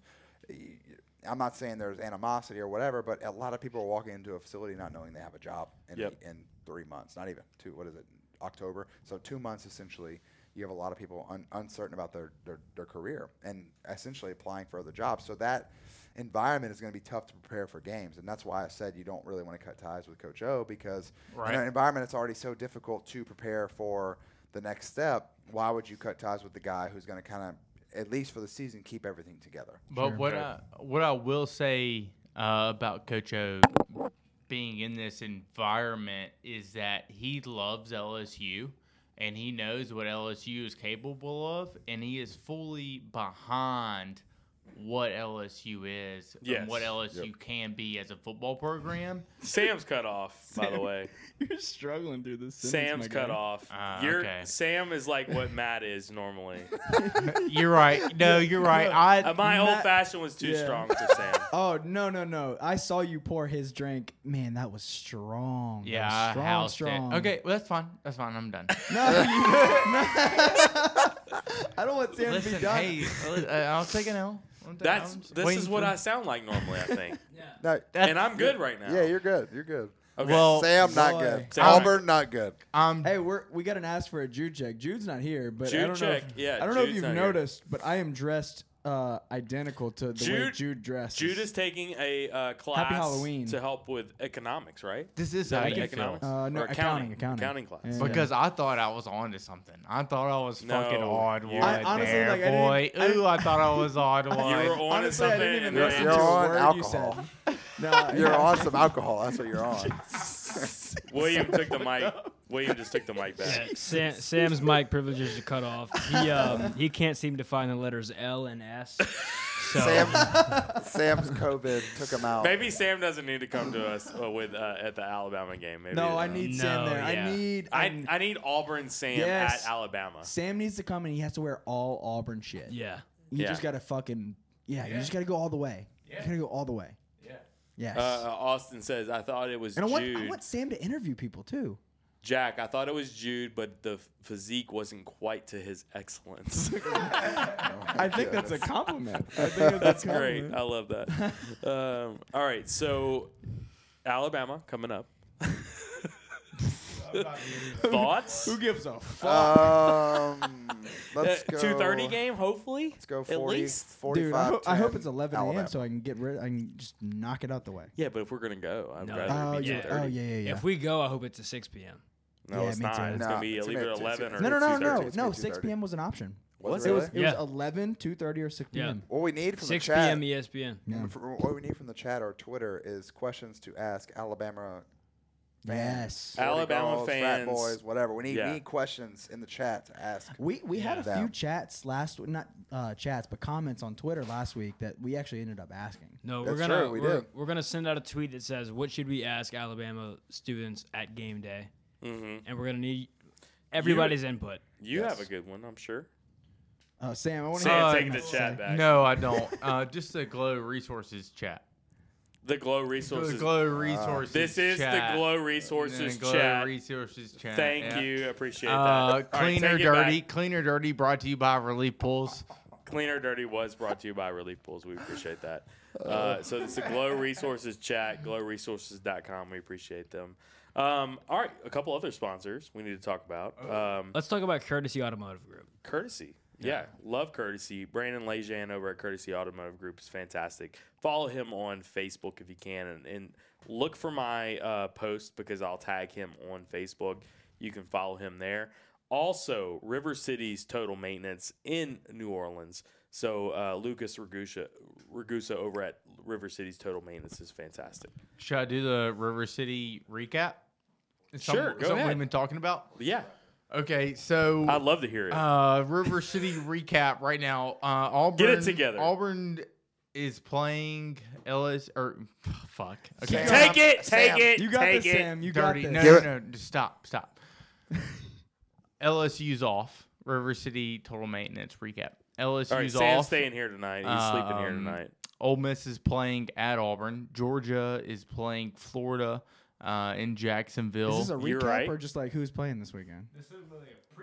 Speaker 4: Y- I'm not saying there's animosity or whatever, but a lot of people are walking into a facility not knowing they have a job in,
Speaker 1: Yep.
Speaker 4: in three months, not even two. What is it? October. So two months essentially. You have a lot of people un- uncertain about their, their their career and essentially applying for other jobs. So that environment is going to be tough to prepare for games, and that's why I said you don't really want to cut ties with Coach O because
Speaker 6: Right.
Speaker 4: in an environment that's already so difficult to prepare for the next step, why would you cut ties with the guy who's going to kind of at least for the season keep everything together?
Speaker 6: But what I, what I will say uh, about Coach O being in this environment is that he loves LSU and he knows what LSU is capable of, and he is fully behind what LSU is
Speaker 1: Yes.
Speaker 6: and what LSU can be as a football program.
Speaker 1: Sam's cut off, by the
Speaker 3: Sam-
Speaker 1: way.
Speaker 3: You're struggling through this. sentence,
Speaker 1: Sam's
Speaker 3: my
Speaker 1: cut
Speaker 3: guy.
Speaker 1: off.
Speaker 6: Ah,
Speaker 1: Your
Speaker 6: okay.
Speaker 1: Sam is like what Matt is normally.
Speaker 6: you're right. No, you're right. I
Speaker 1: Uh, my
Speaker 3: Matt-
Speaker 1: old fashioned was too
Speaker 3: Yeah.
Speaker 1: strong for Sam.
Speaker 3: Oh no no no! I saw you pour his drink. Man, that was strong. That
Speaker 6: yeah,
Speaker 3: was
Speaker 6: I
Speaker 3: strong,
Speaker 6: housed it.
Speaker 3: strong.
Speaker 6: Okay, well that's fine. That's fine. I'm done.
Speaker 3: No, you- no. I don't want Sam to
Speaker 6: Listen,
Speaker 3: be done.
Speaker 6: hey, uh, I'll take an L. I'm done.
Speaker 1: That's
Speaker 6: I'm just
Speaker 1: this
Speaker 6: waiting
Speaker 1: is what
Speaker 6: for-
Speaker 1: I sound like normally. I think,
Speaker 4: No,
Speaker 6: That's-
Speaker 1: and I'm good right now.
Speaker 4: yeah, you're good. You're good.
Speaker 1: okay.
Speaker 6: Well-
Speaker 4: Sam, not
Speaker 3: Boy.
Speaker 4: good.
Speaker 1: Sam,
Speaker 4: Auburn, not good.
Speaker 6: I'm
Speaker 3: Hey, we're we got an ask for a Jude check. Jude's not here, but I
Speaker 1: Jude
Speaker 3: don't
Speaker 1: check.
Speaker 3: know. If,
Speaker 1: Yeah,
Speaker 3: I don't know if
Speaker 1: Jude's
Speaker 3: you've
Speaker 1: not here.
Speaker 3: noticed, but I am dressed uh, identical to the way
Speaker 1: Jude-
Speaker 3: Jude dressed.
Speaker 1: Jude is taking a uh, class
Speaker 3: Halloween.
Speaker 1: to help with economics, right?
Speaker 6: This is
Speaker 1: that
Speaker 6: how
Speaker 1: what
Speaker 6: you feel.
Speaker 1: economics?
Speaker 3: Uh, no,
Speaker 1: Or accounting,
Speaker 3: accounting, accounting.
Speaker 1: class.
Speaker 3: Yeah.
Speaker 6: Because I thought I was onto something. I thought I was fucking
Speaker 1: No,
Speaker 6: on
Speaker 1: you-
Speaker 6: one
Speaker 1: I
Speaker 3: honestly,
Speaker 6: there,
Speaker 3: like, I
Speaker 6: boy.
Speaker 3: didn't- I
Speaker 6: Ooh, I thought I was on one.
Speaker 1: You were on to
Speaker 3: Honestly, I
Speaker 1: something,
Speaker 3: didn't even
Speaker 1: and
Speaker 3: listen
Speaker 1: then
Speaker 3: to
Speaker 4: You're
Speaker 3: a
Speaker 4: on
Speaker 3: word
Speaker 4: alcohol.
Speaker 3: you said. No,
Speaker 4: You're
Speaker 3: yeah.
Speaker 4: on some alcohol. That's what you're on.
Speaker 1: William took the mic. William just took the mic back.
Speaker 5: Yeah, Sam, Sam's mic privileges are cut off. He um, he can't seem to find the letters L and S. So
Speaker 4: Sam, Sam's COVID took him out.
Speaker 1: Maybe Sam doesn't need to come to us uh, with uh, at the Alabama game. Maybe uh,
Speaker 3: No, I need Sam
Speaker 5: No,
Speaker 3: there.
Speaker 5: yeah.
Speaker 3: I need.
Speaker 1: I, I need Auburn Sam
Speaker 3: Yes.
Speaker 1: at Alabama.
Speaker 3: Sam needs to come and he has to wear all Auburn shit.
Speaker 5: yeah,
Speaker 3: You
Speaker 1: Yeah.
Speaker 3: just gotta fucking yeah, You just gotta go all the way. You gotta go all the way. Yeah. Yes.
Speaker 1: Uh, uh, Austin says, "I thought it was
Speaker 3: and I want,
Speaker 1: Jude
Speaker 3: I want Sam to interview people too.
Speaker 1: Jack. I thought it was Jude, but the f- physique wasn't quite to his excellence.
Speaker 3: I think that's a compliment. I think that's a
Speaker 1: Great,
Speaker 3: compliment.
Speaker 1: I love that. um, all right, so Alabama coming up. Thoughts? Uh,
Speaker 3: Who gives a fuck?
Speaker 4: Um, let's go.
Speaker 1: Uh, Two thirty game, hopefully.
Speaker 4: Let's go
Speaker 1: At
Speaker 4: 40,
Speaker 1: least.
Speaker 4: 45.
Speaker 3: Uh, Dude, I, ho- I hope
Speaker 4: 10,
Speaker 3: it's 11 a.m.
Speaker 4: Alabama.
Speaker 3: so I can get rid. I can just knock it out the way.
Speaker 1: Yeah, but if we're gonna go, I'd
Speaker 5: No,
Speaker 1: rather
Speaker 5: it'd
Speaker 3: Oh
Speaker 1: it
Speaker 5: be
Speaker 1: be
Speaker 3: yeah.
Speaker 1: two
Speaker 3: Oh yeah,
Speaker 1: thirty.
Speaker 3: yeah, yeah.
Speaker 5: If we go, I hope it's at 6 p.m.
Speaker 1: No,
Speaker 3: Yeah,
Speaker 1: it's
Speaker 3: me
Speaker 1: not.
Speaker 3: too.
Speaker 1: It's
Speaker 4: Nah,
Speaker 1: gonna be
Speaker 4: it's
Speaker 1: either
Speaker 4: gonna be
Speaker 1: eleven or
Speaker 4: two-
Speaker 3: no, no, no,
Speaker 1: 2:30.
Speaker 4: It's
Speaker 3: no,
Speaker 4: gonna be
Speaker 3: no. 6
Speaker 4: 2:30. p.m.
Speaker 3: p.m. was an option.
Speaker 4: Was
Speaker 1: it
Speaker 3: It was, it was
Speaker 5: Yeah.
Speaker 3: 11, 2:30, or 6
Speaker 5: Yeah.
Speaker 3: p.m.
Speaker 4: What we need from
Speaker 5: 6
Speaker 4: the chat.
Speaker 5: p.m. ESPN.
Speaker 3: Yeah.
Speaker 4: For what we need from the chat or Twitter is questions to ask Alabama
Speaker 3: Yes.
Speaker 4: sorority
Speaker 1: Alabama
Speaker 4: girls,
Speaker 1: fans.
Speaker 4: frat boys, whatever. We need, we
Speaker 1: Yeah.
Speaker 4: need questions in the chat to ask.
Speaker 3: We we had a
Speaker 4: Yeah.
Speaker 3: few chats last not uh, chats but comments on Twitter last week that we actually ended up asking.
Speaker 5: No,
Speaker 4: That's
Speaker 5: we're gonna
Speaker 4: true, we
Speaker 5: are
Speaker 4: did.
Speaker 5: we're gonna send out a tweet that says, "What should we ask Alabama students at game day?"
Speaker 1: Mhm.
Speaker 5: And we're gonna need everybody's input.
Speaker 1: You
Speaker 4: Yes.
Speaker 1: have a good one, I'm sure.
Speaker 3: Oh Sam, I want to
Speaker 1: Sam,
Speaker 6: Uh,
Speaker 1: take the chat back.
Speaker 6: No, I don't. Uh, just the Glow Resources chat.
Speaker 1: The Glow
Speaker 6: The
Speaker 1: Resources.
Speaker 6: Glow
Speaker 3: Ah.
Speaker 6: Resources.
Speaker 1: this is
Speaker 6: chat.
Speaker 1: the Glow
Speaker 6: Yeah,
Speaker 1: Resources
Speaker 6: Glow
Speaker 1: chat.
Speaker 6: Resources chat.
Speaker 1: Thank
Speaker 6: yeah.
Speaker 1: you, appreciate that.
Speaker 6: Uh,
Speaker 1: All right,
Speaker 6: cleaner
Speaker 1: take it back.
Speaker 6: dirty, cleaner dirty. Brought to you by Relief Pools.
Speaker 1: Cleaner Dirty was brought to you by Relief Pools. We appreciate that. Uh, so it's the Glow Resources chat, glowresources.com. We appreciate them. Um, all right, a couple other sponsors we need to talk about. Um,
Speaker 5: Let's talk about Courtesy Automotive Group.
Speaker 1: courtesy. Yeah. love courtesy. Brandon Lejean over at Courtesy Automotive Group is fantastic. Follow him on Facebook if you can, and, and look for my uh, post because I'll tag him on Facebook. You can follow him there. Also, River City's total maintenance in New Orleans. So uh, Lucas Ragusa, Ragusa over at River City's total maintenance is fantastic.
Speaker 6: Should I do the River City recap? Is
Speaker 1: Sure,
Speaker 6: something-
Speaker 1: go
Speaker 6: something
Speaker 1: ahead.
Speaker 6: we've been talking about.
Speaker 1: Yeah,
Speaker 6: Okay, so
Speaker 1: I'd love to hear it.
Speaker 6: Uh, River City recap right now. Uh, Auburn.
Speaker 1: Get it together.
Speaker 6: Auburn is playing Ellis or fuck. Okay,
Speaker 4: Sam.
Speaker 1: take it, take
Speaker 4: Sam,
Speaker 1: it,
Speaker 3: You got
Speaker 1: take
Speaker 3: this,
Speaker 1: it.
Speaker 3: Sam. You
Speaker 6: dirty.
Speaker 3: got
Speaker 6: No,
Speaker 3: this.
Speaker 6: no, no, just stop, stop. LSU's off. River City total maintenance recap. LSU's
Speaker 1: All right,
Speaker 6: off.
Speaker 1: Sam's staying here tonight. He's sleeping here
Speaker 6: Um,
Speaker 1: tonight.
Speaker 6: Ole Miss is playing at Auburn. Georgia is playing Florida uh, in Jacksonville.
Speaker 3: Is this a
Speaker 1: You're
Speaker 3: recap
Speaker 1: right.
Speaker 3: or just like who's playing this weekend?
Speaker 5: This is really a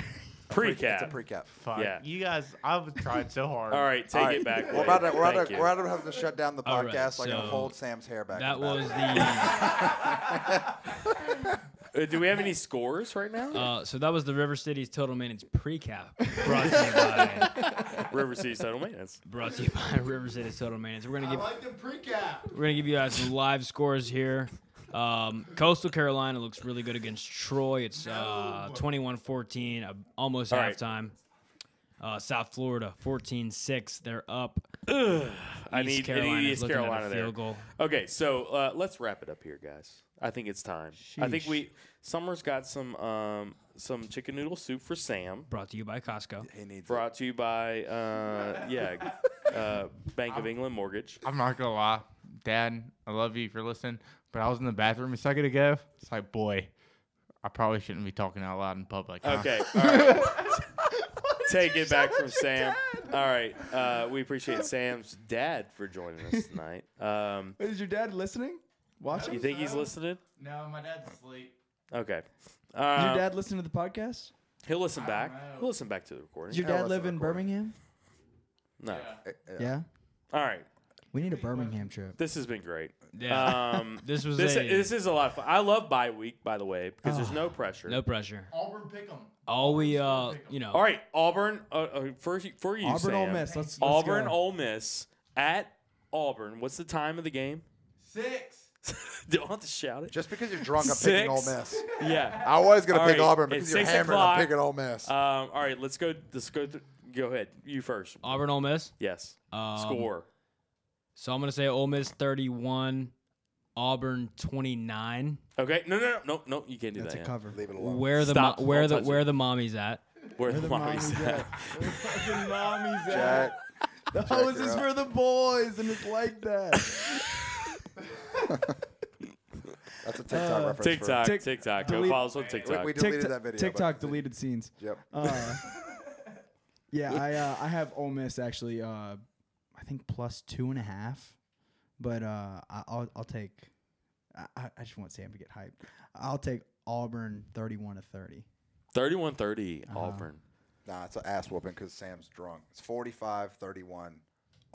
Speaker 5: recap.
Speaker 1: Pre-cap.
Speaker 4: It's a pre-cap.
Speaker 6: Fuck,
Speaker 1: yeah.
Speaker 6: you guys, I've tried so hard.
Speaker 1: All right, take
Speaker 4: All right.
Speaker 1: it back.
Speaker 4: We're about to
Speaker 1: Wade.
Speaker 4: we're about
Speaker 1: Thank
Speaker 4: to,
Speaker 1: you.
Speaker 4: we're about to have to shut down the
Speaker 5: All right,
Speaker 4: podcast like
Speaker 5: so
Speaker 4: and hold Sam's hair back.
Speaker 5: That
Speaker 4: in the back.
Speaker 5: was the
Speaker 1: Uh, do we have any scores right now?
Speaker 5: uh, so that was the River City's total maintenance precap brought to you by
Speaker 1: River City Total Maintenance.
Speaker 5: brought to you by River City's total maintenance. We're gonna give
Speaker 6: the precap.
Speaker 5: We're gonna give you guys some live scores here. Um, Coastal Carolina looks really good against Troy. It's uh, 21-14, uh, almost
Speaker 1: All right.
Speaker 5: halftime. Uh, South Florida 14-6, they're up.
Speaker 1: I
Speaker 5: East
Speaker 1: need, I need
Speaker 5: Carolina's
Speaker 1: East
Speaker 5: looking at a
Speaker 1: Carolina there.
Speaker 5: field goal.
Speaker 1: Okay, so uh, let's wrap it up here, guys. I think it's time. I think
Speaker 3: Sheesh.
Speaker 1: we Summer's got some um, some chicken noodle soup for Sam.
Speaker 5: Brought to you by Costco.
Speaker 4: he needs it.
Speaker 1: Brought to you by uh, yeah uh, Bank of England Mortgage.
Speaker 6: I'm not gonna lie, Dad, I love you if you're listening, but I was in the bathroom a second ago. It's like, boy, I probably shouldn't be talking out loud in public.
Speaker 4: Ah.
Speaker 6: huh?
Speaker 1: Okay. All right. Take it back from Sam. All right. Uh, we appreciate Sam's dad for joining us tonight. Um,
Speaker 3: Is your dad listening? Watching?
Speaker 1: you think he's listening?
Speaker 6: No, my dad's asleep.
Speaker 1: Okay.
Speaker 3: Does your
Speaker 1: Um,
Speaker 3: dad listen to the podcast?
Speaker 1: He'll listen back.
Speaker 6: know.
Speaker 1: He'll listen back to the
Speaker 3: Does
Speaker 1: recording.
Speaker 3: your
Speaker 4: Yeah,
Speaker 3: dad
Speaker 4: listen
Speaker 3: live
Speaker 4: to
Speaker 3: in
Speaker 4: recording.
Speaker 3: Birmingham?
Speaker 1: no.
Speaker 3: Yeah.
Speaker 1: All right.
Speaker 3: We need a Birmingham trip.
Speaker 1: This has been great.
Speaker 5: Yeah.
Speaker 1: Um,
Speaker 5: this was
Speaker 1: this,
Speaker 5: a,
Speaker 1: this is a lot of fun. I love bye week, by the way, because
Speaker 3: Oh.
Speaker 1: there's no pressure.
Speaker 5: no pressure.
Speaker 6: Auburn pick 'em.
Speaker 5: All we uh, you know,
Speaker 1: All right, Auburn uh, uh, for you- for you,
Speaker 3: Auburn, Ole
Speaker 1: Sam.
Speaker 3: Miss. Let's, let's
Speaker 1: Auburn,
Speaker 3: go.
Speaker 1: Ole Miss at Auburn. What's the time of the game?
Speaker 6: Six.
Speaker 1: Don't have to shout it.
Speaker 4: Just because you're drunk, I'm picking Ole
Speaker 1: Six.
Speaker 4: Miss.
Speaker 1: Yeah.
Speaker 4: I was gonna
Speaker 1: All
Speaker 4: pick
Speaker 1: right,
Speaker 4: Auburn because
Speaker 1: it's
Speaker 4: you're
Speaker 1: six
Speaker 4: hammered.
Speaker 1: o'clock.
Speaker 4: I'm picking Ole Miss.
Speaker 1: Um, all right, let's go. Let's go. Th- go ahead. You first.
Speaker 5: Auburn Ole Miss.
Speaker 1: Yes.
Speaker 5: Um,
Speaker 1: Score.
Speaker 5: So I'm gonna say Ole Miss 31, Auburn 29.
Speaker 1: Okay. No, no, no, no, no. You can't do
Speaker 3: That's a
Speaker 1: that.
Speaker 3: cover.
Speaker 4: Leave it alone.
Speaker 5: Where the
Speaker 1: Stop.
Speaker 5: mo- where
Speaker 1: Don't
Speaker 5: the
Speaker 1: touch
Speaker 5: where
Speaker 1: it.
Speaker 5: the mommies at?
Speaker 1: Where,
Speaker 3: Where
Speaker 1: the
Speaker 3: the
Speaker 1: mommy's
Speaker 3: mommy's
Speaker 1: at.
Speaker 3: Where fucking mommy's
Speaker 4: Jack,
Speaker 3: at? The hose
Speaker 4: you're
Speaker 3: is
Speaker 4: up.
Speaker 3: for the boys, and it's like that.
Speaker 4: that's a TikTok
Speaker 3: Uh,
Speaker 4: reference. for-
Speaker 1: TikTok,
Speaker 3: Tick-
Speaker 1: TikTok. Go
Speaker 3: delete-
Speaker 1: follow us on TikTok.
Speaker 4: We deleted
Speaker 3: Tiktok-
Speaker 4: that video, but-
Speaker 3: TikTok deleted scenes.
Speaker 4: Yep.
Speaker 3: Uh, yeah, I uh, I have Ole Miss actually. Uh, I think plus two and a half, but uh, I, I'll I'll take. I, I I just want Sam to get hyped. I'll take Auburn thirty-one to thirty.
Speaker 1: 31 30
Speaker 3: Uh-huh.
Speaker 1: Auburn.
Speaker 4: Nah, it's an ass whooping because Sam's drunk. It's 45 31.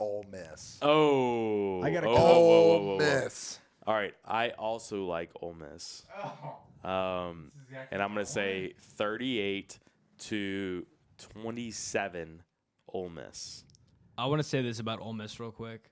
Speaker 4: Ole Miss.
Speaker 1: Oh.
Speaker 3: I gotta
Speaker 1: oh,
Speaker 3: cut.
Speaker 1: whoa, whoa, whoa, whoa,
Speaker 4: Ole
Speaker 1: whoa.
Speaker 4: Miss.
Speaker 1: All right, I also like Ole Miss,
Speaker 6: Oh,
Speaker 1: um,
Speaker 6: this is exactly
Speaker 1: and I'm
Speaker 6: what I
Speaker 1: going to say 38 to 27 Ole Miss.
Speaker 5: I want to say this about Ole Miss real quick.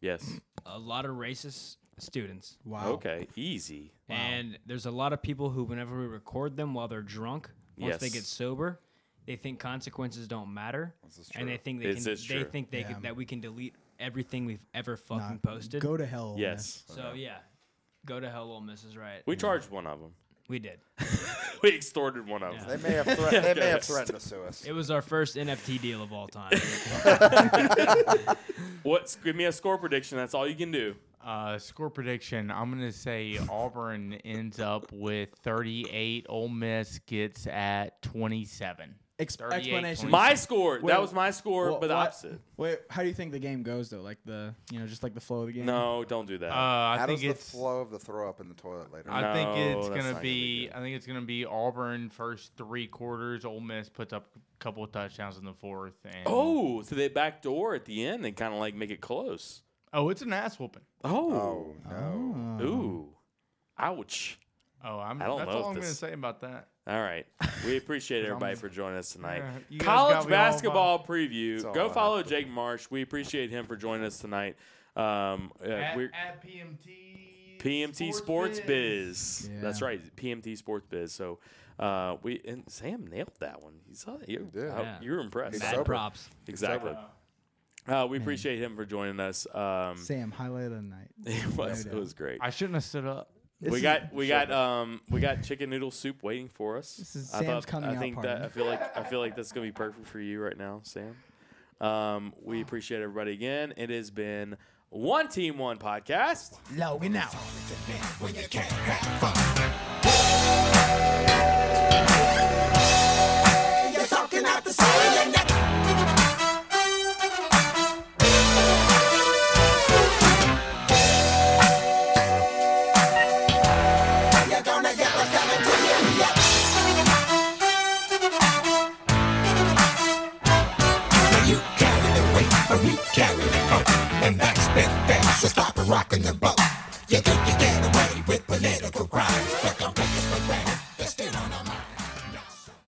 Speaker 1: Yes.
Speaker 5: A lot of racist students,
Speaker 3: Wow.
Speaker 1: Okay. Easy.
Speaker 5: and there's a lot of people who, whenever we record them while they're drunk, once they
Speaker 1: Yes.
Speaker 5: get sober, they think consequences don't matter,
Speaker 4: This is
Speaker 5: and they
Speaker 4: true.
Speaker 5: think they
Speaker 1: This
Speaker 5: can.
Speaker 1: is
Speaker 5: They
Speaker 1: true.
Speaker 5: think they
Speaker 3: Yeah.
Speaker 5: can, that we can delete everything we've ever
Speaker 3: Nah,
Speaker 5: fucking posted.
Speaker 3: Go to hell. Ole
Speaker 1: Yes.
Speaker 5: so yeah, go to hell, Ole Miss is right.
Speaker 1: We charged one of them.
Speaker 5: we did.
Speaker 1: We extorted one of them.
Speaker 4: They may have thre- they may have threatened to sue us.
Speaker 5: It was our first NFT deal of all time.
Speaker 1: What's give me a score prediction? That's all you can do.
Speaker 6: Uh, score prediction. I'm gonna say Auburn ends up with 38. Ole Miss gets at 27.
Speaker 3: Ex-
Speaker 6: 38
Speaker 3: explanation.
Speaker 6: points.
Speaker 1: My score. that
Speaker 3: Well,
Speaker 1: was my score,
Speaker 3: Well,
Speaker 1: but the
Speaker 3: what-
Speaker 1: opposite.
Speaker 3: Wait, how do you think the game goes though? Like the you know just like the flow of the game.
Speaker 1: No, don't do
Speaker 6: Uh,
Speaker 1: that.
Speaker 6: I
Speaker 4: How
Speaker 6: think
Speaker 4: does the
Speaker 6: it's.
Speaker 4: flow of the throw up in the toilet later?
Speaker 6: I think
Speaker 1: No, that's
Speaker 6: it's
Speaker 1: not
Speaker 6: gonna
Speaker 1: gonna be
Speaker 6: be.
Speaker 1: good.
Speaker 6: I think it's gonna be Auburn first three quarters. Ole Miss puts up a couple of touchdowns in the fourth. And
Speaker 1: oh, so they back door at the end and kind of like make it close.
Speaker 6: oh, it's an ass whooping.
Speaker 1: Oh.
Speaker 4: Oh no!
Speaker 3: Oh.
Speaker 6: Um,
Speaker 1: Ooh. Ouch.
Speaker 6: Oh, I'm.
Speaker 1: I don't
Speaker 6: that's
Speaker 1: know
Speaker 6: all
Speaker 1: if
Speaker 6: I'm gonna
Speaker 1: this-
Speaker 6: say about that.
Speaker 1: All right. We appreciate everybody for joining us tonight.
Speaker 6: Yeah, you guys got
Speaker 1: College
Speaker 6: me all
Speaker 1: basketball preview.
Speaker 4: It's all
Speaker 1: Go
Speaker 4: I
Speaker 1: follow
Speaker 4: have to-
Speaker 1: Jake Marsh. We appreciate him for joining us tonight. Um, uh, we're,
Speaker 6: PMT.
Speaker 1: PMT Sports Biz.
Speaker 3: Biz.
Speaker 1: That's
Speaker 3: Yeah.
Speaker 1: right, PMT Sports Biz. So uh, we and Sam nailed that one. He's uh, you,
Speaker 4: did.
Speaker 1: uh,
Speaker 5: Yeah.
Speaker 1: you're impressed.
Speaker 4: He's
Speaker 5: Mad
Speaker 4: sober.
Speaker 5: props.
Speaker 1: Exactly. Uh, we appreciate him for joining us. Um,
Speaker 3: Sam, highlight of the night.
Speaker 1: it was
Speaker 3: No
Speaker 1: it
Speaker 3: doubt.
Speaker 1: was great.
Speaker 6: I shouldn't have stood up.
Speaker 1: we
Speaker 4: This
Speaker 1: got
Speaker 4: is-
Speaker 1: we got um we got chicken noodle soup waiting for us.
Speaker 3: This is Sam's coming
Speaker 1: I
Speaker 3: out
Speaker 1: think that
Speaker 3: party.
Speaker 1: I feel like I feel like that's gonna be perfect for you right now, Sam. Um, we appreciate everybody again. It has been one team one podcast.
Speaker 3: Logan out.
Speaker 8: You carry the weight, but we carry the hope. And that's that fast, so stop rocking the boat. You think you get away with political crimes, but don't take us for granted.